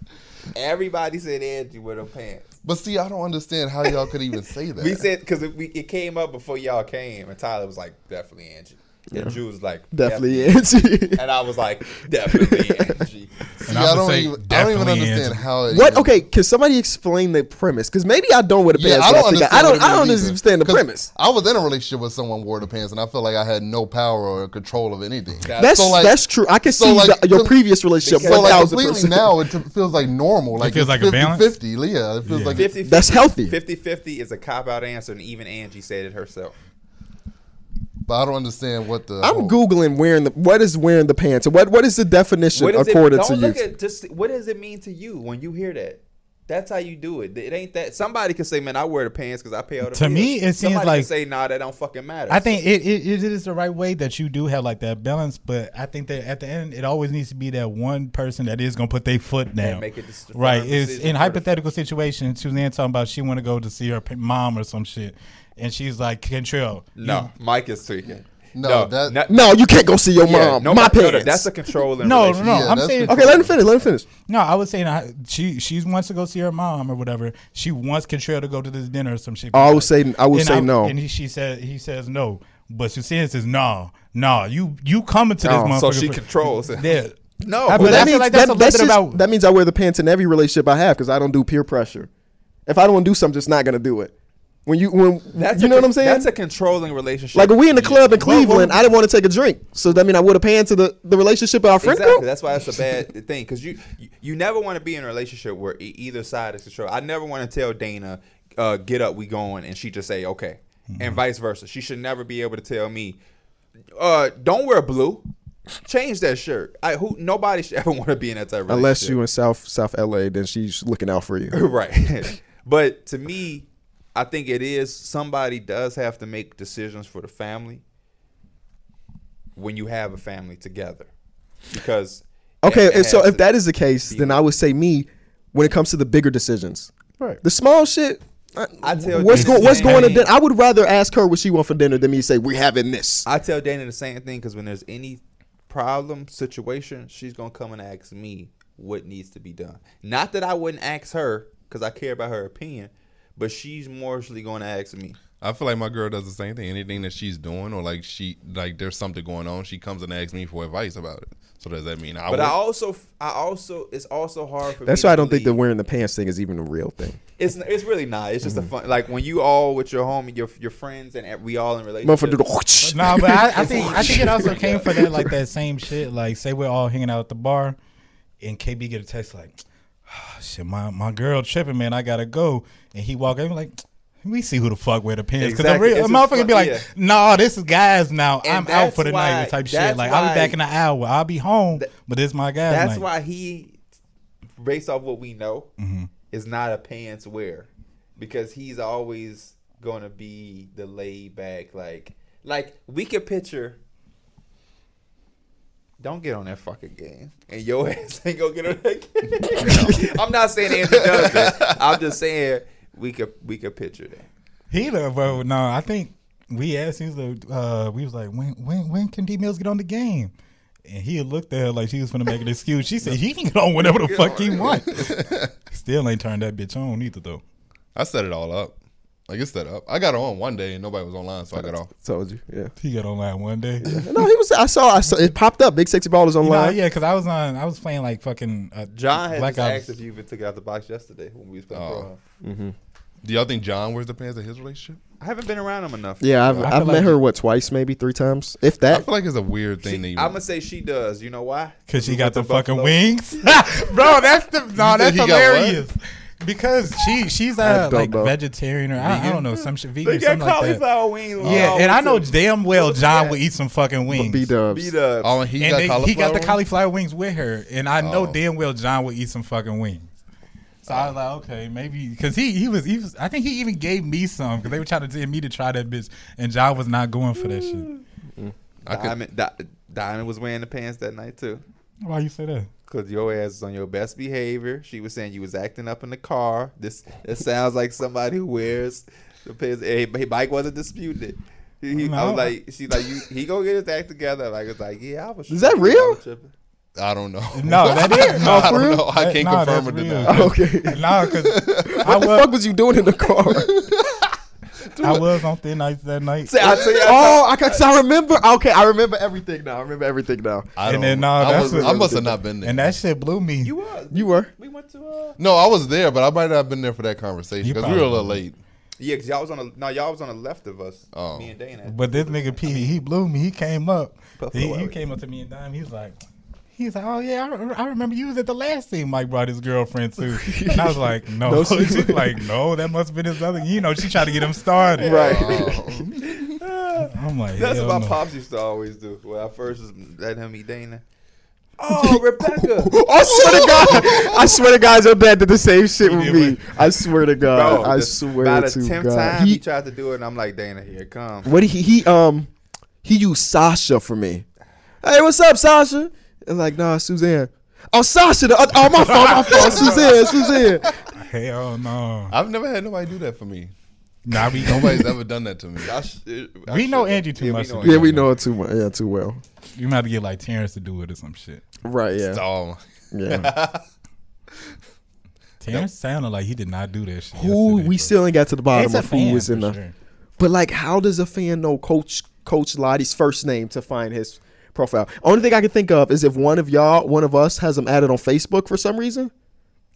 Speaker 2: Everybody said Angie with her pants.
Speaker 3: But see, I don't understand how y'all could even say that.
Speaker 2: We said because it, we- it came up before y'all came, and Tyler was like, "Definitely Angie." And Drew was like,
Speaker 1: Definitely
Speaker 3: *laughs*
Speaker 1: Angie.
Speaker 2: And I was like, "Definitely Angie."
Speaker 3: See,
Speaker 4: I'ma
Speaker 3: I don't
Speaker 4: say
Speaker 3: even. I don't even
Speaker 4: definitely
Speaker 3: understand
Speaker 4: Angie.
Speaker 3: how. It
Speaker 1: What?
Speaker 3: even-
Speaker 1: Okay, can somebody explain the premise? Because maybe I don't wear the
Speaker 3: Yeah,
Speaker 1: pants.
Speaker 3: I
Speaker 1: but
Speaker 3: don't
Speaker 1: think
Speaker 3: understand.
Speaker 1: I don't.
Speaker 3: what it
Speaker 1: I don't
Speaker 3: means either.
Speaker 1: understand the
Speaker 3: 'Cause
Speaker 1: premise.
Speaker 3: I was in a relationship with someone wore the pants, and I felt like I had no power or control of anything.
Speaker 1: That's
Speaker 3: so like-
Speaker 1: that's true. I can
Speaker 3: so
Speaker 1: see
Speaker 3: like-
Speaker 1: the, your
Speaker 3: com-
Speaker 1: previous relationship.
Speaker 3: So
Speaker 1: One
Speaker 3: like
Speaker 1: thousand
Speaker 3: completely
Speaker 1: percent.
Speaker 3: now, it t- feels like normal. Like
Speaker 4: feels like a balance?
Speaker 3: Fifty, Leah. It feels
Speaker 4: Yeah.
Speaker 3: like
Speaker 2: 50
Speaker 1: That's healthy.
Speaker 2: 50 50 is a cop out answer, and even Angie said it herself.
Speaker 3: But I don't understand what
Speaker 2: Oh.
Speaker 3: the.
Speaker 1: I'm googling wearing the what is wearing the pants and what what is the definition
Speaker 2: What is
Speaker 1: according
Speaker 2: it,
Speaker 1: to
Speaker 2: don't
Speaker 1: you?
Speaker 2: look at just what does it mean to you when you hear that? That's how you do it. It ain't that somebody can say, "Man, I wear the pants because I pay all the."
Speaker 4: To
Speaker 2: bills."
Speaker 4: me, it seems
Speaker 2: somebody
Speaker 4: like-
Speaker 2: can say, "Nah, that don't fucking matter."
Speaker 4: I think it, it, it is the right way that you do have like that balance, but I think that at the end it always needs to be that one person that is gonna put their foot down.
Speaker 2: make a dis-
Speaker 4: right?
Speaker 2: firm
Speaker 4: It's
Speaker 2: decision
Speaker 4: in
Speaker 2: for the-
Speaker 4: hypothetical situation. Suzanne talking about she want to go to see her p- mom or some shit, and she's like Cantrell.
Speaker 2: no. Mike is tweaking.
Speaker 3: No, that-
Speaker 2: not-
Speaker 1: No, you can't go see your
Speaker 2: yeah,
Speaker 1: mom.
Speaker 2: no,
Speaker 1: my
Speaker 2: no, no,
Speaker 1: pants.
Speaker 2: that's a controlling.
Speaker 4: No, no,
Speaker 2: relationship.
Speaker 4: no.
Speaker 3: Yeah,
Speaker 4: I'm
Speaker 3: that's
Speaker 4: saying
Speaker 3: the-
Speaker 1: okay. Let him finish. Let him finish.
Speaker 4: no. I was saying I, she she wants to go see her mom or whatever. She wants Cantrell to go to this dinner or some shit.
Speaker 1: Oh, I would say I would
Speaker 4: And
Speaker 1: say no.
Speaker 4: And he, she said he says no, but Suzanne says no, no. You you coming to this
Speaker 1: No,
Speaker 4: motherfucker?
Speaker 2: So she
Speaker 4: for-
Speaker 2: controls it.
Speaker 1: *laughs*
Speaker 4: Yeah.
Speaker 2: No,
Speaker 4: I
Speaker 1: But
Speaker 4: But
Speaker 1: that
Speaker 4: I feel
Speaker 1: means
Speaker 4: like
Speaker 1: that, that's
Speaker 4: that's a little bit
Speaker 1: just-
Speaker 4: about-
Speaker 1: that means I wear the pants in every relationship I have because I don't do peer pressure. If I don't want to do something, just not gonna do it. When you when
Speaker 2: that's
Speaker 1: you
Speaker 2: a
Speaker 1: know
Speaker 2: con-
Speaker 1: what I'm saying?
Speaker 2: That's a controlling relationship.
Speaker 1: like when we in the club in
Speaker 4: Well, well-
Speaker 1: Cleveland, I didn't want to take a drink, so that mean I would have pants to the, the relationship of our friend
Speaker 2: Exactly.
Speaker 1: group.
Speaker 2: That's why that's a bad thing because you, you you never want to be in a relationship where e- either side is control. I never want to tell Dana, uh, "Get up, we going," and she just say, "Okay,"
Speaker 1: Mm-hmm.
Speaker 2: and vice versa. She should never be able to tell me, uh, "Don't wear blue, change that shirt." I who nobody should *laughs* ever want to be in that type of
Speaker 1: Unless
Speaker 2: relationship.
Speaker 1: you in South South LA, then she's looking out for you.
Speaker 2: *laughs* right. but to me, I think it is somebody does have to make decisions for the family when you have a family together because.
Speaker 1: Okay,
Speaker 2: it- it
Speaker 1: and so
Speaker 2: has
Speaker 1: if
Speaker 2: to-
Speaker 1: that is the case, then I would say me when it comes to the bigger decisions.
Speaker 4: Right.
Speaker 1: The small shit. I,
Speaker 2: I tell
Speaker 1: what's
Speaker 2: Dana
Speaker 1: going what's
Speaker 2: the
Speaker 1: going to
Speaker 2: same-
Speaker 1: dinner? I would rather ask her what she want for dinner than me say we having this.
Speaker 2: I tell Dana the same thing because when there's any problem situation, she's gonna come and ask me what needs to be done. Not that I wouldn't ask her because I care about her opinion, but she's mostly gonna ask me.
Speaker 5: I feel like my girl does the same thing. Anything that she's doing or like she like there's something going on, she comes and asks me for advice about it. So does that mean I?
Speaker 2: But I
Speaker 5: would-
Speaker 2: also, I also, it's also hard for.
Speaker 1: That's why
Speaker 2: me to
Speaker 1: I don't think the
Speaker 2: believe-
Speaker 1: wearing the pants thing is even a real thing.
Speaker 2: it's it's really not. It's just
Speaker 1: Mm-hmm.
Speaker 2: a fun like when you all with your homie, your your friends, and e, we all in
Speaker 1: Motherfucker, do the
Speaker 2: relationship.
Speaker 4: No, but I, I think I think it also came for that like that same shit. Like, say we're all hanging out at the bar, and KB get a text like, "Ah, "Shit, my my girl tripping, man. I gotta go." And he walk in like. We see who the fuck wear the pants because
Speaker 2: Exactly.
Speaker 4: the real,
Speaker 2: It's a
Speaker 4: a motherfucker
Speaker 2: fu-
Speaker 4: be like,
Speaker 2: yeah.
Speaker 4: "Nah, this is guys now.
Speaker 2: And
Speaker 4: I'm out
Speaker 2: that's
Speaker 4: for the
Speaker 2: why-
Speaker 4: night." Type shit.
Speaker 2: that's
Speaker 4: Like I'll
Speaker 2: why-
Speaker 4: be back in an hour. I'll be home, but this my guys.
Speaker 2: That's
Speaker 4: night. Mm-hmm.
Speaker 2: why he, based off what we know, is not a pants wear because he's always going to be the laid back. Like, like we could picture. Don't get on that fucking game, and your *laughs* ass ain't gonna get on that
Speaker 4: *laughs*
Speaker 2: game. I'm not saying Andy does that. I'm just saying we could we could picture that.
Speaker 4: He the bro. No, I think we asked. He was like, uh, we was like, when when when can D Mills get on the game? And he looked at her like she was gonna make an excuse. She said he can get on whatever the fuck he want. Still ain't turned that bitch on either though.
Speaker 5: I set it all up. Like it's set up. I got on one day and nobody was online, so I got off.
Speaker 1: *laughs* Told you,
Speaker 2: *laughs*
Speaker 1: yeah.
Speaker 4: He got online one day.
Speaker 1: No, he was. I saw. I saw it popped up. Big sexy ballers
Speaker 4: Nah,
Speaker 1: online.
Speaker 4: yeah, because I was on. I was playing like fucking uh,
Speaker 2: John had
Speaker 4: Black
Speaker 2: just
Speaker 4: Ops.
Speaker 2: asked if you even took it out the box yesterday when we was playing.
Speaker 5: Oh.
Speaker 2: Pro Am.
Speaker 5: Do y'all think John wears the pants in his relationship?
Speaker 2: I haven't been around him enough.
Speaker 1: Yeah, I've,
Speaker 4: I feel
Speaker 1: I've met
Speaker 4: like-
Speaker 1: her what twice, maybe three times, if
Speaker 5: I
Speaker 1: that.
Speaker 5: feel like it's a weird thing that
Speaker 2: *laughs* I'm
Speaker 5: you. *laughs*
Speaker 2: gonna say she does. You know why?
Speaker 4: Cause she
Speaker 2: We went
Speaker 4: got the,
Speaker 2: to
Speaker 4: fucking
Speaker 2: Buffalo.
Speaker 4: wings,
Speaker 5: *laughs*
Speaker 4: bro. That's the no.
Speaker 5: said
Speaker 4: That's
Speaker 5: he got what?
Speaker 4: hilarious. Because she she's
Speaker 1: I
Speaker 4: uh,
Speaker 1: don't
Speaker 4: like
Speaker 1: know.
Speaker 4: vegetarian or I, I don't know some shit vegan
Speaker 2: They
Speaker 4: or
Speaker 2: got
Speaker 4: something like that.
Speaker 2: cauliflower wings.
Speaker 4: Yeah, and I know damn well John will eat some fucking wings.
Speaker 1: B dubs.
Speaker 2: Beat up.
Speaker 5: oh, and he
Speaker 4: and
Speaker 5: got
Speaker 4: they- he got
Speaker 5: cauliflower?
Speaker 4: the cauliflower wings with her, and I know
Speaker 5: Oh.
Speaker 4: damn well John would eat some fucking wings. So I was like, okay, maybe because he he was he was I think he even gave me some because they were trying to tell me to try that bitch, and John was not going for that shit.
Speaker 5: I could-
Speaker 2: Diamond, Di- Diamond was wearing the pants that night too.
Speaker 4: Why you say that?
Speaker 2: Cause your ass is on your best behavior. She was saying you was acting up in the car. This it sounds like somebody who wears the pants. Hey, hey, Mike wasn't disputing it. He, he- I
Speaker 4: No.
Speaker 2: was like, she's like, you, he gonna get his act together. Like it's like, yeah, I was.
Speaker 1: Is that
Speaker 2: tripping. I
Speaker 1: real?
Speaker 2: was tripping.
Speaker 5: *laughs* I don't know.
Speaker 4: *laughs* No, that is no.
Speaker 5: I
Speaker 1: for real?
Speaker 5: don't know. I
Speaker 4: That-
Speaker 5: can't
Speaker 4: nah,
Speaker 5: confirm or
Speaker 4: that's
Speaker 5: deny.
Speaker 4: real.
Speaker 1: *laughs*
Speaker 4: *laughs*
Speaker 1: Okay.
Speaker 5: *laughs*
Speaker 1: what
Speaker 4: No, because I
Speaker 1: the
Speaker 4: was
Speaker 1: fuck was you doing in the
Speaker 4: *laughs*
Speaker 1: car?
Speaker 4: I was on thin ice that
Speaker 2: *laughs*
Speaker 4: night.
Speaker 2: Say, I tell you,
Speaker 1: oh, I, cause I remember. Okay, I remember everything now. I remember everything now.
Speaker 5: I
Speaker 4: And
Speaker 5: don't.
Speaker 4: then, no,
Speaker 5: I,
Speaker 4: that's
Speaker 5: was,
Speaker 4: what-
Speaker 5: I must have not been there.
Speaker 4: And that shit blew me.
Speaker 2: you were.
Speaker 1: You were.
Speaker 2: We went to. Uh,
Speaker 5: no, I was there, but I might not have been there for that conversation
Speaker 4: You
Speaker 5: because we were a little
Speaker 4: probably-
Speaker 5: late.
Speaker 2: yeah, cause y'all was on the. No, y'all was on the left of us.
Speaker 5: Oh.
Speaker 2: Me and Dana.
Speaker 4: But this nigga P, he blew me. He came up.
Speaker 2: Buffalo
Speaker 4: He, he
Speaker 2: Wild Wings.
Speaker 4: came up to me and Dime. He was like, he's like, oh yeah, I, re- I remember you was at the last thing Mike brought his girlfriend to. And I was like, no.
Speaker 1: No, she-
Speaker 4: *laughs* She's like, no, that must have been his other. You know, she tried to get him started.
Speaker 1: Right.
Speaker 5: Oh.
Speaker 2: *laughs*
Speaker 4: I'm like,
Speaker 2: That's
Speaker 4: hell
Speaker 2: what my
Speaker 4: no.
Speaker 2: pops used to always do. When I first was let him meet Dana. *laughs* *laughs* Oh, Rebecca.
Speaker 1: I swear to God, I swear to God, your dad did the same shit with
Speaker 4: did
Speaker 1: me. I swear to God,
Speaker 2: Bro,
Speaker 1: I
Speaker 2: the-
Speaker 1: swear
Speaker 2: By the
Speaker 1: to
Speaker 2: tenth
Speaker 1: God.
Speaker 2: time he,
Speaker 1: He,
Speaker 2: tried to do it, and I'm like, Dana, here it
Speaker 1: *laughs*
Speaker 2: comes.
Speaker 1: what he he um he used Sasha for me. Hey, what's up, Sasha? And like, nah, Suzanne. Oh, Sasha. The, oth- oh, my fault, my
Speaker 2: *laughs*
Speaker 1: fault. Suzanne, Suzanne.
Speaker 2: Oh,
Speaker 4: Hell no.
Speaker 5: I've never had nobody do that for me.
Speaker 4: Nah, we gonna.
Speaker 5: Nobody's ever done that to me.
Speaker 2: I sh- it- I
Speaker 4: *laughs* We know *laughs*
Speaker 2: should've-
Speaker 4: Angie too
Speaker 2: yeah,
Speaker 4: much
Speaker 2: We know
Speaker 4: to
Speaker 1: Yeah,
Speaker 2: Angie.
Speaker 1: we know it too much. Yeah, too well.
Speaker 4: You might have to get like Terrence to do it or some shit.
Speaker 1: Right. Yeah.
Speaker 5: Oh,
Speaker 1: Yeah.
Speaker 4: Terrence sounded like he did not do that shit.
Speaker 1: Who
Speaker 4: yesterday,
Speaker 1: we
Speaker 4: bro.
Speaker 1: still ain't got to the bottom
Speaker 4: It's a
Speaker 1: of who
Speaker 4: fan,
Speaker 1: was in
Speaker 4: for
Speaker 1: the.
Speaker 4: sure.
Speaker 1: But like, how does a fan know Coach Coach Lottie's first name to find his profile? Only thing I can think of is if one of y'all, one of us, has him added on Facebook for some reason.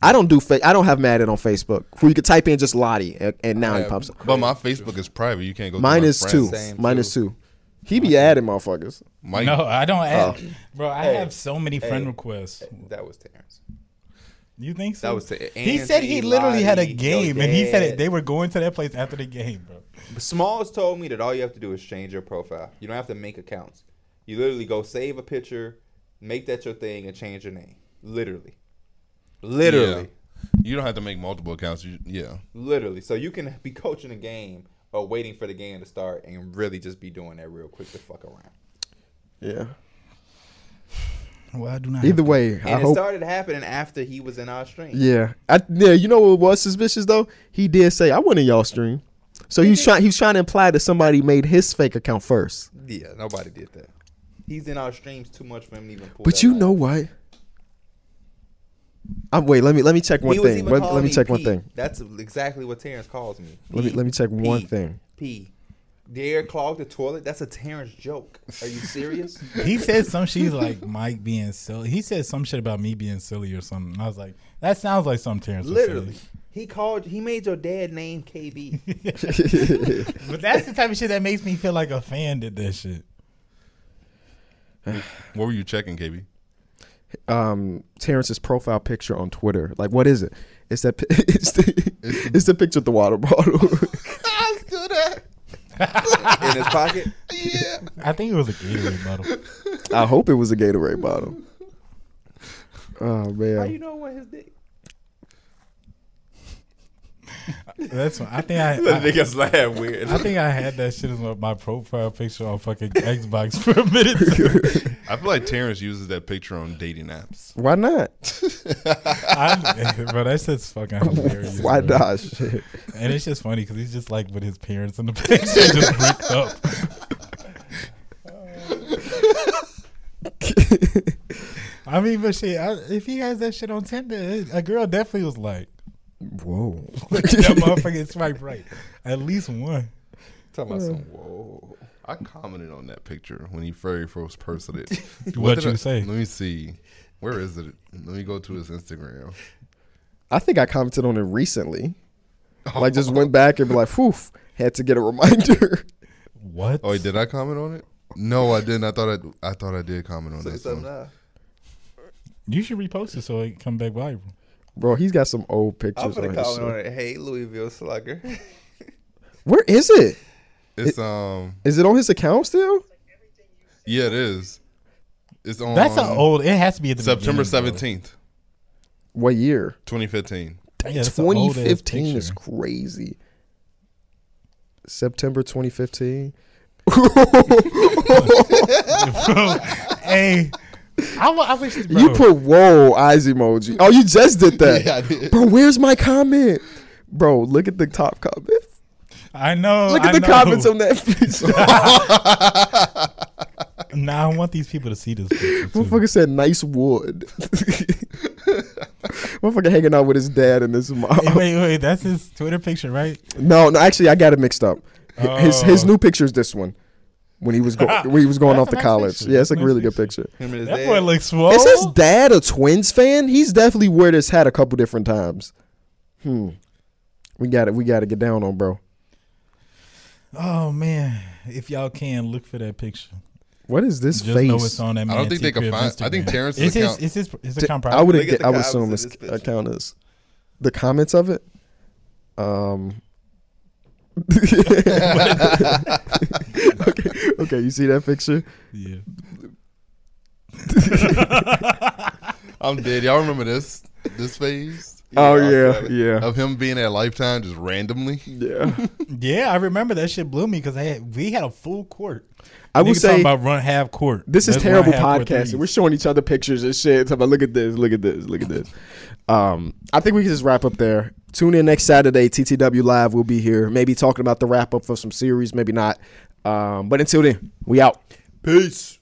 Speaker 1: I don't do fa- I don't have him added on Facebook. Where you could type in just Lottie and, and now he pops up.
Speaker 5: But my Facebook is private. You can't go. through
Speaker 1: Mine
Speaker 5: my
Speaker 1: is two.
Speaker 5: friends.
Speaker 2: Same,
Speaker 1: Mine is two. He be adding motherfuckers.
Speaker 5: Mike,
Speaker 4: No, I don't have, bro. I have so many friend
Speaker 2: Hey.
Speaker 4: requests.
Speaker 2: That was Terrence.
Speaker 4: You think so?
Speaker 2: That was the
Speaker 4: he said he
Speaker 2: Anthony
Speaker 4: literally had a
Speaker 2: Lottie,
Speaker 4: game,
Speaker 2: your
Speaker 4: and he said
Speaker 2: dad.
Speaker 4: it, they were going to that place after the game, bro.
Speaker 2: Smalls told me that all you have to do is change your profile. You don't have to make accounts. You literally go save a picture, make that your thing, and change your name. Literally. Literally.
Speaker 5: you don't have to make multiple accounts. You, yeah.
Speaker 2: Literally. So you can be coaching a game or waiting for the game to start and really just be doing that real quick to fuck around.
Speaker 1: Yeah.
Speaker 4: Well, I do not.
Speaker 1: Either way,
Speaker 2: And
Speaker 1: I
Speaker 2: it
Speaker 1: hope.
Speaker 2: started happening after he was in our stream.
Speaker 1: Yeah. I, yeah. You know what was suspicious though? He did say I went in y'all stream. So he
Speaker 2: Mm-hmm.
Speaker 1: was trying. He was trying to imply that somebody made his fake account first.
Speaker 2: Yeah, nobody did that. He's in our streams too much for him to even pull
Speaker 1: But
Speaker 2: that
Speaker 1: you
Speaker 2: line.
Speaker 1: know what? I'm wait. Let me let me check one
Speaker 2: He was
Speaker 1: thing.
Speaker 2: even
Speaker 1: Let, let
Speaker 2: calling
Speaker 1: me check one
Speaker 2: P.
Speaker 1: thing.
Speaker 2: That's exactly what Terrence calls me.
Speaker 1: Let me-
Speaker 2: P,
Speaker 1: let me check one
Speaker 2: P,
Speaker 1: thing.
Speaker 2: P. Dare clog the toilet? That's a Terrence joke. Are you
Speaker 1: *laughs*
Speaker 2: serious?
Speaker 4: he said some she's like Mike being silly. He said some shit about me being silly or something. I was like, that sounds like some Terrence. would say.
Speaker 2: Literally. He called he made your dad
Speaker 1: *laughs*
Speaker 2: name KB.
Speaker 4: but that's the type of shit that makes me feel like a fan did that shit.
Speaker 5: What were you checking, KB?
Speaker 1: Um, Terrence's profile picture on Twitter. Like, what is it? It's that. *laughs* pi- It's the, it's the picture of the water bottle.
Speaker 5: *laughs*
Speaker 1: *laughs*
Speaker 5: I still that.
Speaker 2: in his pocket.
Speaker 5: Yeah.
Speaker 4: I think it was a Gatorade bottle.
Speaker 1: I hope it was a Gatorade bottle. Oh
Speaker 2: How you
Speaker 1: man.
Speaker 2: know what his dick?
Speaker 4: That's. what- I think I. I
Speaker 2: niggas laugh weird.
Speaker 4: I think I had that shit as my- my profile picture on fucking Xbox for a
Speaker 2: *laughs*
Speaker 4: minute.
Speaker 5: I feel like Terrence uses that picture on dating apps.
Speaker 1: Why not?
Speaker 4: I, bro, that shit's fucking hilarious.
Speaker 1: *laughs* Why
Speaker 4: bro.
Speaker 1: not? Shit.
Speaker 4: And it's just funny because he's just like with his parents in the *laughs* picture, just bricked up. I mean, but shit, I, if he has that shit on Tinder, it- a girl definitely was like, *laughs*
Speaker 1: Whoa. *laughs*
Speaker 4: that motherfucker swipe right. At least one.
Speaker 2: Talking about some whoa.
Speaker 3: I commented on that picture when he very first posted
Speaker 5: *laughs*
Speaker 3: it.
Speaker 4: What
Speaker 3: did
Speaker 4: you
Speaker 3: I-
Speaker 4: say?
Speaker 3: Let me see. Where is it? Let me go to his Instagram.
Speaker 1: I think I commented on it recently.
Speaker 2: Oh.
Speaker 1: Like just went back and be like, "Poof!" Had to get a *laughs* reminder.
Speaker 4: What?
Speaker 3: Oh, wait, did I comment on it? No, I didn't. I thought I, I thought I did comment on
Speaker 2: Say
Speaker 3: this
Speaker 2: something
Speaker 3: one.
Speaker 2: now.
Speaker 4: You should repost it so it come back viral.
Speaker 1: Bro, he's got some old
Speaker 2: I'm
Speaker 1: pictures.
Speaker 2: gonna
Speaker 1: on his
Speaker 2: comment
Speaker 1: shit.
Speaker 2: on it. Hey, Louisville Slugger. *laughs*
Speaker 1: Where is it?
Speaker 3: It's um,
Speaker 1: Is it on his account still?
Speaker 3: yeah, it is. It's on.
Speaker 4: That's an old. It has to be at the
Speaker 3: Um, September
Speaker 4: beginning,
Speaker 3: seventeenth,
Speaker 1: What year?
Speaker 3: twenty fifteen.
Speaker 4: bro. Yeah, that's an old-ass
Speaker 1: 2015 is
Speaker 4: picture.
Speaker 1: crazy. September 2015.
Speaker 4: Bro, hey, I, wa- I wish bro,
Speaker 1: You put whoa eyes emoji. Oh, you just did
Speaker 2: *laughs*
Speaker 1: that.
Speaker 3: *laughs* Yeah, I did.
Speaker 1: Bro, where's my comment? Bro, look at the top comment.
Speaker 4: I know.
Speaker 1: Look
Speaker 4: I
Speaker 1: at the
Speaker 4: know.
Speaker 1: comments on
Speaker 4: *laughs*
Speaker 1: that picture.
Speaker 4: Nah, I want these people to *laughs* see this. Picture too.
Speaker 1: Motherfucker said nice wood. *laughs* Motherfucker hanging out with his dad and his mom.
Speaker 4: Hey, wait, wait, that's his Twitter picture, right?
Speaker 1: No, no, actually I got it mixed up. H- His his
Speaker 4: Oh.
Speaker 1: new picture is this one. When he was
Speaker 4: *laughs*
Speaker 1: go- when he was going
Speaker 4: That's
Speaker 1: off to
Speaker 4: a nice
Speaker 1: college.
Speaker 4: picture.
Speaker 1: Yeah, it's a
Speaker 4: Nice
Speaker 1: really good picture.
Speaker 2: Him and his
Speaker 4: That
Speaker 2: dad.
Speaker 4: boy looks swole.
Speaker 1: Is his dad a Twins fan? He's definitely wore this hat a couple different times. Hmm. We got it. We got to get down on, bro.
Speaker 4: Oh man, if y'all can look for that picture,
Speaker 1: What is this
Speaker 4: just
Speaker 1: face?
Speaker 4: know it's on that.
Speaker 3: I
Speaker 4: Man
Speaker 3: don't think they can find- I think
Speaker 4: Terrence.
Speaker 3: Terrence's
Speaker 4: Is his,
Speaker 3: account-
Speaker 4: is his is his
Speaker 1: Di-
Speaker 4: account
Speaker 1: I
Speaker 4: private?
Speaker 1: would
Speaker 2: Look at the
Speaker 1: I would
Speaker 2: comments
Speaker 1: assume
Speaker 2: of
Speaker 1: his
Speaker 2: this picture.
Speaker 1: account is the comments of it. Um. *laughs* okay. Okay. You see that picture?
Speaker 4: Yeah.
Speaker 3: I'm dead. Y'all remember this this phase
Speaker 1: oh
Speaker 2: I
Speaker 1: yeah.
Speaker 2: got it.
Speaker 1: Yeah.
Speaker 3: of him being at Lifetime just randomly?
Speaker 1: Yeah.
Speaker 4: Yeah, I remember that shit blew me because I had, we had a full court.
Speaker 1: I will
Speaker 4: Nigga talking
Speaker 1: say
Speaker 4: about run half court.
Speaker 1: this is
Speaker 4: Let's run
Speaker 1: terrible
Speaker 4: half court
Speaker 1: podcasting.
Speaker 4: threes.
Speaker 1: We're showing each other pictures and shit. Talking about look at this, look at this, look at this. Um, I think we can just wrap up there. Tune in next Saturday, TTW Live. We'll be here, maybe talking about the wrap up for some series, maybe not. Um, but until then, we out.
Speaker 2: Peace.